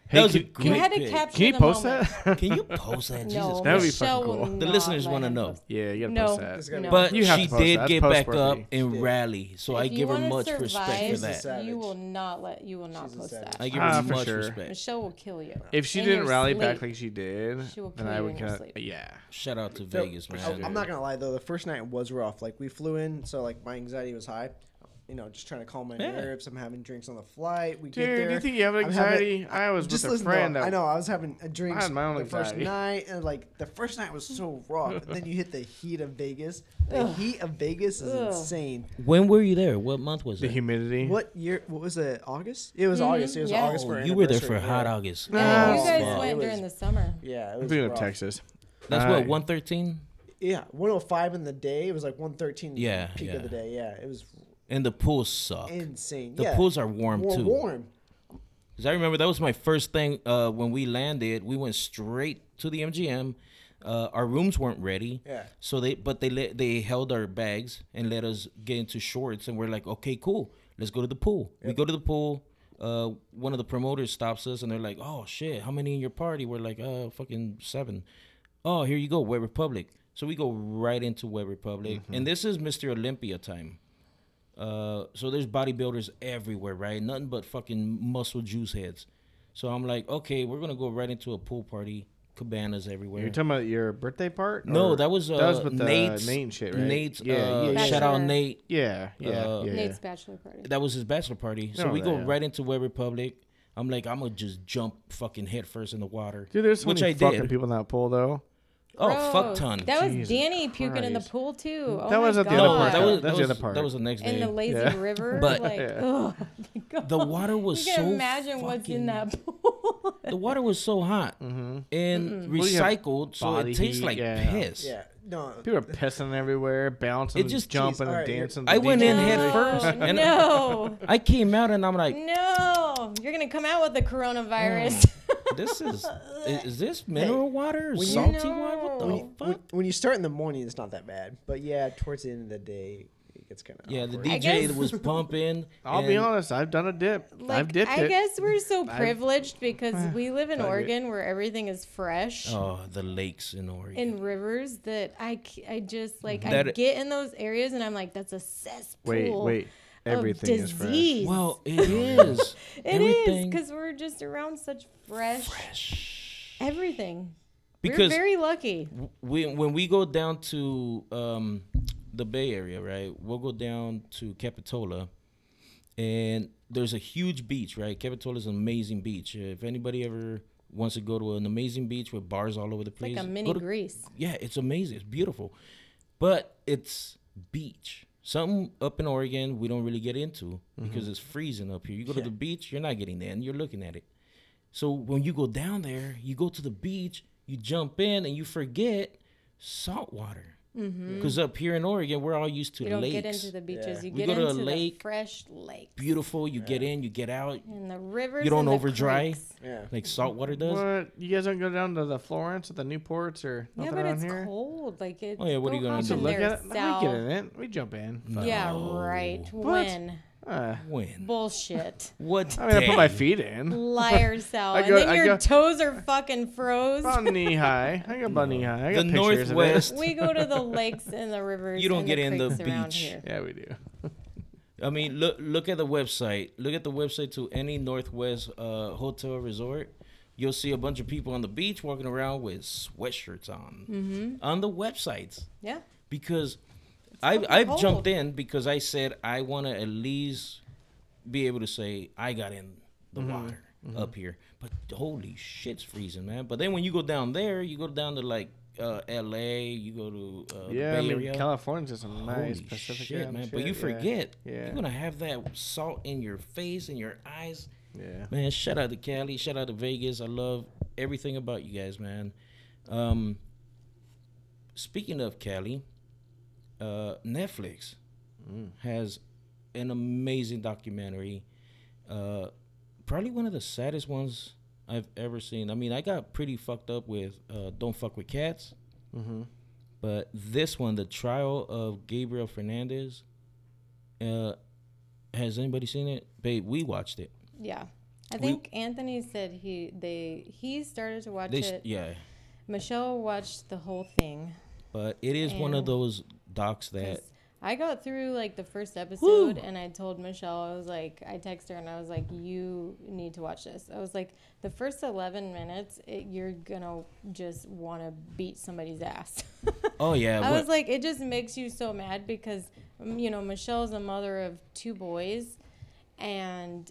Speaker 3: Hey,
Speaker 2: was a
Speaker 3: can,
Speaker 5: You
Speaker 2: great-
Speaker 3: can,
Speaker 5: had to
Speaker 2: Great.
Speaker 5: capture
Speaker 3: can you
Speaker 5: the
Speaker 3: post
Speaker 5: moment.
Speaker 3: that?
Speaker 2: Can you post that? Jesus
Speaker 5: No,
Speaker 2: Christ.
Speaker 3: That'd be
Speaker 5: Michelle
Speaker 3: fucking
Speaker 5: will
Speaker 3: cool.
Speaker 2: The
Speaker 5: not
Speaker 2: listeners
Speaker 5: let
Speaker 2: wanna
Speaker 5: him
Speaker 2: know.
Speaker 5: post-
Speaker 3: yeah, you gotta
Speaker 5: No.
Speaker 3: post that.
Speaker 4: It's gonna be-
Speaker 5: No.
Speaker 2: But
Speaker 3: You have
Speaker 2: she
Speaker 3: to post
Speaker 2: did
Speaker 3: that.
Speaker 2: get
Speaker 3: That's
Speaker 2: back up
Speaker 3: post-worthy.
Speaker 2: and
Speaker 4: did.
Speaker 2: rally, so I
Speaker 5: If you
Speaker 2: give her
Speaker 5: wanna
Speaker 2: much respect for
Speaker 5: survive,
Speaker 2: that.
Speaker 4: that.
Speaker 5: You will not let. You will not
Speaker 4: She's a
Speaker 5: post
Speaker 4: savage.
Speaker 5: that.
Speaker 2: I give her
Speaker 3: Ah, for
Speaker 2: much
Speaker 3: sure.
Speaker 2: respect.
Speaker 5: Michelle will kill you.
Speaker 3: If she
Speaker 5: In
Speaker 3: didn't
Speaker 5: your
Speaker 3: rally
Speaker 5: sleep.
Speaker 3: back like she did,
Speaker 5: She will
Speaker 3: then
Speaker 5: kill
Speaker 3: I
Speaker 5: you
Speaker 3: would
Speaker 5: in your
Speaker 3: kind of
Speaker 5: sleep.
Speaker 3: yeah.
Speaker 2: Shout out to
Speaker 4: So,
Speaker 2: Vegas,
Speaker 4: I-
Speaker 2: man.
Speaker 4: I'm not gonna lie though, the first night was rough. Like we flew in, so like my anxiety was high. You know, just trying to calm my
Speaker 2: Yeah.
Speaker 4: nerves. I'm having drinks on the flight. We get
Speaker 3: Dude,
Speaker 4: there.
Speaker 3: do you think you have
Speaker 4: I'm having-
Speaker 3: anxiety? I was
Speaker 4: just
Speaker 3: with a
Speaker 4: listen. to
Speaker 3: friend.
Speaker 4: it.
Speaker 3: that,
Speaker 4: I know I was having a drink
Speaker 3: I had my own
Speaker 4: the first
Speaker 3: anxiety.
Speaker 4: night, and like the first night was so rough. and then you hit the heat of Vegas. The heat of Vegas is
Speaker 5: Ugh.
Speaker 4: insane.
Speaker 2: When were you there? What month was
Speaker 3: The
Speaker 2: it?
Speaker 3: humidity.
Speaker 4: What year? What was it? August? It
Speaker 3: Mm-hmm.
Speaker 4: was August. It was
Speaker 5: yeah.
Speaker 4: August for
Speaker 2: Oh, you were there for
Speaker 4: anniversary,
Speaker 2: hot
Speaker 4: yeah.
Speaker 2: August.
Speaker 5: And
Speaker 3: Oh,
Speaker 5: you guys
Speaker 4: fuck.
Speaker 5: went
Speaker 4: It
Speaker 5: during the
Speaker 4: was-
Speaker 5: summer.
Speaker 4: Yeah, it was
Speaker 3: Speaking of
Speaker 4: rough.
Speaker 3: Texas.
Speaker 2: That's
Speaker 3: All
Speaker 2: what
Speaker 3: right.
Speaker 2: 113,
Speaker 4: Yeah, 105 in the day. It was like 113.
Speaker 2: Yeah,
Speaker 4: peak
Speaker 2: yeah.
Speaker 4: of the day. Yeah, it was
Speaker 2: and the pools suck.
Speaker 4: insane.
Speaker 2: The
Speaker 4: yeah.
Speaker 2: pools are warm
Speaker 4: More
Speaker 2: too.
Speaker 4: warm.
Speaker 2: Cause I remember that was my first thing uh, when we landed. We went straight to the MGM. Uh, our rooms weren't ready,
Speaker 4: Yeah.
Speaker 2: so they but they let they held our bags and let us get into shorts, and we're like, okay, cool, let's go to the pool. We go to the pool. Uh, one of the promoters stops us, and they're like, oh shit, how many in your party? We're like, uh, fucking seven. Oh, here you go, Web Republic. So we go right into Web Republic,
Speaker 4: Mm-hmm.
Speaker 2: and this is Mr. Olympia time. Uh, so there's bodybuilders everywhere, right? Nothing but fucking muscle juice heads. So I'm like, okay, we're gonna go right into a pool party, cabanas everywhere.
Speaker 3: You're talking about your birthday part?
Speaker 2: no,
Speaker 3: Or-
Speaker 2: that was uh,
Speaker 3: that was with the
Speaker 2: Nate's
Speaker 3: Nate and shit, right?
Speaker 2: Nate's,
Speaker 3: yeah,
Speaker 2: uh,
Speaker 3: yeah, yeah,
Speaker 2: shout out
Speaker 5: Bachelor.
Speaker 2: Nate.
Speaker 3: yeah, yeah,
Speaker 2: uh,
Speaker 3: yeah, yeah.
Speaker 5: Nate's bachelor party.
Speaker 2: That was his bachelor party. So
Speaker 3: No,
Speaker 2: we go
Speaker 3: yeah.
Speaker 2: right into Web Republic. I'm like, I'm gonna just jump fucking head first in the water.
Speaker 3: Dude, there's so
Speaker 2: which I
Speaker 3: many fucking
Speaker 2: did.
Speaker 3: people in that pool though.
Speaker 2: Oh fuck
Speaker 5: Gross.
Speaker 2: ton.
Speaker 5: That was
Speaker 3: Jesus
Speaker 5: Danny puking in the
Speaker 3: Christ.
Speaker 5: pool too. Oh
Speaker 3: That
Speaker 5: my
Speaker 3: wasn't the
Speaker 5: God.
Speaker 3: other
Speaker 2: no,
Speaker 3: part.
Speaker 2: that was
Speaker 3: That's
Speaker 2: that
Speaker 3: the
Speaker 2: was,
Speaker 3: other part.
Speaker 2: that was the next
Speaker 5: in
Speaker 2: day.
Speaker 5: the lazy
Speaker 3: Yeah.
Speaker 5: river.
Speaker 2: But-
Speaker 5: like,
Speaker 3: Yeah.
Speaker 5: oh my God.
Speaker 2: the water was
Speaker 5: you can
Speaker 2: so
Speaker 5: imagine what's
Speaker 2: fucking-
Speaker 5: in that pool.
Speaker 2: the water was so hot and
Speaker 3: Mm-hmm. Well, you have
Speaker 2: recycled, so
Speaker 3: body
Speaker 2: it tastes
Speaker 3: heat,
Speaker 2: like
Speaker 3: yeah.
Speaker 2: piss.
Speaker 4: Yeah. No.
Speaker 3: People are pissing everywhere, bouncing,
Speaker 2: It just-
Speaker 3: jumping,
Speaker 4: Jeez, all
Speaker 3: and
Speaker 4: right, here-
Speaker 3: dancing.
Speaker 2: I
Speaker 3: The
Speaker 2: went
Speaker 3: DJ
Speaker 2: in head
Speaker 5: no,
Speaker 2: first, and-
Speaker 5: no,
Speaker 2: I came out and I'm like,
Speaker 5: no. You're gonna come out with the coronavirus.
Speaker 3: Mm.
Speaker 2: this is is, is this mineral water, or
Speaker 4: when you-
Speaker 2: salty water? What the
Speaker 5: When
Speaker 2: fuck?
Speaker 4: When, when you start in the morning, it's not that bad. But yeah, towards the end of the day, it gets kind of.
Speaker 2: yeah, the
Speaker 5: I
Speaker 2: DJ
Speaker 5: guess-
Speaker 2: was pumping.
Speaker 3: I'll be
Speaker 2: and-
Speaker 3: honest, I've done a dip.
Speaker 5: like,
Speaker 3: I've dipped
Speaker 5: I
Speaker 3: it.
Speaker 5: guess we're so privileged because we live in
Speaker 3: fuck it.
Speaker 5: Oregon where everything is fresh.
Speaker 2: Oh, the lakes in Oregon.
Speaker 5: in rivers that I, c- I just like I
Speaker 2: That-
Speaker 5: get in those areas and I'm like that's a cesspool.
Speaker 3: Wait, wait.
Speaker 5: of
Speaker 3: Everything is fresh.
Speaker 5: disease.
Speaker 2: well, it is.
Speaker 5: It is
Speaker 2: Everything
Speaker 5: because we're just around such fresh, everything. we're
Speaker 2: because
Speaker 5: very lucky.
Speaker 2: when when we go down to um, the Bay Area, right? We'll go down to Capitola, and there's a huge beach, right? Capitola is an amazing beach. If anybody ever wants to go to an amazing beach with bars all over the place,
Speaker 5: Like a
Speaker 2: go
Speaker 5: mini
Speaker 2: to-
Speaker 5: Greece.
Speaker 2: yeah, it's amazing. It's beautiful, but it's beach. Something up in Oregon we don't really get into
Speaker 3: Mm-hmm.
Speaker 2: because it's freezing up here. You go to the beach, you're not getting that, and you're looking at it. So when you go down there, you go to the beach, you jump in, and you forget salt water. Because up here in Oregon, we're all used to
Speaker 5: Mm-hmm. You don't
Speaker 2: lakes.
Speaker 5: get into the beaches. You
Speaker 2: We
Speaker 5: get
Speaker 2: go to a
Speaker 5: into the
Speaker 2: lake.
Speaker 5: fresh lake
Speaker 2: Beautiful. You get in, you get out,
Speaker 5: and the rivers.
Speaker 2: You don't
Speaker 5: and the
Speaker 2: overdry?
Speaker 5: creeks.
Speaker 4: Yeah.
Speaker 2: like salt water does.
Speaker 3: What? You guys don't go down to the Florence or the Newports or
Speaker 5: Yeah,
Speaker 3: nothing
Speaker 5: but
Speaker 3: around
Speaker 5: it's
Speaker 3: here?
Speaker 5: cold. Like it's.
Speaker 2: Oh, yeah, what are you
Speaker 5: don't
Speaker 2: gonna
Speaker 5: hop
Speaker 2: do?
Speaker 5: in
Speaker 3: Look
Speaker 5: there,
Speaker 3: at it. We
Speaker 5: Sal.
Speaker 3: get in it. We jump in.
Speaker 5: Yeah,
Speaker 2: No.
Speaker 5: right.
Speaker 3: What?
Speaker 5: When
Speaker 3: Uh,
Speaker 2: When?
Speaker 5: bullshit,
Speaker 2: What?
Speaker 3: I mean, I put my
Speaker 2: day?
Speaker 3: feet in.
Speaker 5: liar, Sal.
Speaker 3: I
Speaker 5: and
Speaker 3: go-
Speaker 5: then
Speaker 3: I
Speaker 5: your
Speaker 3: go-
Speaker 5: toes are fucking froze.
Speaker 3: About knee high. I got about knee high. I
Speaker 2: The
Speaker 3: got pictures
Speaker 2: Northwest.
Speaker 5: We go to the lakes and the rivers.
Speaker 2: You don't
Speaker 5: and
Speaker 2: get in the
Speaker 5: creeks around
Speaker 2: beach.
Speaker 5: Here.
Speaker 3: Of it. Yeah, we do.
Speaker 2: I mean, look look at the website. Look at the website to any Northwest uh, hotel resort. You'll see a bunch of people on the beach walking around with sweatshirts on
Speaker 5: Mm-hmm.
Speaker 2: on the websites
Speaker 5: Yeah.
Speaker 2: because I
Speaker 5: fucking
Speaker 2: I've
Speaker 5: cold.
Speaker 2: jumped in because I said I want to at least be able to say I got in the
Speaker 3: Mm-hmm.
Speaker 2: water up here. But holy shit's freezing, man. But then when you go down there, you go down to like uh, L.A. You go to uh, the
Speaker 3: Yeah,
Speaker 2: Bay
Speaker 3: I mean,
Speaker 2: Area.
Speaker 3: California's just a
Speaker 2: Holy
Speaker 3: nice Pacific
Speaker 2: shit,
Speaker 3: Island
Speaker 2: man! But you
Speaker 3: yeah.
Speaker 2: forget
Speaker 3: Yeah.
Speaker 2: you're gonna have that salt in your face and your eyes,
Speaker 3: yeah.
Speaker 2: man. Shout out to Cali, shout out to Vegas. I love everything about you guys, man. Um, speaking of Cali, uh, Netflix
Speaker 3: Mm.
Speaker 2: has an amazing documentary. Uh, probably one of the saddest ones I've ever seen. I mean, I got pretty fucked up with uh, "Don't Fuck with Cats."
Speaker 3: Mm-hmm.
Speaker 2: But this one, the trial of Gabriel Fernandez, uh, has anybody seen it? Babe, we watched it.
Speaker 5: Yeah. I think Anthony said he they he started to watch
Speaker 2: They, s-
Speaker 5: it.
Speaker 2: yeah,
Speaker 5: Michelle watched the whole thing.
Speaker 2: but it is one of
Speaker 5: And-
Speaker 2: those docs that
Speaker 5: 'Cause I got through like the first episode and I told Michelle I was like I texted her and I was like you need to watch this. I was like the first 11 minutes it, you're going to just want to beat somebody's ass.
Speaker 2: oh yeah,
Speaker 5: I
Speaker 2: what-
Speaker 5: was like, it just makes you so mad because, um, you know, Michelle's a mother of two boys, and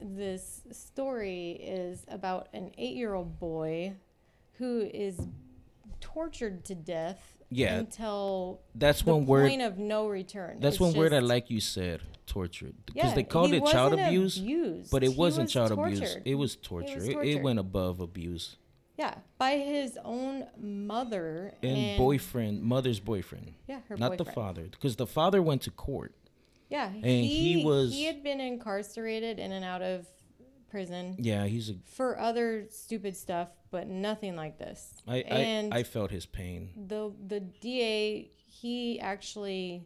Speaker 5: this story is about an eight year old boy who is tortured to death
Speaker 2: Yeah.
Speaker 5: until
Speaker 2: that's
Speaker 5: the
Speaker 2: one word.
Speaker 5: point of no return.
Speaker 2: that's
Speaker 5: It's
Speaker 2: one word I
Speaker 5: just-
Speaker 2: like you said, tortured, because
Speaker 5: Yeah,
Speaker 2: they called
Speaker 5: he
Speaker 2: it child
Speaker 5: wasn't
Speaker 2: abuse,
Speaker 5: abused.
Speaker 2: but it
Speaker 5: He
Speaker 2: wasn't
Speaker 5: was
Speaker 2: child abuse.
Speaker 5: tortured.
Speaker 2: It was torture. It, it
Speaker 5: tortured.
Speaker 2: went above abuse
Speaker 5: yeah, by his own mother
Speaker 2: and, boyfriend, mother's boyfriend,
Speaker 5: Yeah, her
Speaker 2: not the
Speaker 5: boyfriend.
Speaker 2: father, because the father went to court.
Speaker 5: Yeah,
Speaker 2: he was-
Speaker 5: he had been incarcerated in and out of prison
Speaker 2: Yeah, he's a.
Speaker 5: for other stupid stuff, but nothing like this.
Speaker 2: I
Speaker 5: and Mm,
Speaker 2: I, I felt his pain.
Speaker 5: the the DA he actually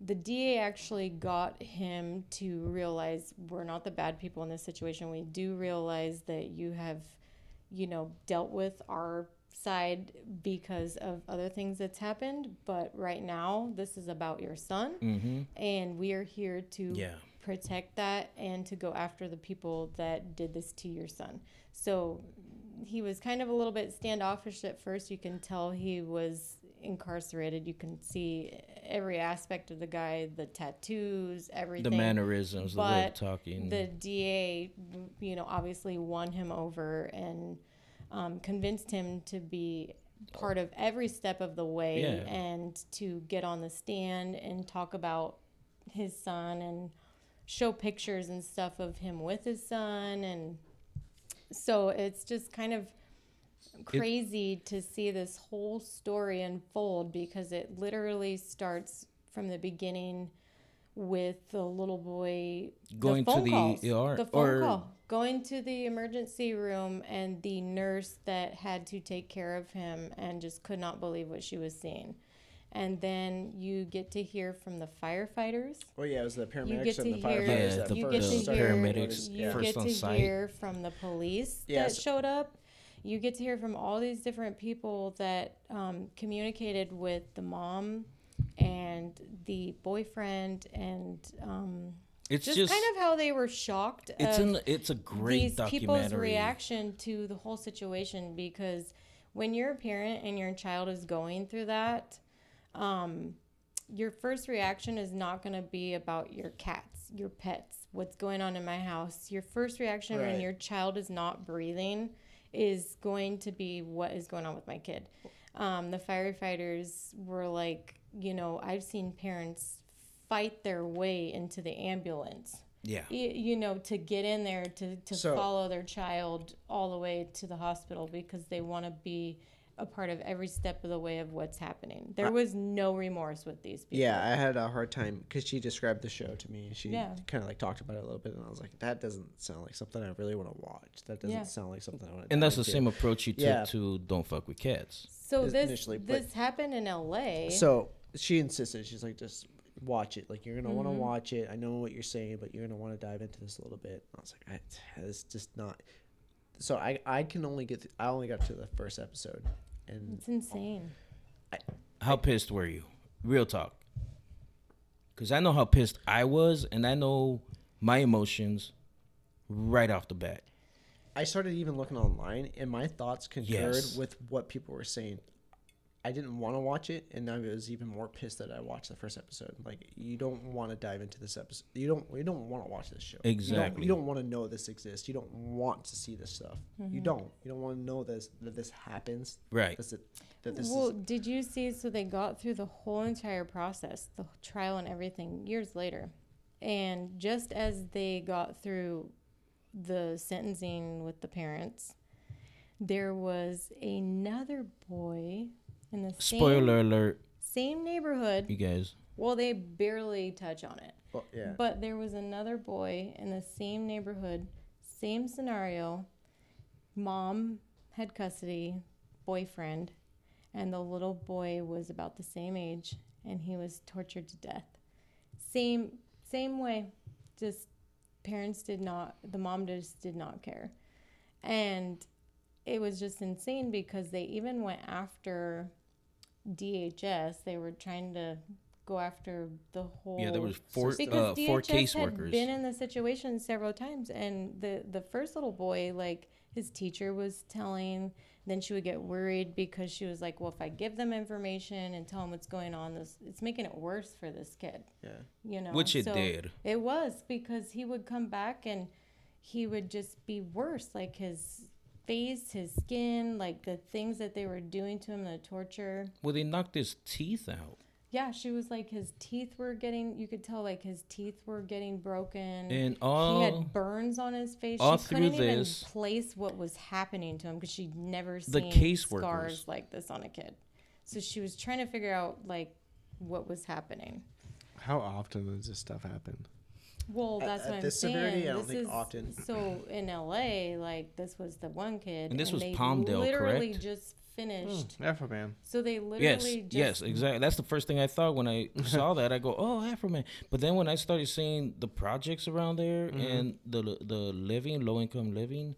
Speaker 5: the DA actually got him to realize we're not the bad people in this situation. We do realize that you have, you know, dealt with our side because of other things that's happened, but right now this is about your son and we are here to
Speaker 2: Mm-hmm. Yeah.
Speaker 5: protect that and to go after the people that did this to your son. So he was kind of a little bit standoffish at first. You can tell he was incarcerated. You can see every aspect of the guy, the tattoos, everything.
Speaker 2: the mannerisms, the way of
Speaker 5: but
Speaker 2: talking.
Speaker 5: The DA, you know, obviously won him over and um, convinced him to be part of every step of the way
Speaker 2: Yeah.
Speaker 5: and to get on the stand and talk about his son and show pictures and stuff of him with his son and so it's just kind of crazy to see this whole story unfold because it literally starts from the beginning with the little boy
Speaker 2: Going to
Speaker 5: phone
Speaker 2: the
Speaker 5: calls,
Speaker 2: ER
Speaker 5: the phone
Speaker 2: or-
Speaker 5: call going to the emergency room and the nurse that had to take care of him and just could not believe what she was seeing and then you get to hear from the firefighters
Speaker 4: Well, yeah, it was the
Speaker 5: you
Speaker 4: paramedics
Speaker 5: get to
Speaker 4: and the
Speaker 5: hear,
Speaker 4: firefighters
Speaker 2: Yeah,
Speaker 4: that
Speaker 2: the-
Speaker 5: you get
Speaker 4: first
Speaker 5: to
Speaker 2: the
Speaker 5: hear,
Speaker 4: started
Speaker 2: paramedics
Speaker 5: you
Speaker 2: first
Speaker 5: get
Speaker 2: on
Speaker 5: to
Speaker 2: site.
Speaker 5: hear from the police
Speaker 4: Yes.
Speaker 5: that showed up. You get to hear from all these different people that um, communicated with the mom and the boyfriend, and um,
Speaker 2: it's
Speaker 5: just,
Speaker 2: just,
Speaker 5: kind of how they were shocked.
Speaker 2: it's
Speaker 5: of
Speaker 2: an it's a great
Speaker 5: these people's
Speaker 2: documentary.
Speaker 5: reaction to the whole situation because when you're a parent and your child is going through that um, your first reaction is not going to be about your cats your pets what's going on in my house your first reaction
Speaker 4: Right.
Speaker 5: when your child is not breathing is going to be what is going on with my kid um, the firefighters were like you know i've seen parents fight their way into the ambulance
Speaker 2: yeah,
Speaker 5: y- you know to get in there to, to
Speaker 4: So-
Speaker 5: follow their child all the way to the hospital because they want to be a part of every step of the way of what's happening there was no remorse with these people
Speaker 4: Yeah, I had a hard time because she described the show to me. and She
Speaker 5: Yeah.
Speaker 4: kind of like talked about it a little bit, and I was like, that doesn't sound like something I really want to watch. That doesn't
Speaker 5: Yeah.
Speaker 4: sound like something I want to.
Speaker 2: and that's the same approach you took
Speaker 4: Yeah.
Speaker 2: to "Don't Fuck with Cats."
Speaker 5: so
Speaker 4: is
Speaker 5: this
Speaker 4: initially, but-
Speaker 5: this happened in la
Speaker 4: So she insisted. She's like, just watch it. Like you're gonna want to watch it. I know what you're saying, but you're gonna want to dive into this a little bit. And I was like, I, it's just not. So I I can only get th- I only got to the first episode, and
Speaker 5: it's insane
Speaker 2: How pissed were you? Real talk. Because I know how pissed I was, and I know my emotions right off the bat.
Speaker 4: I started even looking online, and my thoughts concurred
Speaker 2: Yes.
Speaker 4: with what people were saying. I didn't want to watch it, and I was even more pissed that I watched the first episode. Like, you don't want to dive into this episode. You don't. You don't want to watch this show. You don't-
Speaker 2: Exactly.
Speaker 4: You don't, want to know this exists. You don't want to see this stuff. You
Speaker 5: Mm-hmm.
Speaker 4: don't. You don't want to know this that this happens.
Speaker 2: Right.
Speaker 4: That's it, that this
Speaker 5: well
Speaker 4: is
Speaker 5: did you see so they got through the whole entire process the trial and everything years later and just as they got through the sentencing with the parents there was another boy in the
Speaker 2: Spoiler alert,
Speaker 5: same, same
Speaker 2: you
Speaker 5: neighborhood
Speaker 2: guys.
Speaker 5: well they barely touch on it
Speaker 4: well, yeah.
Speaker 5: but there was another boy in the same neighborhood, same scenario. Mom had custody, boyfriend, and the little boy was about the same age and he was tortured to death. Same same way. Just parents did not the mom just did not care. And it was just insane because they even went after DHS. They were trying to go after the whole
Speaker 2: Yeah, there was four
Speaker 5: because
Speaker 2: uh,
Speaker 5: DHS
Speaker 2: four
Speaker 5: had
Speaker 2: caseworkers.
Speaker 5: been in the situation several times, and the the first little boy, like his teacher was telling, then she would get worried because she was like, "Well, if I give them information and tell them what's going on, this it's making it worse for this kid."
Speaker 4: Yeah.
Speaker 5: you know,
Speaker 2: Which it did.
Speaker 5: It was because he would come back and he would just be worse, like his face, his skin, like the things that they were doing to him, the torture.
Speaker 2: Well, they knocked his teeth out,
Speaker 5: Yeah, she was like his teeth were getting. You could tell like his teeth were getting broken.
Speaker 2: and
Speaker 5: he
Speaker 2: all
Speaker 5: had burns on his face.
Speaker 2: all
Speaker 5: she
Speaker 2: through
Speaker 5: couldn't
Speaker 2: this-
Speaker 5: even place what was happening to him because she'd never
Speaker 2: The
Speaker 5: seen
Speaker 2: caseworkers.
Speaker 5: scars like this on a kid. So she was trying to figure out like what was happening.
Speaker 3: How often does this stuff happen?
Speaker 5: Well,
Speaker 4: At-
Speaker 5: that's
Speaker 4: at
Speaker 5: what I'm
Speaker 4: this
Speaker 5: saying.
Speaker 4: severity, I don't
Speaker 5: this
Speaker 4: think
Speaker 5: is
Speaker 4: often.
Speaker 5: so in LA, like this was the one kid,
Speaker 2: And this was
Speaker 5: they
Speaker 2: Palmdale,
Speaker 5: Literally
Speaker 2: correct?
Speaker 5: just
Speaker 4: Hmm.
Speaker 5: finished.
Speaker 3: Afro man.
Speaker 5: So they
Speaker 2: yes,
Speaker 5: literally just
Speaker 2: yes, exactly. That's the first thing I thought when I saw that. I go, oh, Afro Man. But then when I started seeing the projects around there
Speaker 5: Mm-hmm.
Speaker 2: and the the living, low income living,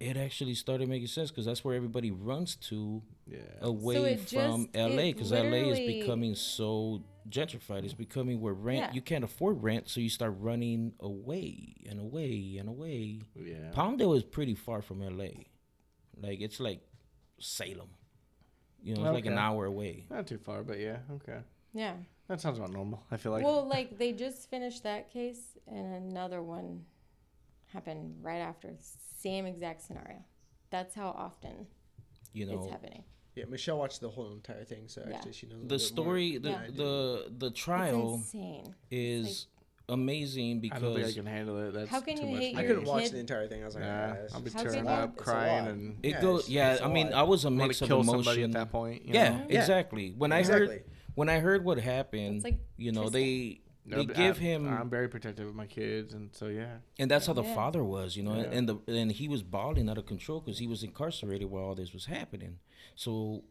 Speaker 2: it actually started making sense because that's where everybody runs to
Speaker 3: Yeah.
Speaker 2: away
Speaker 5: it
Speaker 2: from
Speaker 5: just-
Speaker 2: LA
Speaker 5: it
Speaker 2: because LA is
Speaker 5: literally-
Speaker 2: becoming so gentrified. It's becoming where rent
Speaker 5: Yeah.
Speaker 2: you can't afford rent, so you start running away and away and away.
Speaker 3: Yeah.
Speaker 2: Palmdale is pretty far from LA. Like it's like Salem. You know, it's like an
Speaker 3: Okay.
Speaker 2: hour away.
Speaker 3: Not too far, but yeah. Okay.
Speaker 5: Yeah.
Speaker 3: That sounds about normal. I feel like.
Speaker 5: well, like they just finished that case, and another one happened right after. Same exact scenario. That's how often
Speaker 2: You know,
Speaker 5: it's happening.
Speaker 4: Yeah, Michelle watched the whole entire thing, so
Speaker 5: Yeah.
Speaker 4: actually she knows. a
Speaker 2: the
Speaker 4: little bit more
Speaker 2: story, the
Speaker 4: than I do.
Speaker 2: the the
Speaker 5: It's
Speaker 2: trial
Speaker 5: insane.
Speaker 2: is amazing
Speaker 3: I don't think I
Speaker 2: because
Speaker 3: can handle it. That's
Speaker 5: How can
Speaker 3: too
Speaker 5: you
Speaker 3: much.
Speaker 5: hate
Speaker 3: for
Speaker 4: I
Speaker 5: your
Speaker 3: me.
Speaker 4: couldn't watch
Speaker 5: Kid-
Speaker 4: the entire thing. I was like, "Ah,
Speaker 3: Nah,
Speaker 4: nah,
Speaker 3: I'll be
Speaker 5: How can
Speaker 3: tearing
Speaker 5: you-
Speaker 3: up,
Speaker 5: It's
Speaker 4: a
Speaker 3: crying,
Speaker 4: lot.
Speaker 3: and
Speaker 2: it
Speaker 4: yeah,
Speaker 2: goes.
Speaker 4: it's-
Speaker 2: Yeah,
Speaker 4: it's a
Speaker 2: I mean,
Speaker 4: lot.
Speaker 2: I was a
Speaker 3: want
Speaker 2: mix
Speaker 3: to
Speaker 2: of
Speaker 3: kill
Speaker 2: emotion.
Speaker 3: somebody at that point. you
Speaker 2: Yeah,
Speaker 3: know?
Speaker 4: Yeah.
Speaker 2: exactly. When I heard
Speaker 4: Exactly.
Speaker 2: when I heard what happened,
Speaker 5: It's like
Speaker 2: you know, they
Speaker 3: No,
Speaker 2: they
Speaker 3: but
Speaker 2: give
Speaker 3: I-
Speaker 2: him
Speaker 3: I'm very protective of my kids, and so yeah.
Speaker 2: and that's how the
Speaker 5: Yeah.
Speaker 2: father was, you know,
Speaker 3: Yeah.
Speaker 2: and the and he was bawling out of control because he was incarcerated while all this was happening. So,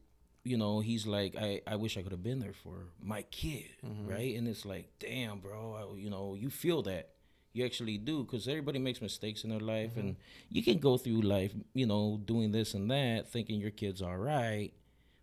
Speaker 2: you know, he's like, I, I wish I could have been there for my kid,
Speaker 3: Mm-hmm.
Speaker 2: right? And it's like, damn, bro, I, you know, you feel that. You actually do because everybody makes mistakes in their life, and
Speaker 3: Mm-hmm.
Speaker 2: you can go through life, you know, doing this and that, thinking your kid's all right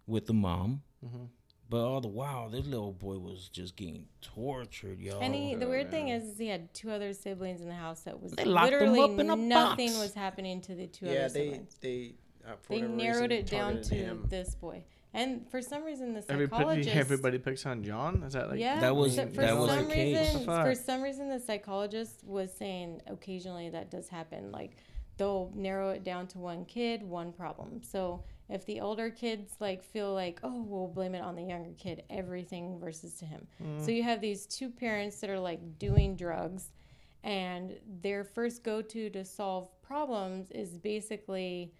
Speaker 2: with the mom.
Speaker 3: Mm-hmm.
Speaker 2: But all the while, this little boy was just getting tortured, y'all.
Speaker 5: And he,
Speaker 4: Oh,
Speaker 5: the weird thing is, is he had two other siblings in the house that was
Speaker 2: They locked 'em
Speaker 5: literally
Speaker 2: up in a
Speaker 5: nothing
Speaker 2: box.
Speaker 5: was happening to the two
Speaker 4: Yeah,
Speaker 5: other
Speaker 4: they
Speaker 5: siblings.
Speaker 4: they uh, for
Speaker 5: They
Speaker 4: whatever
Speaker 5: narrowed
Speaker 4: reason,
Speaker 5: it down
Speaker 4: targeted
Speaker 5: to
Speaker 4: him.
Speaker 5: this boy, and for some reason, the
Speaker 3: Everybody,
Speaker 5: psychologist.
Speaker 3: everybody picks on John. Is that like?
Speaker 5: yeah,
Speaker 2: That was-
Speaker 5: so for
Speaker 2: that
Speaker 5: some
Speaker 2: was the case.
Speaker 5: reason,
Speaker 3: What the
Speaker 5: for
Speaker 3: fuck?
Speaker 5: some reason, the psychologist was saying occasionally that does happen. Like they'll narrow it down to one kid, one problem. So if the older kids like feel like, oh, we'll blame it on the younger kid, everything versus to him. So
Speaker 3: Mm.
Speaker 5: you have these two parents that are like doing drugs, and their first go-to to solve problems is basically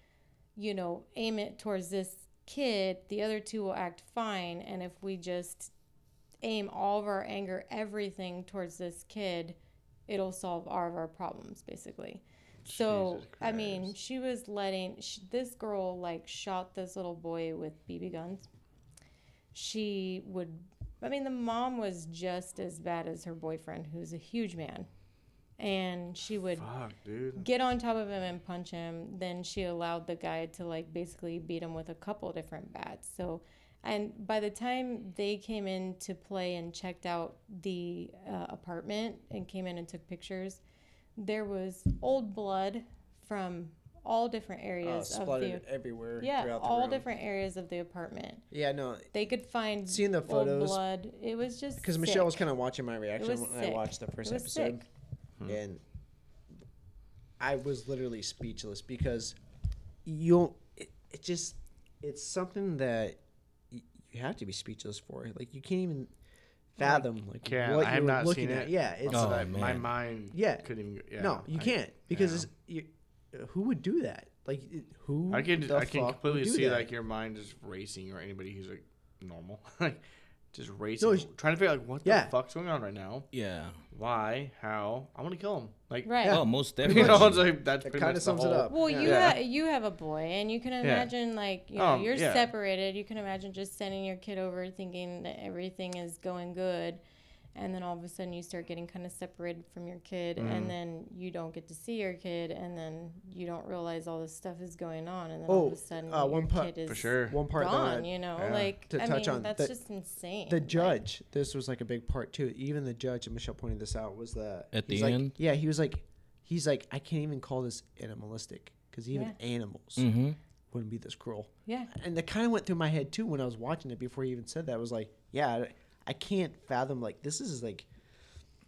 Speaker 5: you know, aim it towards this kid, the other two will act fine. And if we just aim all of our anger, everything towards this kid, it'll solve all of our problems, basically. So,
Speaker 3: Jesus
Speaker 5: I mean,
Speaker 3: Christ.
Speaker 5: she was letting sh this girl like shot this little boy with BB guns. She would, I mean, the mom was just as bad as her boyfriend, who's a huge man. And she would
Speaker 3: Fuck, dude.
Speaker 5: get on top of him and punch him. Then she allowed the guy to like basically beat him with a couple different bats. So, and by the time they came in to play and checked out the uh, apartment and came in and took pictures, there was old blood from all different
Speaker 4: Uh,
Speaker 5: areas of the
Speaker 4: splattered everywhere.
Speaker 5: yeah
Speaker 4: throughout the
Speaker 5: all
Speaker 4: room.
Speaker 5: different areas of the apartment.
Speaker 4: Yeah, no,
Speaker 5: They could find
Speaker 4: Seeing the
Speaker 5: old
Speaker 4: photos-
Speaker 5: blood. It was just
Speaker 4: because Michelle was
Speaker 5: sick.
Speaker 4: kind of watching my reaction
Speaker 5: was
Speaker 4: when I
Speaker 5: sick.
Speaker 4: watched the
Speaker 5: It
Speaker 4: first
Speaker 5: was
Speaker 4: episode,
Speaker 5: sick.
Speaker 3: Hmm.
Speaker 4: and I was literally speechless because you it, it just it's something that y- you have to be speechless for. Like you can't even fathom like
Speaker 3: Can
Speaker 4: what
Speaker 3: I
Speaker 4: you
Speaker 3: have
Speaker 4: were
Speaker 3: not
Speaker 4: looking
Speaker 3: seen
Speaker 4: at.
Speaker 3: it.
Speaker 4: Yeah, it's
Speaker 2: Oh,
Speaker 3: Like, My
Speaker 2: man.
Speaker 3: mind.
Speaker 4: Yeah.
Speaker 3: Couldn't even. Yeah,
Speaker 4: no, you
Speaker 3: I-
Speaker 4: can't because
Speaker 3: yeah.
Speaker 4: it's you, who would do that? Like it- who?
Speaker 3: I can
Speaker 4: the
Speaker 3: I can
Speaker 4: fuck would
Speaker 3: completely
Speaker 4: do
Speaker 3: see
Speaker 4: that?
Speaker 3: like your mind just racing or anybody who's like normal like just racing
Speaker 4: it's-
Speaker 3: trying to figure out like what
Speaker 4: Yeah.
Speaker 3: the fuck's going on right now
Speaker 2: yeah.
Speaker 3: why how I want to kill him like
Speaker 5: right.
Speaker 2: Oh, most definitely.
Speaker 3: you know it's like that's
Speaker 4: that
Speaker 3: pretty much
Speaker 4: kind
Speaker 3: the
Speaker 4: of sums
Speaker 3: whole-
Speaker 4: it up.
Speaker 5: Well,
Speaker 4: yeah.
Speaker 5: you
Speaker 3: Yeah.
Speaker 5: ha- you have a boy, and you can imagine like you know
Speaker 3: Um,
Speaker 5: you're
Speaker 3: yeah.
Speaker 5: separated. You can imagine just sending your kid over, thinking that everything is going good, and then all of a sudden you start getting kind of separated from your kid,
Speaker 4: Mm.
Speaker 5: and then you don't get to see your kid, and then you don't realize all this stuff is going on, and then all of
Speaker 4: Oh,
Speaker 5: a sudden
Speaker 4: uh,
Speaker 5: your
Speaker 4: one part-
Speaker 5: kid is
Speaker 3: for sure
Speaker 4: one part that I-
Speaker 5: gone. You know,
Speaker 3: Yeah.
Speaker 5: like
Speaker 4: To
Speaker 5: I
Speaker 4: touch
Speaker 5: mean,
Speaker 4: on
Speaker 5: that's
Speaker 4: the-
Speaker 5: just insane.
Speaker 4: The
Speaker 5: Like,
Speaker 4: judge, this was like a big part too. Even the judge, and Michelle pointed this out, was that
Speaker 2: At
Speaker 4: he's
Speaker 2: the
Speaker 4: like-
Speaker 2: end?
Speaker 4: Yeah, he was like, he's like, I can't even call this animalistic because even animals
Speaker 2: Mm-hmm.
Speaker 4: wouldn't be this cruel.
Speaker 5: yeah,
Speaker 4: And that kind of went through my head too when I was watching it before he even said that. I was like, yeah, I, I can't fathom like this is like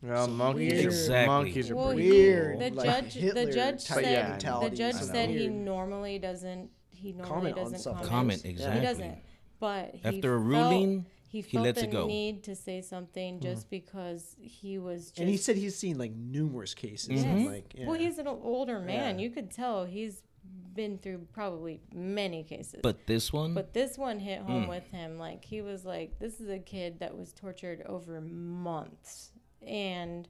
Speaker 3: well, monkeys are-
Speaker 2: Exactly.
Speaker 3: monkeys are
Speaker 5: Well,
Speaker 3: pretty
Speaker 5: he-
Speaker 4: weird.
Speaker 5: The
Speaker 4: like,
Speaker 5: judge,
Speaker 4: Hitler
Speaker 5: the judge
Speaker 4: type
Speaker 5: said,
Speaker 3: Yeah, I know.
Speaker 5: the
Speaker 4: mentalities.
Speaker 5: judge
Speaker 4: I know.
Speaker 5: said he
Speaker 4: Weird.
Speaker 5: normally doesn't. He normally
Speaker 4: Comment on
Speaker 5: doesn't
Speaker 4: something.
Speaker 2: Comment
Speaker 5: comment.
Speaker 4: Yeah. He
Speaker 2: exactly.
Speaker 5: He doesn't. But he
Speaker 2: After a
Speaker 5: felt-
Speaker 2: ruling, he
Speaker 5: he, felt
Speaker 2: lets
Speaker 5: the
Speaker 2: it go. Mm-hmm.
Speaker 5: need to say something just because he was just.
Speaker 4: and he said he's seen like numerous cases. And,
Speaker 5: Yes.
Speaker 4: like, yeah.
Speaker 5: Well, he's an o- older man.
Speaker 4: Yeah.
Speaker 5: You could tell he's been through probably many cases.
Speaker 2: But this one,
Speaker 5: But this one hit
Speaker 2: Hmm.
Speaker 5: home with him. Like he was like, this is a kid that was tortured over months, and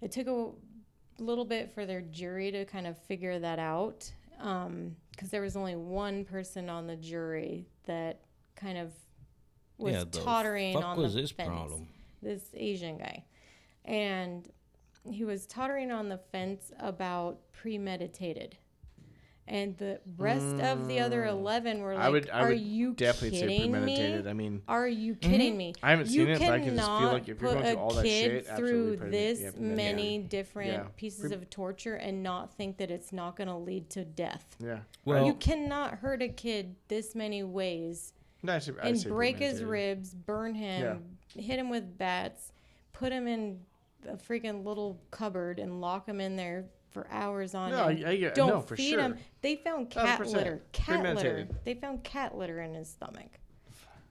Speaker 5: it took a little bit for their jury to kind of figure that out, because there was only one person on the jury that kind of was
Speaker 2: yeah, the
Speaker 5: tottering
Speaker 2: fuck
Speaker 5: on
Speaker 2: was
Speaker 5: the
Speaker 2: this
Speaker 5: fence
Speaker 2: problem?
Speaker 5: this Asian guy. And he was tottering on the fence about premeditated. And the rest of the other 11 were like,
Speaker 3: Hmm. I would I
Speaker 5: Are
Speaker 3: would
Speaker 5: you
Speaker 3: definitely say
Speaker 5: kidding
Speaker 3: premeditated
Speaker 5: me?
Speaker 3: I mean
Speaker 5: Are you kidding me?
Speaker 3: I haven't
Speaker 5: You
Speaker 3: seen it, but I can just feel
Speaker 5: cannot
Speaker 3: like if you're
Speaker 5: put
Speaker 3: going through
Speaker 5: a
Speaker 3: all that
Speaker 5: kid
Speaker 3: shit, absolutely
Speaker 5: through
Speaker 3: put it in-
Speaker 5: this
Speaker 3: yeah, put it in.
Speaker 5: many different
Speaker 3: Yeah.
Speaker 5: pieces of torture and not think that it's not going to lead to death.
Speaker 3: yeah
Speaker 2: Well,
Speaker 5: You cannot hurt a kid this many ways
Speaker 3: No, I see- I
Speaker 5: and
Speaker 3: see what you
Speaker 5: break
Speaker 3: mean,
Speaker 5: his
Speaker 3: too.
Speaker 5: ribs, burn him, hit him with bats, put him in a freaking little cupboard and lock him in there for hours on
Speaker 3: No,
Speaker 5: end.
Speaker 3: I- I get-
Speaker 5: Don't
Speaker 3: no, for
Speaker 5: feed
Speaker 3: sure.
Speaker 5: him. They found cat
Speaker 3: 100%.
Speaker 5: litter. Cat litter.
Speaker 3: Premeditated.
Speaker 5: They found cat litter in his stomach.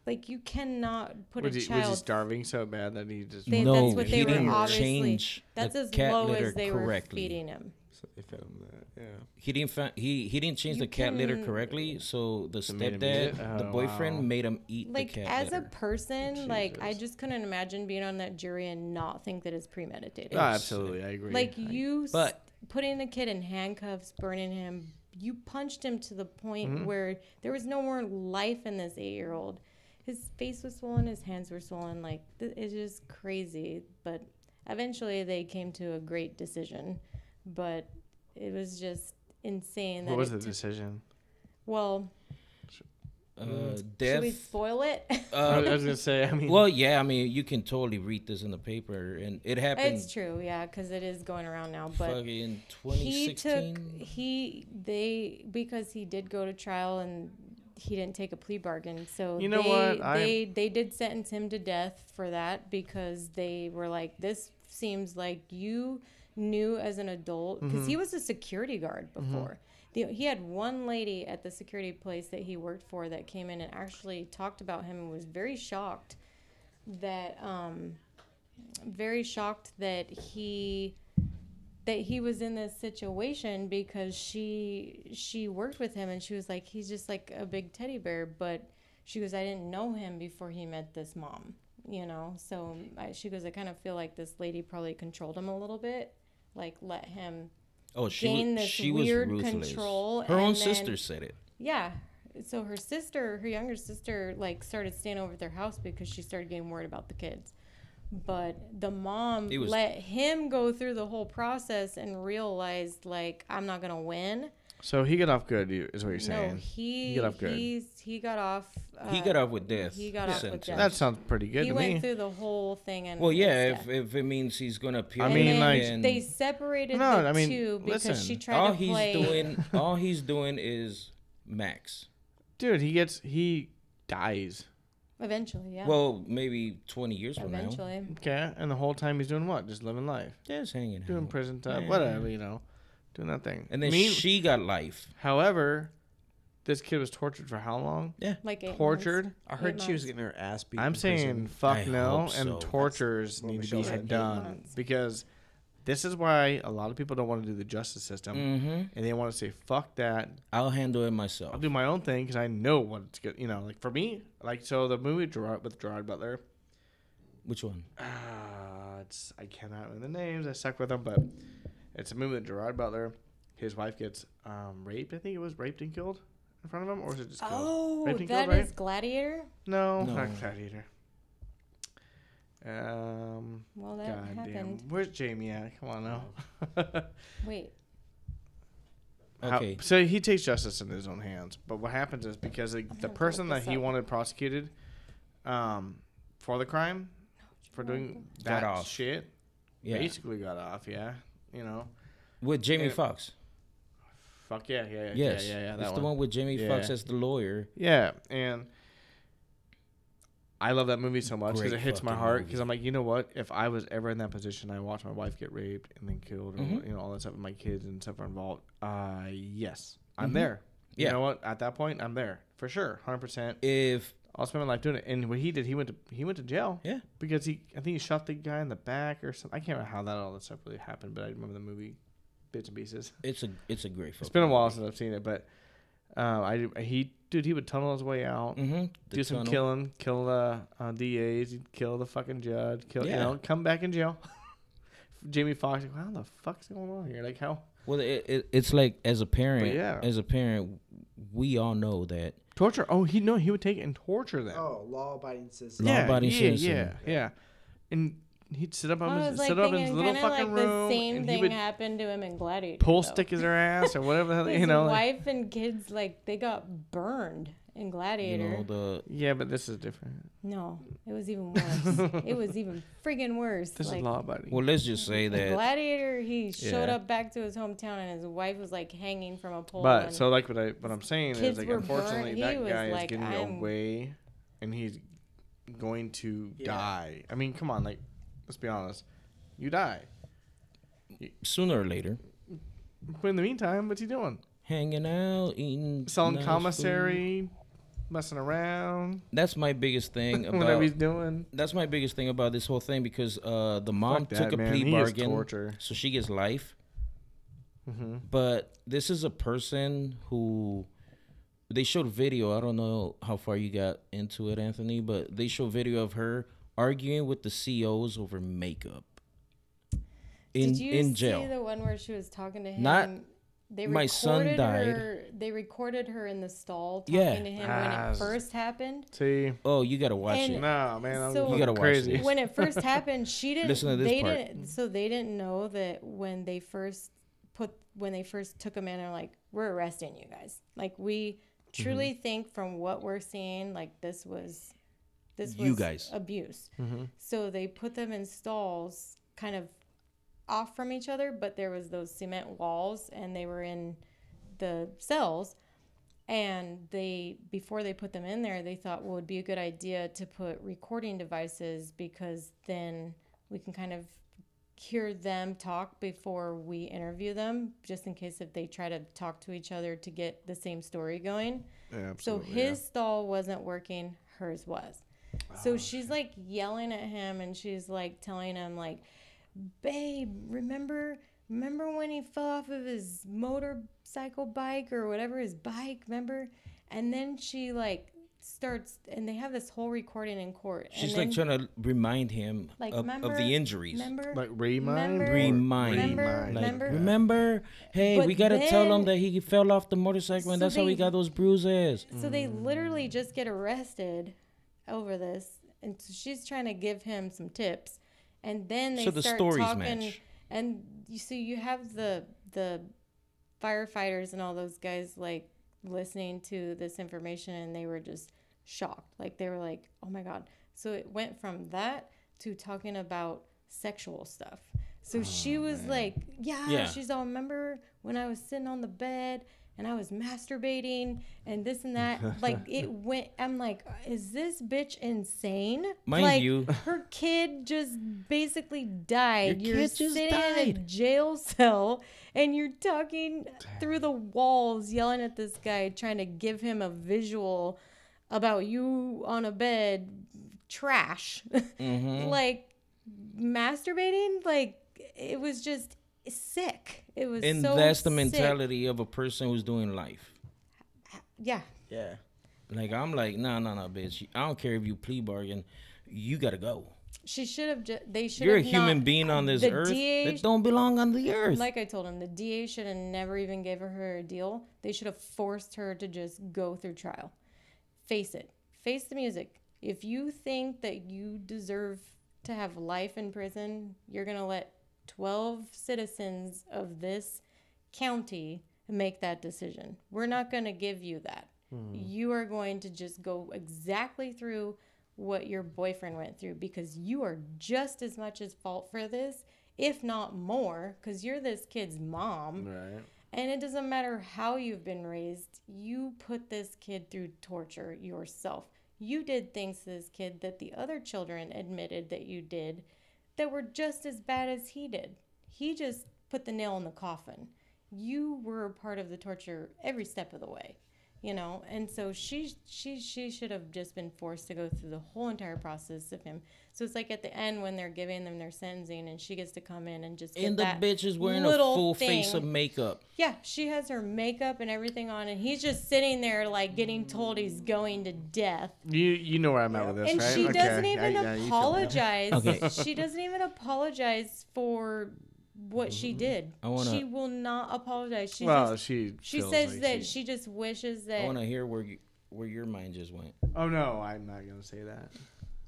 Speaker 5: Like you cannot put
Speaker 3: Was he,
Speaker 5: a
Speaker 3: was he
Speaker 5: child.
Speaker 3: starving so bad that he just
Speaker 5: They,
Speaker 2: No,
Speaker 5: that's what
Speaker 2: he
Speaker 5: they
Speaker 2: didn't
Speaker 5: were obviously.
Speaker 2: change the
Speaker 5: That's as
Speaker 2: cat
Speaker 5: low
Speaker 2: litter
Speaker 5: as they
Speaker 2: correctly.
Speaker 5: were feeding him.
Speaker 6: So they found that. Yeah.
Speaker 2: He didn't find, he he didn't change
Speaker 5: You
Speaker 2: the cat litter
Speaker 5: can-
Speaker 2: correctly, so the
Speaker 3: made him eat
Speaker 2: stepdad,
Speaker 3: it?
Speaker 2: the
Speaker 3: Oh,
Speaker 2: boyfriend,
Speaker 3: wow.
Speaker 2: made him eat
Speaker 5: Like
Speaker 2: the cat
Speaker 5: as
Speaker 2: litter.
Speaker 5: a person, like I
Speaker 3: Jesus.
Speaker 5: just couldn't imagine being on that jury and not think that it's premeditated.
Speaker 3: Oh, absolutely, I agree.
Speaker 5: Like you s-
Speaker 2: but-
Speaker 5: putting a kid in handcuffs, burning him. You punched him to the point where there was no more life in this eight-year-old. His face was swollen, his hands were swollen. Like th- it's just crazy. But eventually, they came to a great decision. But it was just insane. That
Speaker 3: what was
Speaker 5: it
Speaker 3: the
Speaker 5: took-
Speaker 3: decision?
Speaker 5: well, Mm,
Speaker 2: uh,
Speaker 5: should we
Speaker 2: death.
Speaker 5: spoil it?
Speaker 3: I
Speaker 2: Uh,
Speaker 3: was- I was gonna say. I mean,
Speaker 2: well, yeah, I mean, you can totally read this in the paper, and it happened.
Speaker 5: it's true, yeah, because it is going around now. But
Speaker 2: fucking
Speaker 5: he took
Speaker 2: 2016.
Speaker 5: he they because he did go to trial and he didn't take a plea bargain so
Speaker 3: You know
Speaker 5: they,
Speaker 3: what? I-
Speaker 5: they they did sentence him to death for that because they were like this seems like you knew as an adult because
Speaker 3: Mm-hmm.
Speaker 5: he was a security guard before The- he had one lady at the security place that he worked for that came in and actually talked about him and was very shocked that um very shocked that he that he was in this situation because she she worked with him and she was like he's just like a big teddy bear but she goes i didn't know him before he met this mom you know so I, she goes i kind of feel like this lady probably controlled him a little bit like let him
Speaker 2: oh, she wa-
Speaker 5: gained this
Speaker 2: she was
Speaker 5: weird
Speaker 2: ruthless.
Speaker 5: control
Speaker 2: Her own
Speaker 5: and then-
Speaker 2: sister said it.
Speaker 5: yeah so her sister her younger sister like started staying over at their house because she started getting worried about the kids but the mom
Speaker 2: It was-
Speaker 5: let him go through the whole process and realized like i'm not gonna win
Speaker 3: so he got off good. you- Is what you're
Speaker 5: no
Speaker 3: saying?
Speaker 5: he
Speaker 3: You got off good.
Speaker 5: he's, he got off uh,
Speaker 2: He got off with death.
Speaker 5: he got off with
Speaker 2: sentence.
Speaker 5: death.
Speaker 3: that sounds pretty good
Speaker 5: he
Speaker 3: to
Speaker 5: went
Speaker 3: me.
Speaker 5: through the whole thing and
Speaker 2: Well, yeah,
Speaker 5: it's
Speaker 2: if,
Speaker 5: death.
Speaker 2: if it means he's gonna appeal,
Speaker 3: I
Speaker 5: and
Speaker 3: mean,
Speaker 5: then
Speaker 3: like-
Speaker 2: then
Speaker 5: they separated
Speaker 3: No,
Speaker 5: the
Speaker 3: I mean,
Speaker 5: two because
Speaker 3: listen,
Speaker 5: she tried
Speaker 2: all
Speaker 5: to
Speaker 2: he's
Speaker 5: play
Speaker 2: doing, all he's doing is Max.
Speaker 3: Dude, he gets he dies.
Speaker 5: eventually yeah
Speaker 2: Well, maybe 20 years from now.
Speaker 5: eventually
Speaker 3: Okay, and the whole time he's doing what? Just living life,
Speaker 2: Just hanging
Speaker 3: doing
Speaker 2: out.
Speaker 3: prison time,
Speaker 2: Yeah.
Speaker 3: whatever you know, doing that thing.
Speaker 2: Mm. And then
Speaker 3: Me-
Speaker 2: she got life.
Speaker 3: however, this kid was tortured for how long?
Speaker 2: Yeah.
Speaker 5: like eight months.
Speaker 3: Tortured.
Speaker 6: I
Speaker 5: Eight
Speaker 6: heard she
Speaker 5: months.
Speaker 6: was getting her ass beat.
Speaker 3: I'm
Speaker 6: in prison.
Speaker 3: saying fuck
Speaker 2: I
Speaker 3: no,
Speaker 2: hope so.
Speaker 3: and tortures
Speaker 6: what
Speaker 3: need to
Speaker 6: Michelle
Speaker 3: be
Speaker 6: said.
Speaker 3: done
Speaker 5: Months.
Speaker 3: because this is why a lot of people don't want to do the justice system,
Speaker 2: Mm-hmm.
Speaker 3: and they want to say fuck that.
Speaker 2: I'll handle it
Speaker 3: I'll
Speaker 2: myself.
Speaker 3: do my own thing because I know what it's good. You know, like for me, like so the movie Gerard, with Gerard Butler.
Speaker 2: Which one?
Speaker 3: uh, it's I cannot remember the names. I stuck with them, but it's a movie with Gerard Butler. His wife gets um, raped. I think it was raped and killed in front of him, or is it just killed?
Speaker 5: Oh, that
Speaker 3: Raped and
Speaker 5: is
Speaker 3: killed, right?
Speaker 5: Gladiator.
Speaker 3: No,
Speaker 2: No.
Speaker 3: not Gladiator. Um,
Speaker 5: Well, that
Speaker 3: goddamn,
Speaker 5: happened.
Speaker 3: where's Jamie at? Come on now.
Speaker 5: Wait,
Speaker 3: How-
Speaker 2: Okay.
Speaker 3: so he takes justice in his own hands. But what happens is because the,
Speaker 5: gonna
Speaker 3: the
Speaker 5: look
Speaker 3: person that
Speaker 5: this
Speaker 3: he
Speaker 5: up.
Speaker 3: wanted prosecuted um, for the crime, for doing
Speaker 2: Got
Speaker 3: that
Speaker 2: off.
Speaker 3: shit,
Speaker 2: Yeah.
Speaker 3: basically got off. Yeah, you know,
Speaker 2: With Jamie
Speaker 3: Yeah.
Speaker 2: Foxx.
Speaker 3: fuck yeah, yeah, yeah,
Speaker 2: Yes.
Speaker 3: yeah, yeah, yeah. That
Speaker 2: it's
Speaker 3: one.
Speaker 2: the one with Jamie
Speaker 3: Yeah.
Speaker 2: Foxx as the lawyer.
Speaker 3: Yeah, and I love that movie so much because
Speaker 2: Great
Speaker 3: it hits my
Speaker 2: fucking
Speaker 3: heart.
Speaker 2: movie.
Speaker 3: Because I'm like, you know what? If I was ever in that position, I watched my wife get raped and then killed, and
Speaker 2: Mm-hmm.
Speaker 3: you know all that stuff, and my kids and stuff are involved. Uh, yes, I'm there.
Speaker 2: Mm-hmm. Yeah.
Speaker 3: You know what? At that point, I'm there for sure, hundred percent.
Speaker 2: If
Speaker 3: I'll spend my life doing it. And what he did, he went to he went to jail.
Speaker 2: Yeah.
Speaker 3: Because he, I think he shot the guy in the back or something. I can't remember how that all that stuff really happened, but I remember the movie, bits and pieces.
Speaker 2: it's a it's a great film.
Speaker 3: It's been a while since I've seen it, but um, I he dude he would tunnel his way out,
Speaker 2: Mm-hmm.
Speaker 3: do some killing, kill the uh, DAs, he'd kill the fucking judge, kill
Speaker 2: Yeah.
Speaker 3: you know, come back in jail. Jamie Foxx, like, how the fuck's going on here? Like how
Speaker 2: Well, it, it, it's like as a parent,
Speaker 3: yeah.
Speaker 2: as a parent, we all know that
Speaker 3: torture? Oh, he no, he would take and torture them.
Speaker 4: Oh, law-abiding citizen.
Speaker 3: yeah,
Speaker 2: law-abiding
Speaker 3: yeah,
Speaker 2: citizen.
Speaker 3: yeah, yeah, and he'd sit up
Speaker 5: I
Speaker 3: on
Speaker 5: was
Speaker 3: his,
Speaker 5: like
Speaker 3: sit up in his
Speaker 5: thinking
Speaker 3: little
Speaker 5: kind of like
Speaker 3: fucking room,
Speaker 5: the same
Speaker 3: and he
Speaker 5: thing Oh.
Speaker 3: would
Speaker 5: happened to him in Gladiator.
Speaker 3: pull
Speaker 5: though.
Speaker 3: stick in their ass or whatever the hell,
Speaker 5: His
Speaker 3: you know. like-
Speaker 5: wife and kids like they got burned in
Speaker 2: You
Speaker 5: Gladiator.
Speaker 2: know the
Speaker 3: yeah, but this is different.
Speaker 5: no, it was even worse. it was even friggin' worse.
Speaker 3: This
Speaker 5: like,
Speaker 3: is law abiding.
Speaker 2: well, let's just say
Speaker 5: in
Speaker 2: that
Speaker 5: Gladiator, he showed
Speaker 3: Yeah.
Speaker 5: up back to his hometown and his wife was like hanging from a pole.
Speaker 3: But
Speaker 5: and
Speaker 3: so like what I what I'm saying is
Speaker 5: kids
Speaker 3: like
Speaker 5: were
Speaker 3: unfortunately
Speaker 5: burnt. He
Speaker 3: that
Speaker 5: was
Speaker 3: guy
Speaker 5: like,
Speaker 3: is getting
Speaker 5: "I'm-
Speaker 3: away and he's going to die. I mean, come on, like let's be honest, you die.
Speaker 2: Sooner or later,
Speaker 3: But in the meantime, what's he doing?
Speaker 2: hanging out, eating,
Speaker 3: Selling
Speaker 2: nice food.
Speaker 3: commissary, messing around,
Speaker 2: That's my biggest thing
Speaker 3: whatever
Speaker 2: about.
Speaker 3: he's doing.
Speaker 2: that's my biggest thing about this whole thing because uh, the mom
Speaker 3: Fuck that,
Speaker 2: took a
Speaker 3: man.
Speaker 2: plea
Speaker 3: He is
Speaker 2: bargain,
Speaker 3: torture. Mm-hmm.
Speaker 2: so she gets life. But this is a person who they showed video. I don't know how far you got into it, Anthony, but they show video of her arguing with the COs over makeup in
Speaker 5: Did you
Speaker 2: in
Speaker 5: see
Speaker 2: jail.
Speaker 5: the one where she was talking to him?
Speaker 2: Not-
Speaker 5: They
Speaker 2: my son
Speaker 5: recorded
Speaker 2: died.
Speaker 5: Her, they recorded her in the stall talking
Speaker 2: Yeah.
Speaker 5: to him
Speaker 3: Ah,
Speaker 5: when it first happened.
Speaker 3: See,
Speaker 2: oh, you gotta watch
Speaker 5: And-
Speaker 2: it.
Speaker 3: no man, I'm
Speaker 5: So- You
Speaker 3: fucking
Speaker 2: gotta watch
Speaker 3: crazy.
Speaker 2: this.
Speaker 5: When it first happened, she didn't.
Speaker 2: Listen to this
Speaker 5: they
Speaker 2: part.
Speaker 5: didn't. So they didn't know that when they first put when they first took him in, they're like, "We're arresting you guys." Like we truly
Speaker 2: Mm-hmm.
Speaker 5: think from what we're seeing, like this was this was
Speaker 2: You guys. Mm-hmm.
Speaker 5: abuse. So they put them in stalls, kind of off from each other, but there was those cement walls, and they were in the cells and they before they put them in there they thought well it would be a good idea to put recording devices because then we can kind of hear them talk before we interview them just in case if they try to talk to each other to get the same story going
Speaker 3: Yeah,
Speaker 5: so
Speaker 3: absolutely, yeah.
Speaker 5: his stall wasn't working hers was
Speaker 3: Oh,
Speaker 5: so she's like yelling at him and she's like telling him like babe remember remember when he fell off of his motorcycle bike or whatever his bike remember and then she like starts and they have this whole recording in court
Speaker 2: She's
Speaker 5: and
Speaker 2: like
Speaker 5: then,
Speaker 2: trying to remind him
Speaker 5: like,
Speaker 2: of, of
Speaker 5: remember-
Speaker 2: the injuries.
Speaker 5: remember
Speaker 3: Like remind,
Speaker 5: Remember-
Speaker 3: or-
Speaker 2: Remind.
Speaker 5: remember
Speaker 2: Like,
Speaker 5: remember
Speaker 2: remember, hey,
Speaker 5: But
Speaker 2: we gotta tell him
Speaker 5: then-
Speaker 2: that he fell off the motorcycle, and
Speaker 5: So
Speaker 2: that's how he
Speaker 5: they-
Speaker 2: got those bruises.
Speaker 5: So they literally just get arrested over this, and so she's trying to give him some tips, and then they
Speaker 2: So the
Speaker 5: start
Speaker 2: stories
Speaker 5: talking.
Speaker 2: match.
Speaker 5: And you see, you have the the firefighters and all those guys like listening to this information, and they were just shocked. Like they were like, "Oh my god!" So it went from that to talking about sexual stuff. So she was like, yeah,
Speaker 2: Yeah.
Speaker 5: she's all, remember when I was sitting on the bed and I was masturbating and this and that? like, it went, I'm like, is this bitch insane?
Speaker 2: Mind
Speaker 5: like,
Speaker 2: you-
Speaker 5: her kid just basically died.
Speaker 2: Your
Speaker 5: you're
Speaker 2: kid just
Speaker 5: sitting in a
Speaker 2: died.
Speaker 5: jail cell and you're talking through the walls, yelling at this guy, trying to give him a visual about you on a bed, trash.
Speaker 2: Mm-hmm.
Speaker 5: like, masturbating like it was just sick it was
Speaker 2: And
Speaker 5: so
Speaker 2: that's the
Speaker 5: sick.
Speaker 2: mentality of a person who's doing life.
Speaker 5: yeah
Speaker 4: Yeah.
Speaker 2: Like I'm like, no, no, no, bitch. I don't care if you plea bargain, you gotta go.
Speaker 5: she should have just they should
Speaker 2: You're a
Speaker 5: have
Speaker 2: human
Speaker 5: not-
Speaker 2: being on this
Speaker 5: the
Speaker 2: earth
Speaker 5: DA
Speaker 2: that don't belong on the earth.
Speaker 5: like i told him the da should have never even given her a deal they should have forced her to just go through trial face it face the music if you think that you deserve to have life in prison you're gonna let 12 citizens of this county make that decision. We're not going to give you that. You are going to just go exactly through what your boyfriend went through because you are just as much at fault for this, if not more, because you're this kid's mom.
Speaker 3: Right.
Speaker 5: And it doesn't matter how you've been raised, you put this kid through torture yourself. You did things to this kid that the other children admitted that you did that were just as bad as he did. He just put the nail in the coffin. You were a part of the torture every step of the way, you know. And so she she she should have just been forced to go through the whole entire process of him. So it's like at the end when they're giving them their sentencing and she gets to come in and just get
Speaker 2: and the
Speaker 5: that
Speaker 2: bitch is wearing a
Speaker 5: little
Speaker 2: full face
Speaker 5: thing.
Speaker 2: of makeup.
Speaker 5: Yeah, she has her makeup and everything on, and he's just sitting there like getting told he's going to death,
Speaker 3: You you know where I'm at with this,
Speaker 5: and
Speaker 3: right?
Speaker 5: she doesn't
Speaker 3: Okay.
Speaker 5: even
Speaker 3: I- yeah, you feel me.
Speaker 5: apologize.
Speaker 2: Okay.
Speaker 5: she doesn't even apologize for what she did.
Speaker 2: Mm-hmm. I wanna-
Speaker 5: She will not apologize. She
Speaker 3: Well,
Speaker 5: just,
Speaker 3: she
Speaker 5: she
Speaker 3: feels
Speaker 5: says
Speaker 3: like
Speaker 5: that she, just wishes
Speaker 2: I
Speaker 5: that.
Speaker 2: want to hear where you, where your mind just went.
Speaker 3: Oh no, I'm not gonna say that.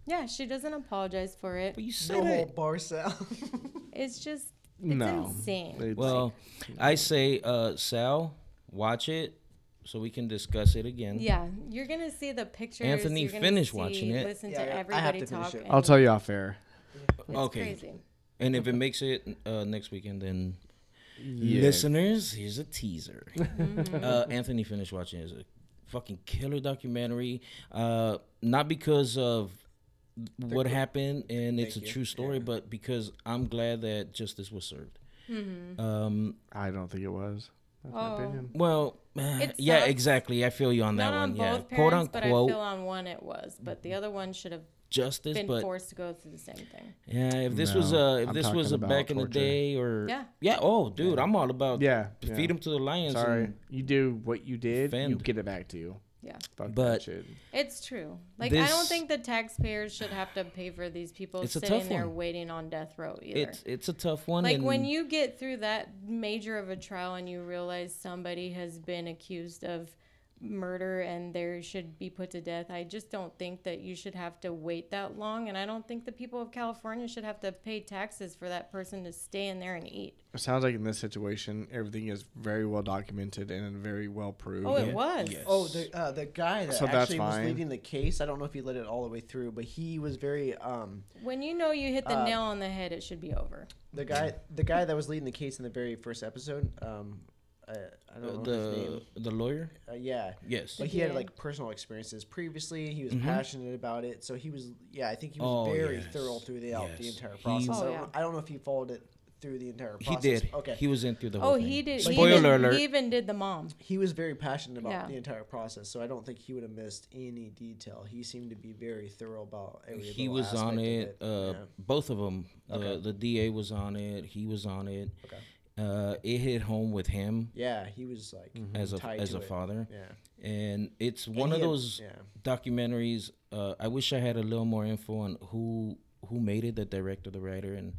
Speaker 5: Yeah, she doesn't apologize for it.
Speaker 2: But you said
Speaker 4: The whole
Speaker 2: it.
Speaker 4: bar cell.
Speaker 5: It's just it's
Speaker 3: No.
Speaker 5: insane.
Speaker 3: It's-
Speaker 2: Well, I say, uh, Sal, watch it so we can discuss it again.
Speaker 5: Yeah, you're gonna see the pictures.
Speaker 2: Anthony,
Speaker 5: you're gonna
Speaker 2: finish
Speaker 5: see-
Speaker 2: watching it.
Speaker 5: Listen
Speaker 4: Yeah,
Speaker 5: to
Speaker 4: yeah, I have
Speaker 5: everybody
Speaker 4: to finish
Speaker 5: talk.
Speaker 4: it.
Speaker 5: and
Speaker 3: I'll tell you off air.
Speaker 5: It's
Speaker 2: Okay.
Speaker 5: crazy.
Speaker 2: And if it makes it uh, next weekend, then
Speaker 3: Yeah.
Speaker 5: Mm-hmm.
Speaker 2: listeners, here's a teaser. Uh, Anthony finished watching it. It's a fucking killer documentary. Uh, not because of what happened and it's a true story, but because I'm glad that justice was served. Um,
Speaker 3: I don't think it was. That's my
Speaker 5: Oh.
Speaker 3: opinion.
Speaker 2: well, uh,
Speaker 5: It
Speaker 2: yeah,
Speaker 5: sucks.
Speaker 2: exactly. I feel you on that
Speaker 5: Not on
Speaker 2: one. yeah,
Speaker 5: both
Speaker 2: quote
Speaker 5: parents, but I
Speaker 2: unquote
Speaker 5: feel on one it was. But the other one should have
Speaker 2: justice,
Speaker 5: been
Speaker 2: but
Speaker 5: forced to go through the same thing.
Speaker 2: Yeah, if this was
Speaker 3: No,
Speaker 2: uh if
Speaker 3: I'm
Speaker 2: this was
Speaker 3: talking
Speaker 2: a
Speaker 3: about
Speaker 2: back in the
Speaker 3: torture.
Speaker 2: day or
Speaker 5: Yeah.
Speaker 2: oh dude, I'm all about
Speaker 3: Yeah,
Speaker 2: feed
Speaker 3: yeah.
Speaker 2: 'em to the lions.
Speaker 3: Sorry,
Speaker 2: and-
Speaker 3: you do what you did. You
Speaker 2: Defend.
Speaker 3: get it back to you.
Speaker 5: Yeah.
Speaker 3: Fuck that
Speaker 2: But-
Speaker 3: shit.
Speaker 5: It's true. Like I
Speaker 2: This-
Speaker 5: don't think the taxpayers should have to pay for these people
Speaker 2: It's a tough
Speaker 5: sitting there
Speaker 2: one.
Speaker 5: waiting on death row either.
Speaker 2: it's it's a tough one.
Speaker 5: like when
Speaker 2: and
Speaker 5: you get through that major of a trial and you realize somebody has been accused of murder and they should be put to death i just don't think that you should have to wait that long and i don't think the people of california should have to pay taxes for that person to stay in there and eat
Speaker 3: It sounds like in this situation, everything is very well documented and very well proved.
Speaker 5: oh it was
Speaker 2: Yes.
Speaker 6: Oh, the uh, the guy that
Speaker 3: So that's
Speaker 6: actually was
Speaker 3: fine.
Speaker 6: leading the case. I don't know if he led it all the way through, but he was very um
Speaker 5: when you know you hit the
Speaker 6: Uh,
Speaker 5: nail on the head it should be over
Speaker 6: the guy the guy that was leading the case in the very first episode. Um, I, I
Speaker 2: Uh,
Speaker 6: don't know his name.
Speaker 2: the the lawyer?
Speaker 6: Uh, yeah,
Speaker 2: Yes.
Speaker 6: but he had
Speaker 5: Yeah.
Speaker 6: like personal experiences previously. He was passionate about it, so he was yeah. I think he was
Speaker 2: Mm-hmm. Oh,
Speaker 6: very
Speaker 2: yes.
Speaker 6: thorough through the out the
Speaker 2: Yes.
Speaker 6: entire
Speaker 2: He-
Speaker 6: process. I,
Speaker 5: Oh,
Speaker 6: don't,
Speaker 5: yeah.
Speaker 6: I don't know if he followed it through the entire
Speaker 2: he
Speaker 6: process.
Speaker 2: did.
Speaker 6: Okay,
Speaker 2: He was in through the whole
Speaker 5: oh
Speaker 2: thing.
Speaker 5: he did he
Speaker 2: Spoiler
Speaker 5: even,
Speaker 2: alert.
Speaker 5: he even did the mom
Speaker 6: he was very passionate about
Speaker 5: Yeah.
Speaker 6: the entire process, so I don't think he would have missed any detail. He seemed to be very thorough about every.
Speaker 2: he
Speaker 6: little
Speaker 2: was on
Speaker 6: aspect of
Speaker 2: it. Uh, Both of them. The, the DA was on it. He was on it.
Speaker 6: Okay.
Speaker 2: Uh, it hit home with him
Speaker 6: yeah. yeah, he was like
Speaker 2: Mm-hmm. as a
Speaker 6: tied
Speaker 2: as
Speaker 6: to
Speaker 2: a
Speaker 6: it.
Speaker 2: father,
Speaker 6: Yeah,
Speaker 2: and it's one
Speaker 6: he
Speaker 2: of
Speaker 6: had-
Speaker 2: those
Speaker 6: yeah.
Speaker 2: documentaries. Uh, I wish I had a little more info on who who made it, the director, the writer, and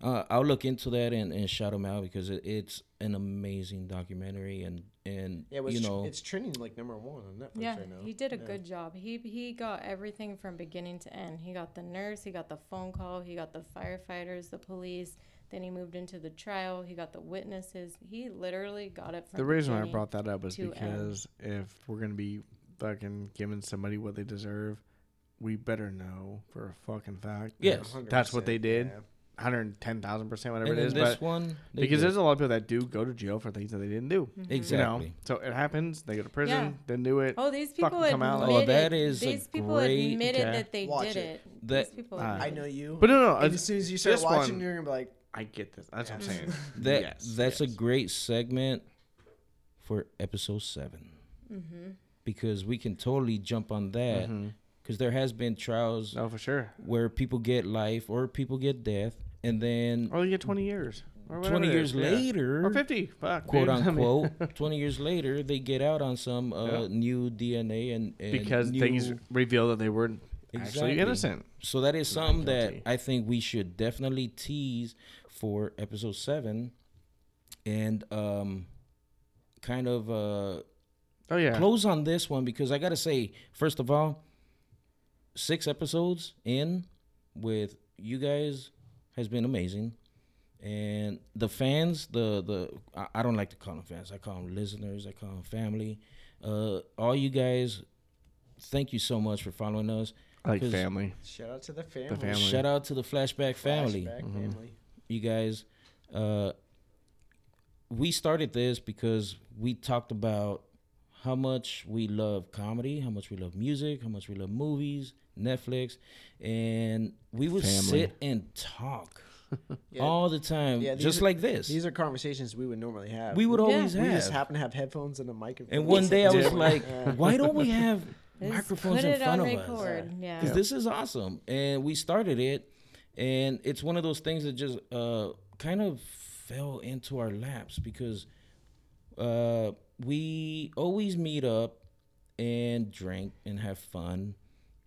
Speaker 2: uh, I'll look into that and, and shout them out because it, it's an amazing documentary and and
Speaker 6: yeah. It was
Speaker 2: you
Speaker 6: tr-
Speaker 2: know
Speaker 6: it's trending like number one on Netflix
Speaker 5: Yeah,
Speaker 6: right now.
Speaker 5: he did a good job. He he got everything from beginning to end. He got the nurse, he got the phone call, he got the firefighters, the police. Then he moved into the trial. He got the witnesses. He literally got it from
Speaker 3: The reason I
Speaker 5: beginning.
Speaker 3: brought that up is
Speaker 5: to end.
Speaker 3: because if we're gonna be fucking giving somebody what they deserve, we better know for a fucking fact. that
Speaker 2: Yes.
Speaker 3: that's what they
Speaker 6: 100%,
Speaker 3: did.
Speaker 6: yeah.
Speaker 3: Hundred ten thousand percent, whatever
Speaker 2: and
Speaker 3: it
Speaker 2: in
Speaker 3: is.
Speaker 2: this
Speaker 3: But
Speaker 2: one they
Speaker 3: because
Speaker 2: did.
Speaker 3: there's a lot of people that do go to jail for things that they didn't do.
Speaker 2: exactly
Speaker 3: You know, so it happens. They go to prison,
Speaker 5: Yeah.
Speaker 3: then do it.
Speaker 5: Oh, these
Speaker 3: Fucking
Speaker 5: people
Speaker 3: come out.
Speaker 5: admitted.
Speaker 2: Oh, that is a
Speaker 5: these people
Speaker 2: great-
Speaker 5: admitted
Speaker 3: Okay.
Speaker 5: that they
Speaker 6: Watch
Speaker 5: did
Speaker 6: it.
Speaker 5: it.
Speaker 2: That- uh,
Speaker 5: these people.
Speaker 3: Ah.
Speaker 6: I
Speaker 5: admitted.
Speaker 6: know you.
Speaker 3: But no, no.
Speaker 6: And
Speaker 3: I-
Speaker 6: as soon as you start
Speaker 3: this
Speaker 6: watching,
Speaker 3: one-
Speaker 6: you're gonna be like,
Speaker 3: I get this. That's what I'm saying.
Speaker 2: that
Speaker 3: Yes,
Speaker 2: that's a
Speaker 3: yes.
Speaker 2: great segment for episode 7 because we can totally jump on that because there has been trials
Speaker 3: No, for sure.
Speaker 2: where people get life or people get death and then
Speaker 3: Or you get 20 years. Or whatever
Speaker 2: 20
Speaker 3: it
Speaker 2: years
Speaker 3: is, yeah.
Speaker 2: later
Speaker 3: Or 50. Fuck.
Speaker 2: quote
Speaker 3: dude. I mean,
Speaker 2: unquote. Twenty years later, they get out on some uh,
Speaker 3: Yeah.
Speaker 2: new DNA and, and
Speaker 3: because things
Speaker 2: new-
Speaker 3: reveal that they were
Speaker 2: Exactly.
Speaker 3: actually innocent.
Speaker 2: So that is something that
Speaker 3: guilty.
Speaker 2: I think we should definitely tease for episode seven, and um, kind of uh,
Speaker 3: Oh, yeah.
Speaker 2: close on this one because I gotta say, first of all, six episodes in with you guys has been amazing, and the fans, the the I, I don't like to call them fans, I call them listeners, I call them family. Uh, all you guys, thank you so much for following us.
Speaker 3: like
Speaker 2: 'cause
Speaker 3: family.
Speaker 6: shout out to the family.
Speaker 3: The family.
Speaker 2: Shout out to the Flashback family Mm-hmm.
Speaker 6: Flashback family.
Speaker 2: you guys uh we started this because we talked about how much we love comedy how much we love music how much we love movies netflix and we would
Speaker 3: Family.
Speaker 2: sit and talk
Speaker 6: Yeah.
Speaker 2: all the time
Speaker 6: Yeah, these
Speaker 2: just
Speaker 6: are-
Speaker 2: like this
Speaker 6: These are conversations we would normally have.
Speaker 2: we would always
Speaker 5: Yeah.
Speaker 6: We
Speaker 2: have,
Speaker 6: just happen to have headphones and a microphone.
Speaker 2: and one day i was
Speaker 3: Dude.
Speaker 2: like why don't we have
Speaker 5: Just
Speaker 2: microphones
Speaker 5: put
Speaker 2: in
Speaker 5: it
Speaker 2: front
Speaker 5: on
Speaker 2: of us
Speaker 5: record. Yeah.
Speaker 2: because this is awesome and we started it and it's one of those things that just uh, kind of fell into our laps because uh, we always meet up and drink and have fun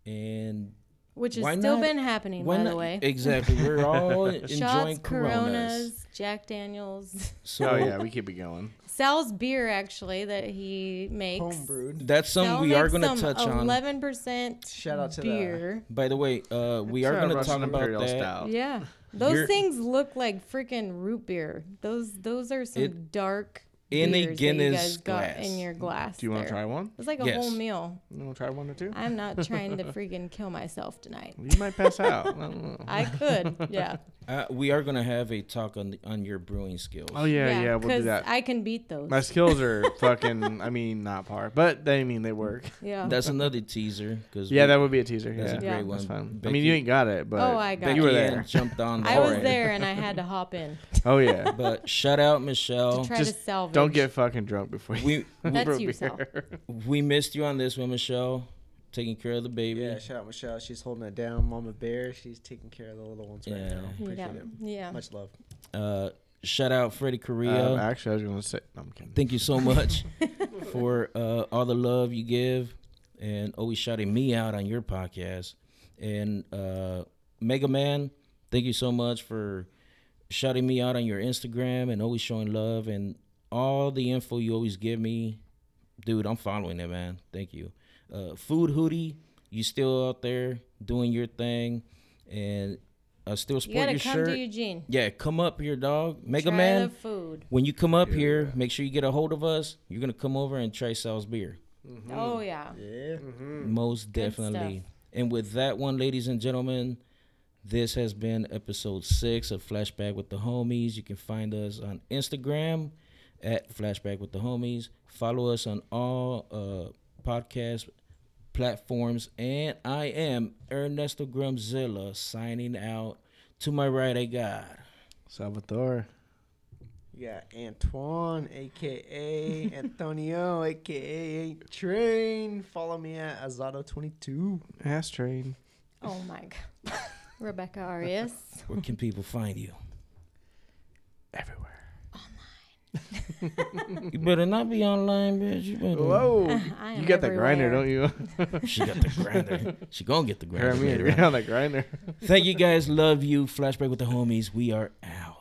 Speaker 2: and
Speaker 5: which has
Speaker 2: why
Speaker 5: still
Speaker 2: not-
Speaker 5: been happening,
Speaker 2: why
Speaker 5: by
Speaker 2: not-
Speaker 5: the way.
Speaker 2: exactly we're all enjoying
Speaker 5: Shots,
Speaker 2: coronas
Speaker 5: Coronas, Jack Daniels,
Speaker 2: so
Speaker 3: oh, yeah. We keep it going.
Speaker 5: Sal's beer actually that he makes.
Speaker 6: homebrewed.
Speaker 2: that's
Speaker 5: Sal
Speaker 2: something we are
Speaker 5: makes
Speaker 2: going to
Speaker 5: some
Speaker 2: touch on
Speaker 5: Eleven percent
Speaker 6: Shout out to the-
Speaker 5: beer.
Speaker 2: by the way uh, we
Speaker 3: Shout
Speaker 2: are
Speaker 3: out
Speaker 2: going to
Speaker 3: Russian
Speaker 2: talk about
Speaker 3: Imperial
Speaker 2: that
Speaker 3: Stout.
Speaker 5: Yeah, those
Speaker 2: You're-
Speaker 5: things look like freaking root beer. Those those are some
Speaker 2: It-
Speaker 5: dark
Speaker 2: in a
Speaker 5: beers that you
Speaker 2: Guinness
Speaker 5: guys got
Speaker 2: glass.
Speaker 5: in your glass.
Speaker 3: Do you want
Speaker 5: there.
Speaker 3: to try one?
Speaker 5: It's like a whole
Speaker 2: Yes.
Speaker 5: meal.
Speaker 3: You want to try one or two?
Speaker 5: I'm not trying to freaking kill myself tonight.
Speaker 3: You might pass out. I don't know.
Speaker 5: I could, yeah.
Speaker 2: Uh, we are gonna have a talk on the, on your brewing skills.
Speaker 3: Oh yeah, yeah, we'll do
Speaker 5: 'cause
Speaker 3: that.
Speaker 5: I can beat those.
Speaker 3: My skills are fucking. I mean, not par, but they I mean they work.
Speaker 5: yeah.
Speaker 2: That's another teaser. Cause
Speaker 3: Yeah,
Speaker 2: we-
Speaker 3: that would be a teaser.
Speaker 2: That's a
Speaker 3: yeah,
Speaker 2: great
Speaker 5: Yeah. Oh,
Speaker 2: one.
Speaker 3: That's fine. I
Speaker 2: Becky-
Speaker 3: mean, you ain't got it, but
Speaker 5: I got
Speaker 2: Becky
Speaker 3: You were
Speaker 5: it.
Speaker 2: Ann
Speaker 3: there.
Speaker 2: Jumped on.
Speaker 5: I was
Speaker 2: already.
Speaker 5: there and I had to hop in
Speaker 3: Oh yeah.
Speaker 2: But shout out
Speaker 5: to
Speaker 2: Michelle.
Speaker 5: try
Speaker 3: Just
Speaker 5: to salvage.
Speaker 3: Don't get fucking drunk before you.
Speaker 2: We
Speaker 5: That's
Speaker 3: brew
Speaker 5: you, Sal.
Speaker 3: beer. Um,
Speaker 2: we missed you on this one, Michelle. Taking care of the baby.
Speaker 6: Yeah, shout out Michelle. She's holding it down. Mama Bear, she's taking care of the little ones right
Speaker 2: Yeah.
Speaker 6: now.
Speaker 5: Yeah.
Speaker 6: Appreciate it.
Speaker 5: Yeah.
Speaker 6: Much love.
Speaker 2: Uh, shout out Freddie Correa.
Speaker 3: Um, actually, I was gonna say. No, I'm kidding.
Speaker 2: Thank you so much for uh, all the love you give and always shouting me out on your podcast. And uh, Mega Man, thank you so much for shouting me out on your Instagram and always showing love and all the info you always give me. Dude, I'm following it, man. Thank you. Uh, Food Hootie, you still out there doing your thing and I still
Speaker 5: You
Speaker 2: support
Speaker 5: gotta
Speaker 2: your
Speaker 5: come
Speaker 2: shirt.
Speaker 5: to Eugene.
Speaker 2: yeah, come up here, dog. Mega
Speaker 5: try
Speaker 2: Man
Speaker 5: the food.
Speaker 2: when you come up here, make sure you get a hold of us. You're gonna come over and try Sal's beer,
Speaker 5: Oh yeah.
Speaker 2: most definitely.
Speaker 5: stuff.
Speaker 2: And with that one, ladies and gentlemen, this has been episode six of Flashback with the Homies. You can find us on Instagram at Flashback with the Homies. Follow us on all uh, podcast platforms. And I am Ernesto Grumzilla signing out. To my right, I got.
Speaker 3: Salvatore.
Speaker 6: You got Antoine, aka Antonio, aka Train. Follow me at Azado22.
Speaker 3: Ass train.
Speaker 5: Oh my god. Rebecca Arias.
Speaker 2: Where can people find you?
Speaker 3: Everywhere.
Speaker 2: You better not be online, bitch. You better.
Speaker 3: Whoa.
Speaker 5: I am
Speaker 3: You got that grinder,
Speaker 5: everywhere.
Speaker 3: don't you?
Speaker 2: She got the grinder. She gonna get the grinder.
Speaker 3: Paramedic
Speaker 2: later on.
Speaker 3: on that grinder.
Speaker 2: Thank you guys. Love you. Flashback with the homies. We are out.